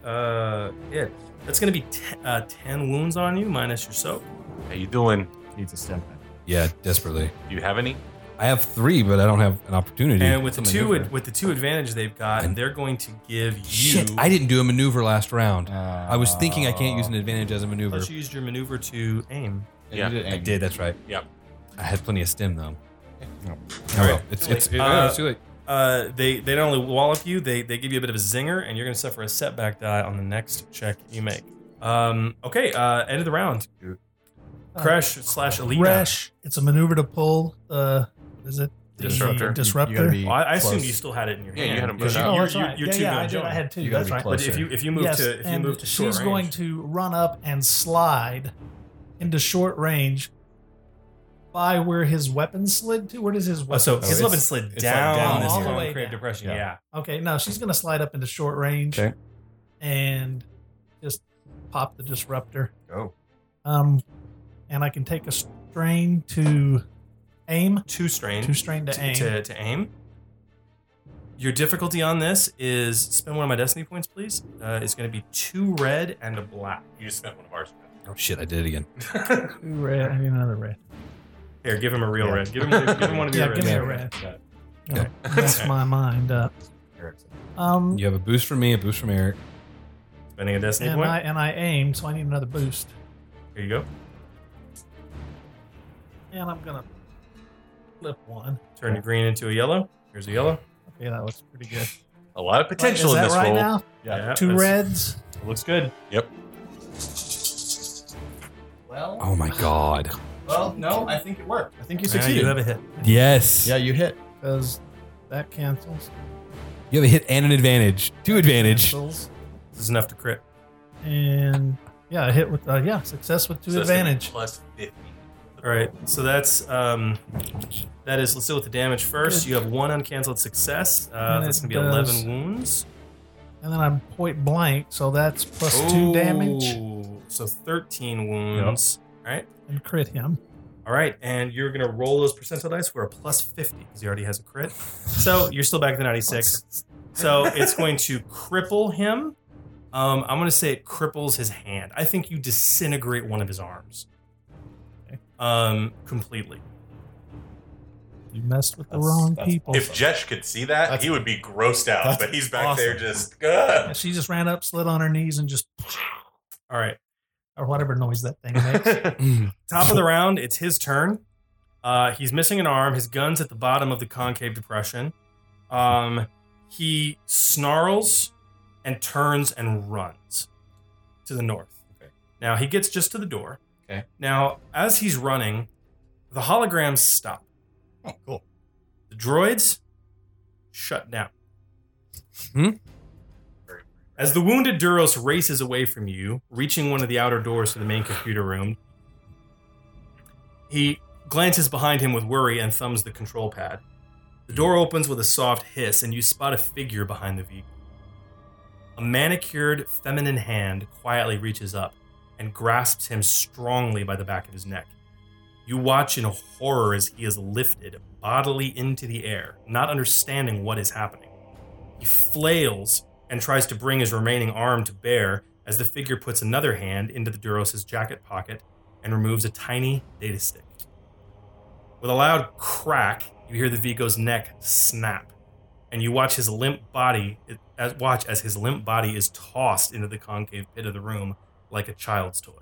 S4: uh hit. That's gonna be te- uh, ten wounds on you minus your soak.
S5: how you doing?
S6: Needs a stem.
S7: yeah, desperately.
S5: Do you have any?
S7: I have three, but I don't have an opportunity.
S4: And with the
S7: to
S4: two
S7: maneuver.
S4: with the two advantage they've got,
S7: And-
S4: they're going to give you.
S7: shit, I didn't do a maneuver last round. I was thinking I can't use an
S4: Oh.
S6: Uh,
S7: advantage as a maneuver.
S4: But you used your maneuver to aim.
S5: Yeah,
S6: you did
S7: I
S6: aim.
S7: did. That's right.
S5: Yep.
S7: I had plenty of stim though.
S6: No.
S7: Oh, well, it's
S4: Too late.
S7: it's,
S4: Uh,
S7: it's too late.
S4: Uh, they they not only wallop you, they they give you a bit of a zinger, and you're going to suffer a setback die on the next check you make. Um, okay, uh, end of the round. Crash slash elite.
S8: Uh, Crash. It's a maneuver to pull. Uh, is it the
S9: Disruptor.
S8: Disruptor.
S6: You gotta be
S4: Well, I, I
S6: close.
S4: assumed you still had it in your
S5: Yeah,
S4: hand.
S5: you had 'em
S4: because
S5: both.
S4: you-
S8: Oh,
S4: you're-
S8: that's
S4: you're-
S8: right.
S4: you're
S8: yeah,
S4: two
S8: yeah,
S4: gonna
S8: I did.
S4: join.
S8: I had two.
S6: You gotta
S8: that's
S6: be
S8: right.
S6: close.
S4: But if you if you move
S8: yes,
S4: to if you
S8: and
S4: move to short
S8: she's
S4: range,
S8: going to run up and slide into short range by where his weapon slid to. Where does his weapon?
S4: Oh, so
S6: Oh,
S4: his
S6: it's-
S4: weapon slid
S6: it's like
S4: down,
S6: down
S4: this
S6: all the
S4: long
S8: way
S4: crave
S8: down.
S4: depression.
S6: Yeah.
S4: yeah.
S8: Okay, no, she's going to slide up into short range
S6: Okay.
S8: and just pop the disruptor.
S6: Go.
S8: Um, and I can take a strain to aim,
S4: Two strain.
S8: two strain to aim.
S4: to, to aim. Your difficulty on this is spend one of my destiny points, please. Uh, it's going to be two red and a black.
S5: You spent one of ours.
S7: Oh shit, I did it again.
S8: Two red, I need another red.
S4: Here, give him a real
S6: Yeah.
S4: red. Give him, give him
S8: [laughs]
S4: one of
S8: Yeah,
S4: your
S8: give me
S4: reds.
S8: a red. All right, that's my mind up.
S6: Erickson.
S8: Um,
S7: You have a boost from me, a boost from Eric.
S4: Spending a destiny
S8: and
S4: point.
S8: I and I aim, so I need another boost.
S4: Here you go.
S8: And I'm gonna flip one.
S4: Turn your green into a yellow. Here's a yellow.
S8: Okay, that looks pretty good.
S5: A lot of potential
S8: is
S5: in
S8: that
S5: this
S8: right
S5: roll.
S8: now?
S4: Yeah,
S8: Two
S4: that's-
S8: reds.
S4: Looks good.
S5: Yep.
S6: Well,
S7: Oh my god.
S6: well, no, I think it worked. I think you
S4: Yeah,
S6: succeeded.
S4: you have a hit.
S7: Yes.
S6: yeah, you hit.
S8: Because that cancels.
S7: You have a hit and an advantage. Two advantage.
S8: Cancels.
S4: This is enough to crit.
S8: And yeah, I hit with uh, yeah success with two
S9: So that's gonna be
S8: advantage.
S9: Plus 50.
S4: All right. So that's um, that is. Let's deal with the damage first.
S8: Good.
S4: You have one uncancelled success. Uh,
S8: And
S4: that's
S8: it
S4: going to be
S8: does-
S4: eleven wounds.
S8: And then I'm point blank, so that's plus two damage
S4: Ooh, So thirteen wounds. All right.
S8: and crit him.
S4: All right, and you're gonna roll those percentile dice for a plus fifty because he already has a crit. So you're still back to ninety six. So it's going to cripple him. Um, I'm gonna say it cripples his hand. I think you disintegrate one of his arms, um, completely.
S8: You messed with the
S6: That's-
S8: wrong
S6: that's
S8: people.
S9: If Jesh could see that,
S6: That's-
S9: he would be grossed out.
S6: that's
S9: But he's back
S4: awesome.
S9: there just. Ugh.
S8: she just ran up, slid on her knees, and just [laughs]
S4: All right,
S8: or whatever noise that
S4: [laughs]
S8: thing makes.
S6: [laughs]
S7: Mm.
S4: top of the round, it's his turn. Uh, he's missing an arm. His gun's at the bottom of the concave depression. Um, he snarls and turns and runs to the north. Now he gets just to the door.
S6: Okay.
S4: Now, as he's running, the holograms stop.
S6: Oh, cool.
S4: The droids shut down.
S7: Hmm?
S4: As the wounded Duros races away from you, reaching one of the outer doors to the main computer room, he glances behind him with worry and thumbs the control pad. The door opens with a soft hiss, and you spot a figure behind the vehicle. A manicured feminine hand quietly reaches up and grasps him strongly by the back of his neck. You watch in horror as he is lifted bodily into the air, not understanding what is happening. He flails and tries to bring his remaining arm to bear as the figure puts another hand into the Duros' jacket pocket and removes a tiny data stick. With a loud crack, you hear the Vigo's neck snap, and you watch his limp body as watch as his limp body is tossed into the concave pit of the room like a child's toy.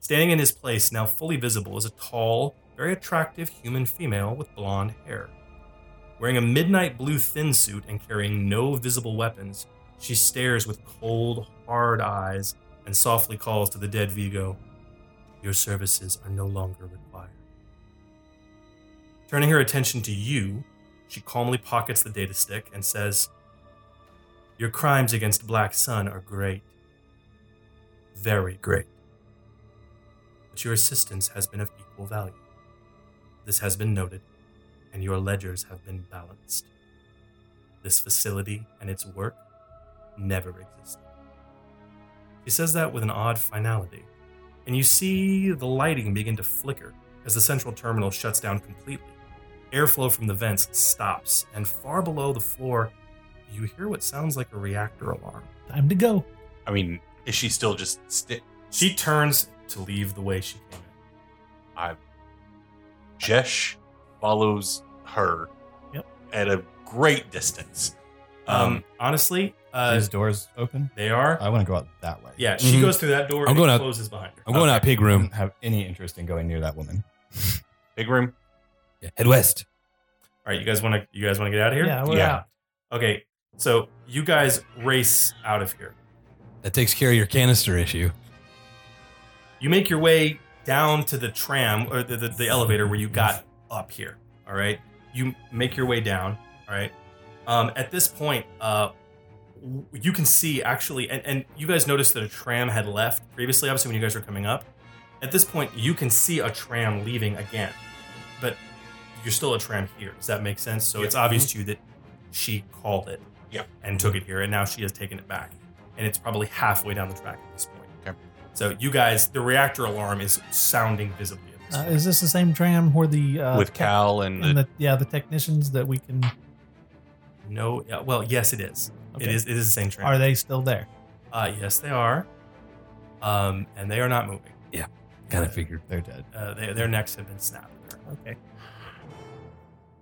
S4: Standing in his place, now fully visible, is a tall, very attractive human female with blonde hair. Wearing a midnight blue thin suit and carrying no visible weapons, she stares with cold, hard eyes and softly calls to the dead Vigo, Your services are no longer required. Turning her attention to you, she calmly pockets the data stick and says, Your crimes against Black Sun are great. Very great but your assistance has been of equal value. This has been noted, and your ledgers have been balanced. This facility and its work never existed. He says that with an odd finality, and you see the lighting begin to flicker as the central terminal shuts down completely. Airflow from the vents stops, and far below the floor, you hear what sounds like a reactor alarm.
S8: Time to go.
S9: I mean, is she still just sti
S4: She turns to leave the way she came in.
S9: Jesh follows her
S8: Yep.
S9: at a great distance.
S4: Um,
S9: Um,
S4: honestly, uh,
S6: These doors open.
S4: they are.
S6: I want to go out that way.
S4: Yeah, she
S7: Mhm.
S4: goes through that door
S7: uh,
S4: and
S7: I'm going
S4: it
S7: out-
S4: closes behind her.
S7: I'm going out pig
S6: I
S7: room.
S6: don't have any interest in going near that woman.
S9: big room.
S7: Yeah, head west.
S4: All right, you guys want to you guys want to get out of here?
S8: Yeah, we're
S9: Yeah.
S8: out.
S4: Okay. So, you guys race out of here.
S7: That takes care of your canister issue.
S4: You make your way down to the tram or the, the, the elevator where you got up here. All right. You make your way down. All right. Um, at this point, uh, w- you can see actually, and, and you guys noticed that a tram had left previously, obviously, when you guys were coming up. At this point, you can see a tram leaving again, but you're still a tram here. Does that make sense? So it's obvious to you that she called it
S9: Yeah.
S4: and took it here, and now she has taken it back. And it's probably halfway down the track at this point.
S9: Okay.
S4: So you guys, the reactor alarm is sounding visibly. At this
S8: Uh,
S4: point.
S8: is this the same tram where the uh,
S9: With
S8: tech-
S9: Cal and
S8: and
S9: the-
S8: the yeah the technicians that we can?
S4: No, yeah, well, yes, it is. It
S8: okay.
S4: is. It is the same train.
S8: Are they still there?
S4: Uh, yes, they are. Um, and they are not moving.
S7: Kind of figured.
S6: They're dead.
S4: Uh, they, their necks have been snapped.
S8: Okay.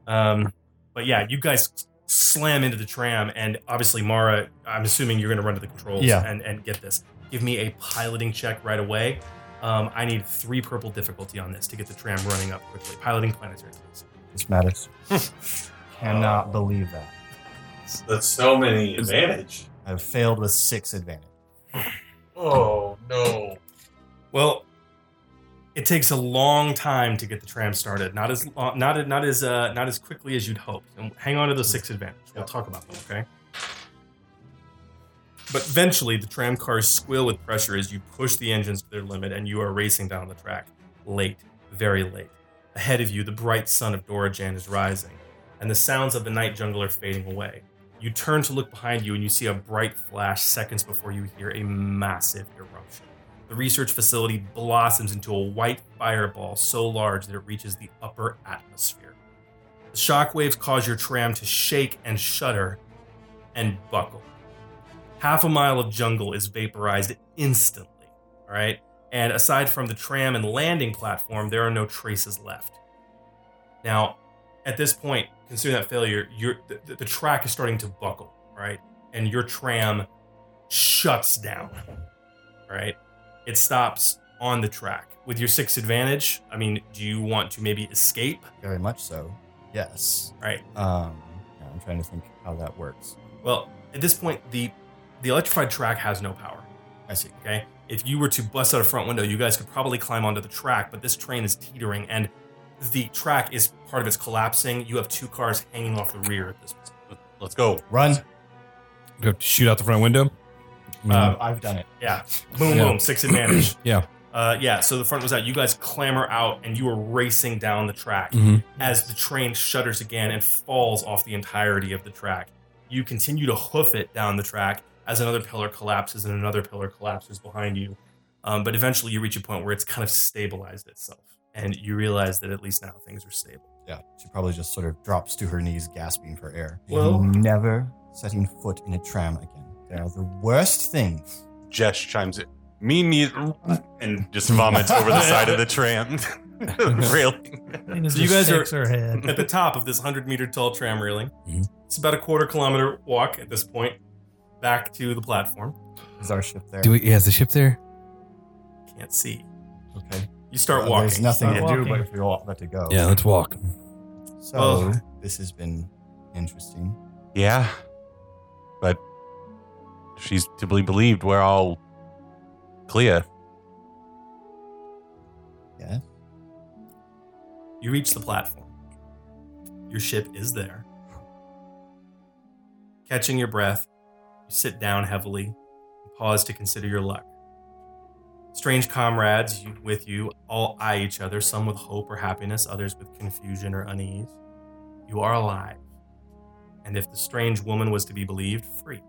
S4: Um, but yeah, you guys slam into the tram, and obviously, Mara, I'm assuming you're going to run to the controls
S6: Yeah.
S4: and, and get this. Give me a piloting check right away. Um, I need three purple difficulty on this to get the tram running up quickly. Piloting planetary, please.
S6: This matters. Cannot believe that.
S9: That's so many advantage.
S6: I've failed with six advantage.
S9: Oh no.
S4: Well, it takes a long time to get the tram started. Not as long, not not as uh, not as quickly as you'd hoped. And hang on to the six advantage. We'll talk about them, okay? But eventually, the tram cars squeal with pressure as you push the engines to their limit, and you are racing down the track. Late, very late. Ahead of you, the bright sun of Dorajan is rising, and the sounds of the night jungle are fading away. You turn to look behind you, and you see a bright flash seconds before you hear a massive eruption. The research facility blossoms into a white fireball so large that it reaches the upper atmosphere. The shockwaves cause your tram to shake and shudder and buckle. Half a mile of jungle is vaporized instantly, all right? And aside from the tram and landing platform, there are no traces left. Now, at this point, considering that failure, you're, the- the, the track is starting to buckle, all right? And your tram shuts down, all right? it stops on the track. With your six advantage, I mean, do you want to maybe escape?
S6: Very much so. Yes.
S4: Right.
S6: Um, yeah, I'm trying to think how that works.
S4: Well, at this point, the the electrified track has no power.
S6: I see.
S4: Okay, If you were to bust out a front window, you guys could probably climb onto the track, but this train is teetering and the track is part of it's collapsing. You have two cars hanging off the rear at this point.
S5: Let's go.
S6: Run.
S7: You have to shoot out the front window. Mm-hmm.
S6: Uh, I've done it.
S4: Yeah. Boom,
S7: Yeah.
S4: boom. Six advantage.
S7: [clears throat] Yeah.
S4: Uh, yeah. So the front was out. You guys clamber out and you are racing down the track
S7: Mhm.
S4: as the train shudders again and falls off the entirety of the track. You continue to hoof it down the track as another pillar collapses and another pillar collapses behind you. Um, but eventually you reach a point where it's kind of stabilized itself. And you realize that at least now things are
S6: [laughs]
S4: stable.
S6: Yeah. She probably just sort of drops to her knees, gasping for air.
S4: Well-
S6: never setting foot in a tram again. They are the worst things.
S5: Jess chimes in. Me neither. And just vomits over the side
S8: [laughs]
S5: of the tram. Railing.
S8: Clean as
S4: So you
S8: a
S4: guys are-
S8: sticks her head.
S4: [laughs] at the top of this 100 meter tall tram railing,
S6: Mm-hmm.
S7: Mhm.
S4: it's about a quarter kilometer walk at this point back to the platform.
S6: Is our ship there?
S7: Do we? Yeah, is the ship there?
S4: Can't see.
S6: Okay.
S4: You start
S6: Well,
S4: walking.
S6: There's nothing
S8: Start
S6: to do
S8: walking.
S6: but if we all let it
S5: Oh.
S6: go.
S7: Yeah, let's walk.
S6: So
S4: Well-
S6: this has been interesting.
S5: Yeah. But if she's to be believed, we're all clear.
S6: Yeah.
S4: You reach the platform. Your ship is there. Catching your breath, you sit down heavily and pause to consider your luck. Strange comrades you- with you all eye each other, some with hope or happiness, others with confusion or unease. You are alive. And if the strange woman was to be believed, free.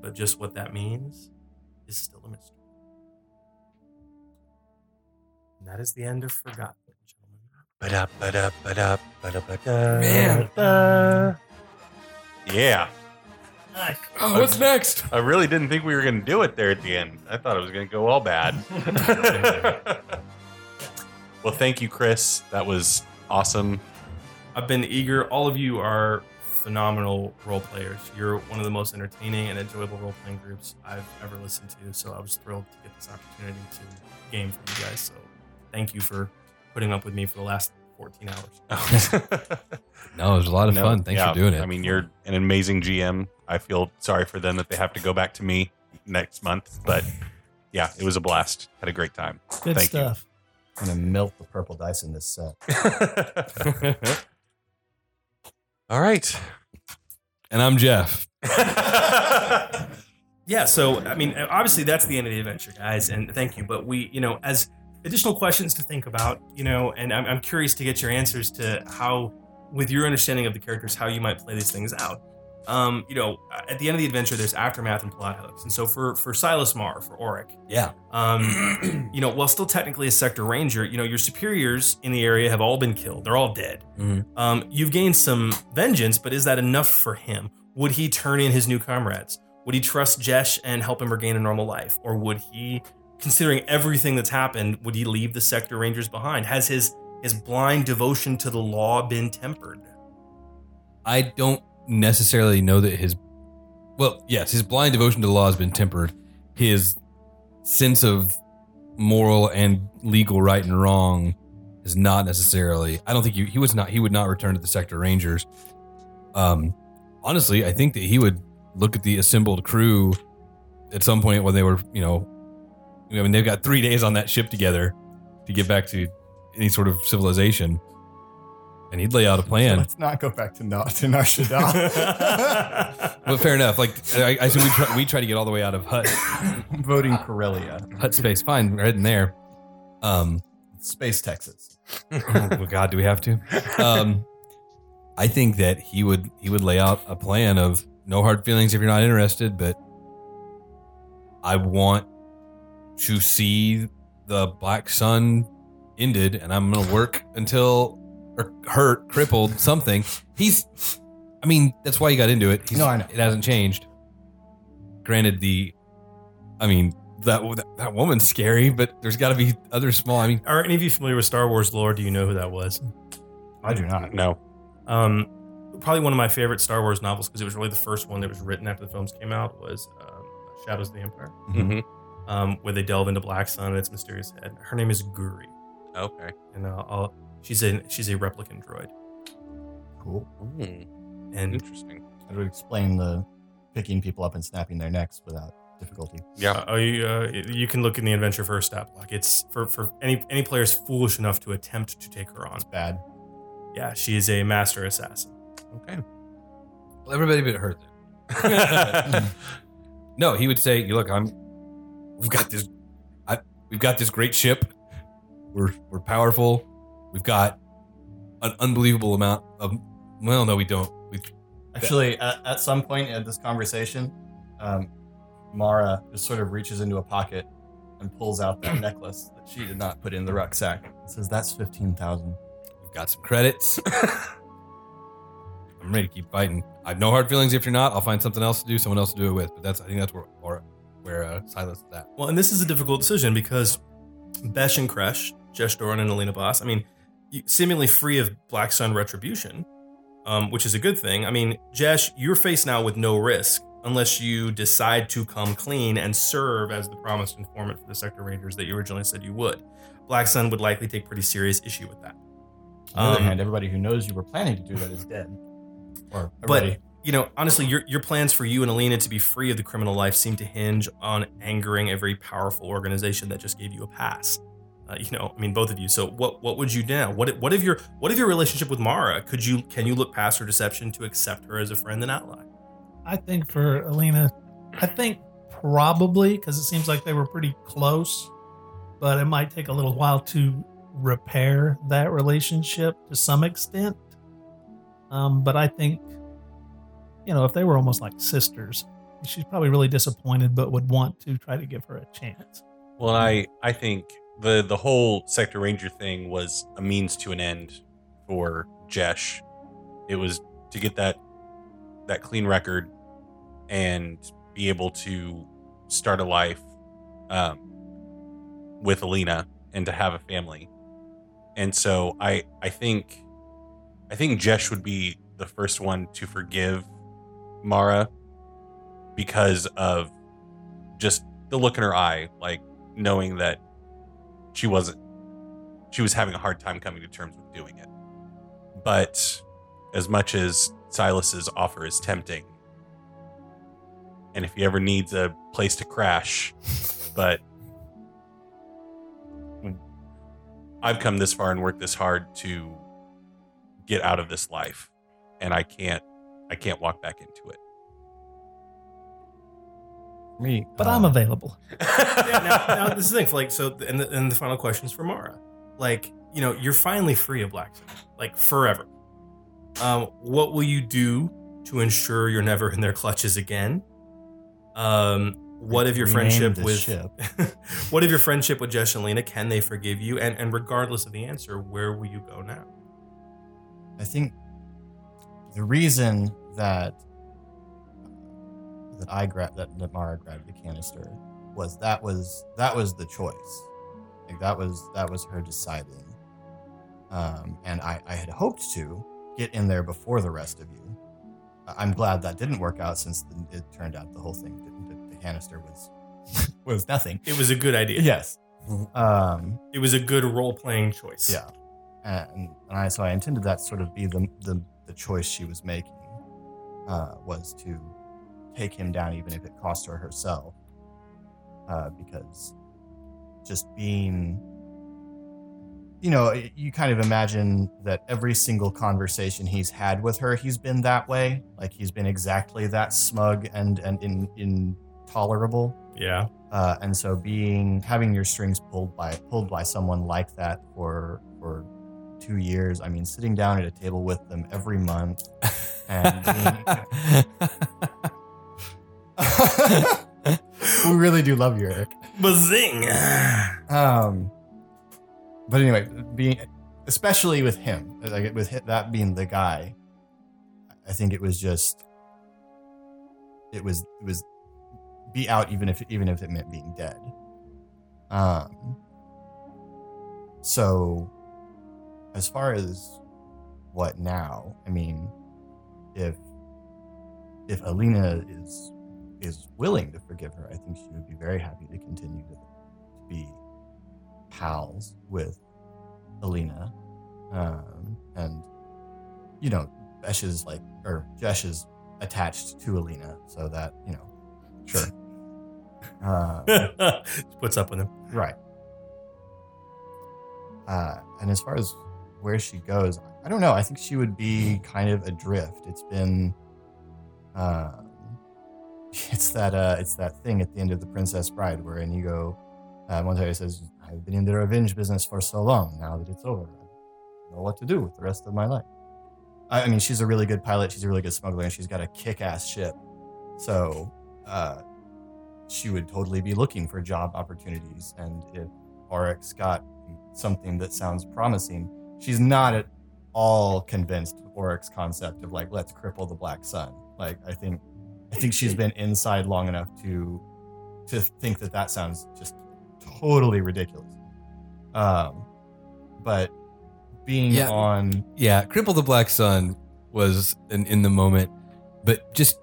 S4: But just what that means is still a mystery. And that is the end of Forgotten, gentlemen.
S5: Ba-da, ba-da, ba-da, ba-da, ba-da.
S7: Man.
S8: Uh,
S4: Uh,
S5: Yeah.
S7: Oh, what's next?
S5: I really didn't think we were going to do it there at the end. I thought it was going to go all
S7: [laughs]
S5: bad. well, thank you, Chris. That was
S7: [laughs]
S5: awesome.
S4: I've been eager. All of you are phenomenal role players. You're one of the most entertaining and enjoyable role playing groups I've ever listened to. So I was thrilled to get this opportunity to game for you guys. So thank you for putting up with me for the last 14 hours.
S7: No, it was a lot of
S5: No,
S7: fun. Thanks
S5: yeah,
S7: for doing it.
S5: I mean, you're an amazing GM. I feel sorry for them that they have to go back to me next month, but yeah, it was a blast. Had a great
S7: [laughs]
S5: time. [laughs] [laughs]
S8: Good
S5: Thank you.
S8: stuff.
S6: I'm gonna melt the purple dice in this set.
S5: All right.
S7: [laughs] and I'm Jeff.
S4: Yeah. So, I mean, obviously that's the end of the adventure, guys. And thank you. But we, you know, as additional questions to think about, you know, and I'm, I'm curious to get your answers to how, with your understanding of the characters, how you might play these things out. Um, you know, at the end of the adventure, there's aftermath and plot hooks. And so for for Silas Mar, for Auric,
S7: Yeah.
S4: um, you know, while still technically a sector ranger, you know, your superiors in the area have all been killed. They're all dead.
S7: Mhm.
S4: Um, you've gained some vengeance, but is that enough for him? Would he turn in his new comrades? Would he trust Jesh and help him regain a normal life? Or would he, considering everything that's happened, would he leave the sector rangers behind? Has his his blind devotion to the law been tempered?
S7: I don't necessarily know that his, well, yes, his blind devotion to the law has been tempered. His sense of moral and legal right and wrong is not necessarily. I don't think you, he was not. He would not return to the sector rangers. Um, honestly, I think that he would look at the assembled crew at some point when they were, you know, I mean, they've got three days on that ship together to get back to any sort of civilization, and he'd lay out a plan.
S6: Let's not go back to Na- to Narshada.
S4: [laughs]
S7: Well, fair enough. Like I, I assume we try, we try to get all the way out of hut
S6: I'm [laughs] voting Corellia.
S7: hut space. Fine, we're heading there. Um,
S6: Space Texas.
S7: [laughs] oh well, God, do we have to? Um, I think that he would he would lay out a plan of no hard feelings if you're not interested, but I want to see the Black Sun ended, and I'm gonna work until or hurt, crippled, something. He's, I mean, that's why he got into it. He's,
S6: No, I know.
S7: It hasn't changed. Granted, the, I mean, that that woman's scary, but there's got to be other small. I mean,
S4: Are any of you familiar with Star Wars lore? Do you know who that was?
S6: I do not.
S5: No.
S4: Um, probably one of my favorite Star Wars novels because it was really the first one that was written after the films came out was um, Shadows of the Empire,
S6: Mm-hmm.
S5: Mhm.
S4: um, where they delve into Black Sun and its mysterious head. Her name is Guri,
S5: Okay.
S4: and uh, I'll, she's a she's a replicant droid.
S6: Cool.
S5: Mm,
S4: And
S5: interesting.
S6: That would explain the picking people up and snapping their necks without difficulty.
S5: Yeah.
S4: Uh, you, uh, you can look in the adventure for a stat block. It's for, for any any players foolish enough to attempt to take her on.
S6: It's bad.
S4: Yeah, she is a master assassin.
S5: Okay.
S7: Well, everybody but her. Then. no, he would say, "You look, I'm. We've got this. I, we've got this great ship. We're we're powerful. We've got an unbelievable amount of. Well, no, we don't. We,
S6: Actually, at, at some point in this conversation, um, Mara just sort of reaches into a pocket and pulls out
S4: [clears throat]
S6: that necklace that she did not put in the rucksack. It says that's fifteen thousand.
S7: we've got some credits. I'm ready to keep fighting. I have no hard feelings. If you're not, I'll find something else to do, someone else to do it with. But that's I think that's where where, where uh, Silas is at.
S4: Well, and this is a difficult decision because Besh and Kresh, Jesh Doran and Alina Boss, I mean, you- seemingly free of Black Sun retribution, um, which is a good thing. I mean, Jesh, you're faced now with no risk unless you decide to come clean and serve as the promised informant for the Sector Raiders that you originally said you would. Black Sun would likely take pretty serious issue with that.
S6: On the other
S4: Um,
S6: hand, everybody who knows you were planning to do that is dead. Or
S4: But
S6: everybody.
S4: you know, honestly, your your plans for you and Alina to be free of the criminal life seem to hinge on angering a very powerful organization that just gave you a pass. Uh, you know, I mean, both of you. So, what what would you do now? What if- what if your what if your relationship with Mara? Could you can you look past her deception to accept her as a friend and ally?
S8: I think for Alina, I think probably because it seems like they were pretty close, but it might take a little while to repair that relationship to some extent. Um, but I think, you know, if they were almost like sisters, she's probably really disappointed, but would want to try to give her a chance.
S5: Well, I I think the the whole sector ranger thing was a means to an end for Jesh. It was to get that that clean record and be able to start a life um, with Alina and to have a family. And so I I think I think Jesh would be the first one to forgive Mara because of just the look in her eye, like knowing that she wasn't she was having a hard time coming to terms with doing it but as much as silas's offer is tempting and if he ever needs a place to crash but i've come this far and worked this hard to get out of this life and i can't i can't walk back into it
S6: me,
S8: But
S6: uh,
S8: I'm available.
S4: [laughs] yeah, now, now this is the thing. Like, so, and the, and the final question is for Mara. Like, you know, you're finally free of Black Sun, like forever. Um, what will you do to ensure you're never in their clutches again? Um, what of your
S6: rename
S4: friendship
S6: this
S4: with
S6: ship.
S4: [laughs] what of your friendship with Jesh and Lena? Can they forgive you? And and regardless of the answer, where will you go now?
S6: I think the reason that that I grabbed that, that Mara grabbed the canister was that was that was the choice. Like that was that was her deciding. Um, and I, I had hoped to get in there before the rest of you. I- I'm glad that didn't work out since the, it turned out the whole thing didn't, the, the canister was [laughs] was nothing.
S4: It was a good idea.
S6: Yes. Um,
S4: It was a good role playing choice.
S6: yeah, and, and I so I intended that sort of be the the, the choice she was making uh, was to take him down, even if it cost her herself, uh, because just being, you know, y- you kind of imagine that every single conversation he's had with her, he's been that way, like he's been exactly that smug and and in intolerable
S4: Yeah.
S6: uh, and so being having your strings pulled by pulled by someone like that for for two years i mean sitting down at a table with them every month and being, we really do love you eric
S4: Bazing.
S6: um but anyway being especially with him like with hi- that being the guy i think it was just it was it was be out even if even if it meant being dead um so as far as what now i mean if if alina is is willing to forgive her i think she would be very happy to continue to to be pals with Alina. Um, and, you know, Besh is like, or Jesh is attached to Alina, so that, you know, sure. [laughs] Uh,
S4: [laughs] What's up with him?
S6: Right. Uh, and as far as where she goes, I don't know. I think she would be kind of adrift. It's been, um, [laughs] it's that uh, it's that thing at the end of the Princess Bride where Inigo uh, Montoya says, "I've been in the revenge business for so long. Now that it's over, I don't know what to do with the rest of my life." I, I mean, she's a really good pilot. She's a really good smuggler, and she's got a kick-ass ship. So. Uh, she would totally be looking for job opportunities. And if Oryx got something that sounds promising, she's not at all convinced of Oryx's concept of like let's cripple the Black Sun. Like I think, I think she's been inside long enough to to think that that sounds just totally ridiculous. Um, but being
S7: Yeah.
S6: on
S7: [laughs] Yeah, cripple the black sun was an in the moment, but just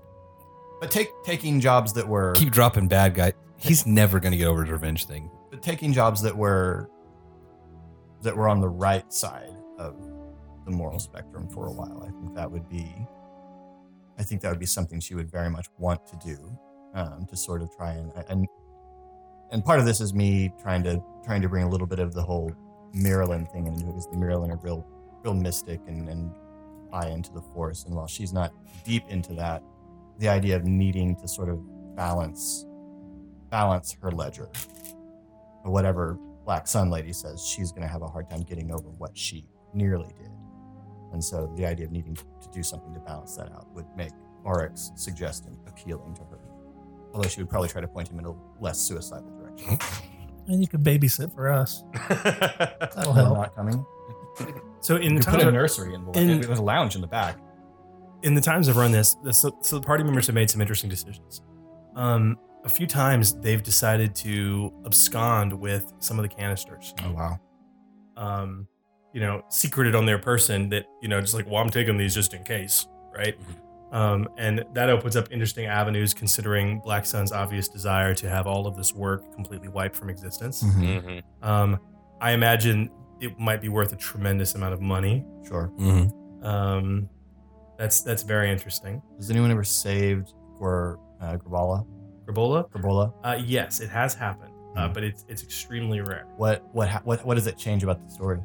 S6: but take taking jobs that were
S7: keep dropping bad guy. He's never gonna get over his revenge thing.
S6: but taking jobs that were that were on the right side of the moral spectrum for a while. I think that would be, I think that would be something she would very much want to do, um, to sort of try and and and part of this is me trying to trying to bring a little bit of the whole Maryland thing into it because the Maryland are real real mystic and and buy into the force. And while she's not deep into that, the idea of needing to sort of balance balance her ledger or whatever Black Sun Lady says, she's going to have a hard time getting over what she nearly did. And so the idea of needing to do something to balance that out would make Oryx's suggestion appealing to her. Although she would probably try to point him in a less suicidal [laughs] direction.
S8: And you could babysit for
S5: [laughs]
S8: us. That'll
S6: They're
S8: help.
S6: not coming.
S4: So in the
S6: You put a
S4: time
S6: nursery in the
S4: in-
S6: there's a lounge in the back.
S4: in the times I've run this, the, so, so the party members have made some interesting decisions. Um, a few times they've decided to abscond with some of the canisters.
S6: Oh wow!
S4: um, you know, secreted on their person that, you know, just like, well, I'm taking these just in case, right? Um, and that opens up interesting avenues considering Black Sun's obvious desire to have all of this work completely wiped from existence.
S12: Mm-hmm.
S4: [laughs]
S9: Mhm.
S4: Um, I imagine it might be worth a tremendous amount of money.
S6: Sure.
S7: Mm-hmm.
S4: Um, that's that's very interesting.
S6: Has anyone ever saved Gor uh, Grabola?
S4: Grabola?
S6: Grabola?
S4: Uh, yes, it has happened, uh,
S6: Mhm.
S4: but it's it's extremely rare.
S6: What what ha- what what does it change about the story?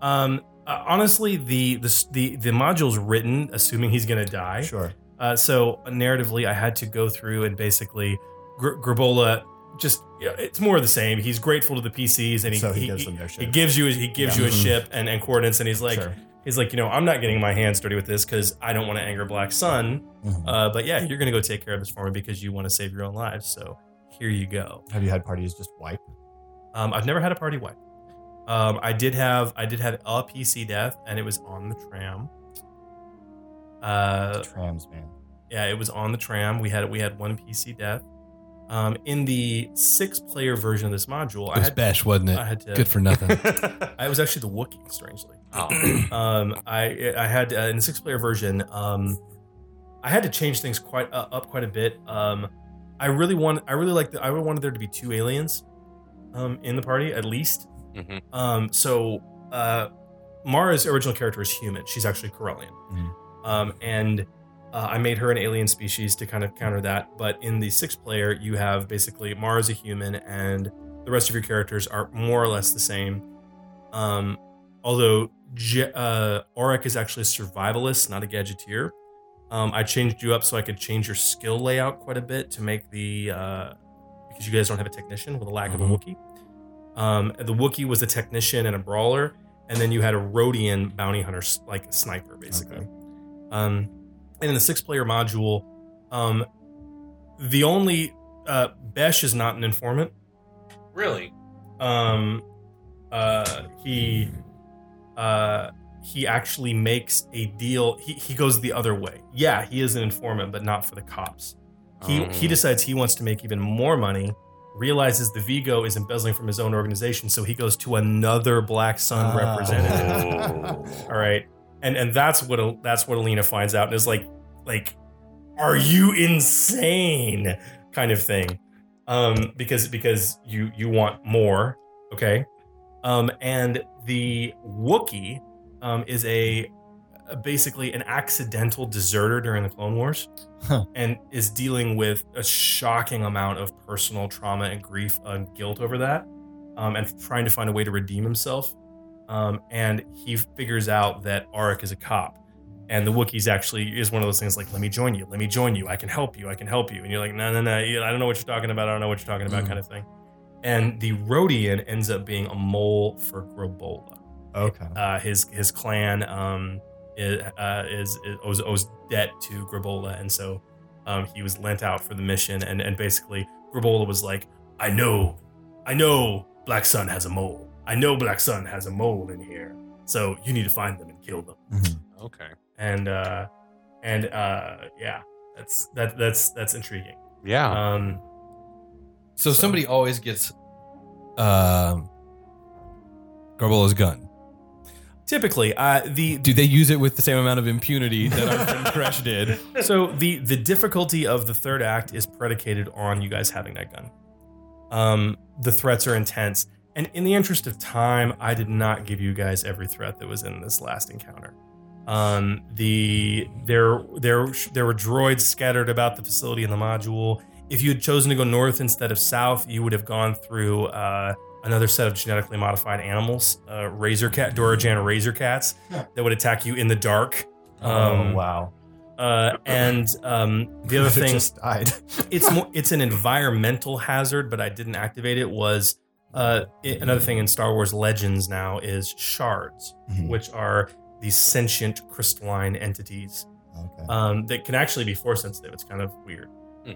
S4: Um, uh, honestly, the, the the the module's written assuming he's going to die.
S6: Sure.
S4: Uh, so narratively, I had to go through and basically Gr- Grabola just you know, it's more of the same. He's grateful to the PCs and he
S6: so he,
S4: he,
S6: gives
S4: he,
S6: them their
S4: he
S6: shit.
S4: gives you he gives
S6: Yeah. Mm-hmm.
S4: you a ship and, and coordinates and he's like uh,
S6: Sure.
S4: he's like you know I'm not getting my hands dirty with this because I don't want to anger Black Sun.
S6: Mhm.
S4: Uh, but yeah, you're gonna go take care of this for me because you want to save your own lives. So here you go.
S6: Have you had parties just wipe?
S4: Um, I've never had a party wipe. Um, I did have I did have a PC death and it was on the tram. Uh,
S6: Trams, man.
S4: yeah, it was on the tram. We had we had one PC death. Um, in the six-player version of this module,
S7: It
S4: I
S7: was
S4: had,
S7: Besh, wasn't
S4: I
S7: it?
S4: had to.
S7: Good for nothing.
S4: [laughs] I was actually the Wookiee, strangely. [clears throat] um, I I had uh, in the six-player version. Um, I had to change things quite uh, up quite a bit. Um, I really want. I really like. The, I really wanted there to be two aliens, um, in the party at least.
S9: Mhm.
S4: Um, so uh, Mara's original character is human. She's actually Corellian, um, and uh, I made her an alien species to kind of counter that. But in the sixth player, you have basically Mara's a human, and the rest of your characters are more or less the same. Um, although Je- uh, Auric is actually a survivalist, not a gadgeteer. Um, I changed you up so I could change your skill layout quite a bit to make the uh, because you guys don't have a technician with a lack of a
S7: Mhm.
S4: Wookiee. Um, the Wookiee was a technician and a brawler, and then you had a Rhodian bounty hunter, s- like a sniper, basically. Um, and in the six-player module, um, the only uh, Besh is not an informant
S9: Really?
S4: um uh he uh he actually makes a deal he, he goes the other way yeah he is an informant but not for the cops he he decides he wants to make even more money realizes the vigo is embezzling from his own organization so he goes to another black sun
S6: Ah.
S4: representative
S12: Oh.
S4: all right and and that's what Al- that's what alina finds out and is like like are you insane kind of thing um because because you you want more okay um and the wookie um is a basically an accidental deserter during the Clone Wars
S6: Huh.
S4: and is dealing with a shocking amount of personal trauma and grief and guilt over that um, and trying to find a way to redeem himself. Um, and he figures out that Arik is a cop. And the Wookiees actually is one of those things like, let me join you, let me join you, I can help you, I can help you. And you're like, no, no, no, I don't know what you're talking about, I don't know what you're talking about,
S6: Mm.
S4: kind of thing. And the Rhodian ends up being a mole for Grobola
S6: Okay.
S4: uh, his his clan um, is, uh, is, is owes, owes debt to Grabola, and so um, he was lent out for the mission. And, and basically, Grabola was like, "I know, I know, Black Sun has a mole. I know Black Sun has a mole in here. So you need to find them and kill them."
S6: Mhm.
S12: Okay.
S4: And uh, and uh, yeah, that's that that's that's intriguing.
S12: Yeah.
S4: Um,
S7: So somebody always gets um Garbolo's gun.
S4: typically, uh, the
S7: Do they use it with the same amount of impunity that our
S4: [laughs]
S7: friend Crash did?
S4: so the the difficulty of the third act is predicated on you guys having that gun. Um, the threats are intense, and in the interest of time, I did not give you guys every threat that was in this last encounter. Um, the there there there were droids scattered about the facility in the module. If you had chosen to go north instead of south, you would have gone through uh, another set of genetically modified animals, uh, razor cat, Dorojan razor cats, that would attack you in the dark. Um,
S6: oh wow.
S4: uh, and um, the other
S6: [laughs] It
S4: thing, [laughs]
S6: just died.
S4: it's more, it's an environmental hazard, but I didn't activate it. Was uh, it, another thing in Star Wars Legends now is shards,
S6: Mhm.
S4: which are these sentient crystalline entities
S6: Okay.
S4: um, that can actually be force sensitive. It's kind of weird.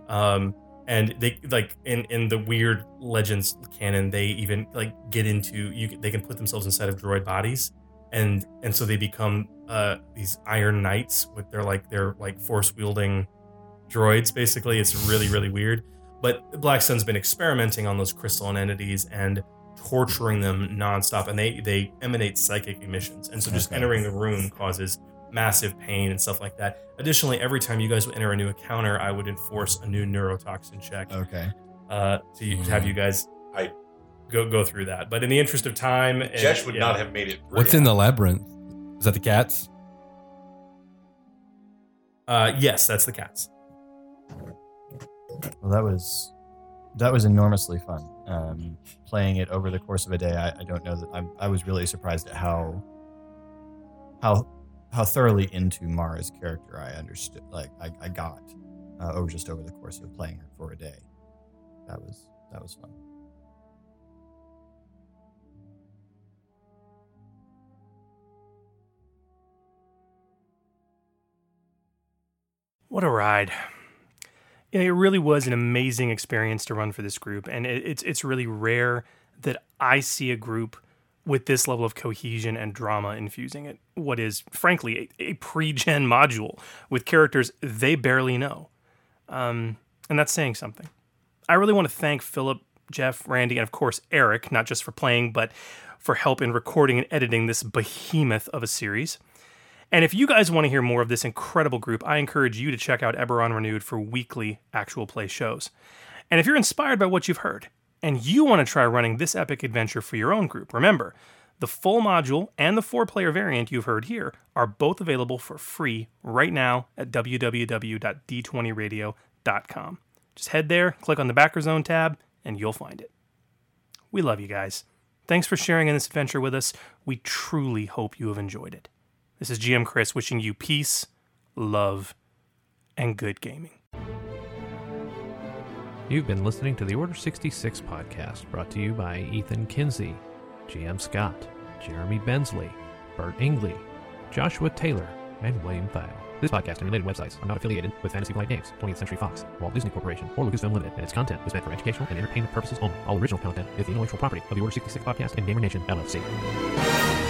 S4: Um, and they like in in the weird legends canon, they even like get into you. can- They can put themselves inside of droid bodies, and and so they become uh, these Iron Knights with their like their like force wielding droids. Basically, it's really really weird. But Black Sun's been experimenting on those crystalline entities and torturing them nonstop, and they they emanate psychic emissions, and so just
S6: Okay.
S4: entering the room causes massive pain and stuff like that. Additionally, every time you guys would enter a new encounter, I would enforce a new neurotoxin check
S6: okay.
S4: uh, to you- to have you guys
S5: Oh. Mm-hmm. I-
S4: go go through that. But in the interest of time, and-
S5: Jesh would
S4: yeah.
S5: not have made it. through.
S7: What's in the labyrinth? Is that the cats?
S4: Uh, yes, that's the cats.
S6: Well, that was that was enormously fun. Um, playing it over the course of a day, I, I don't know that I, I was really surprised at how how how thoroughly into Mara's character I understood, like I, I got uh, over just over the course of playing her for a day. That was that was fun.
S8: What a ride. Yeah, it really was an amazing experience to run for this group. And it, it's, it's really rare that I see a group with this level of cohesion and drama infusing it. What is, frankly, a, a pre gen [laughs] module with characters they barely know. Um, and that's saying something. I really want to thank Philip, Jeff, Randy, and of course Eric, not just for playing, but for help in recording and editing this behemoth of a series. And if you guys want to hear more of this incredible group, I encourage you to check out Eberron Renewed for weekly actual play shows. And if you're inspired by what you've heard and you want to try running this epic adventure for your own group, remember the full module and the four player variant you've heard here are both available for free right now at www.d20radio.com. Just head there, click on the Backer Zone tab, and you'll find it. We love you guys. Thanks for sharing in this adventure with us. We truly hope you have enjoyed it. This is GM Chris wishing you peace, love, and good gaming.
S3: You've been listening to the Order 66 podcast, brought to you by Ethan Kinsey, GM Scott, Jeremy Bensley, Bert Ingley, Joshua Taylor, and William Thile. This podcast and related websites are not affiliated with Fantasy Flight Games, 20th Century Fox, Walt Disney Corporation, or Lucasfilm Limited, and its content is meant for educational and entertainment purposes only. All original content is the intellectual property of the Order 66 podcast and Gamer Nation LLC.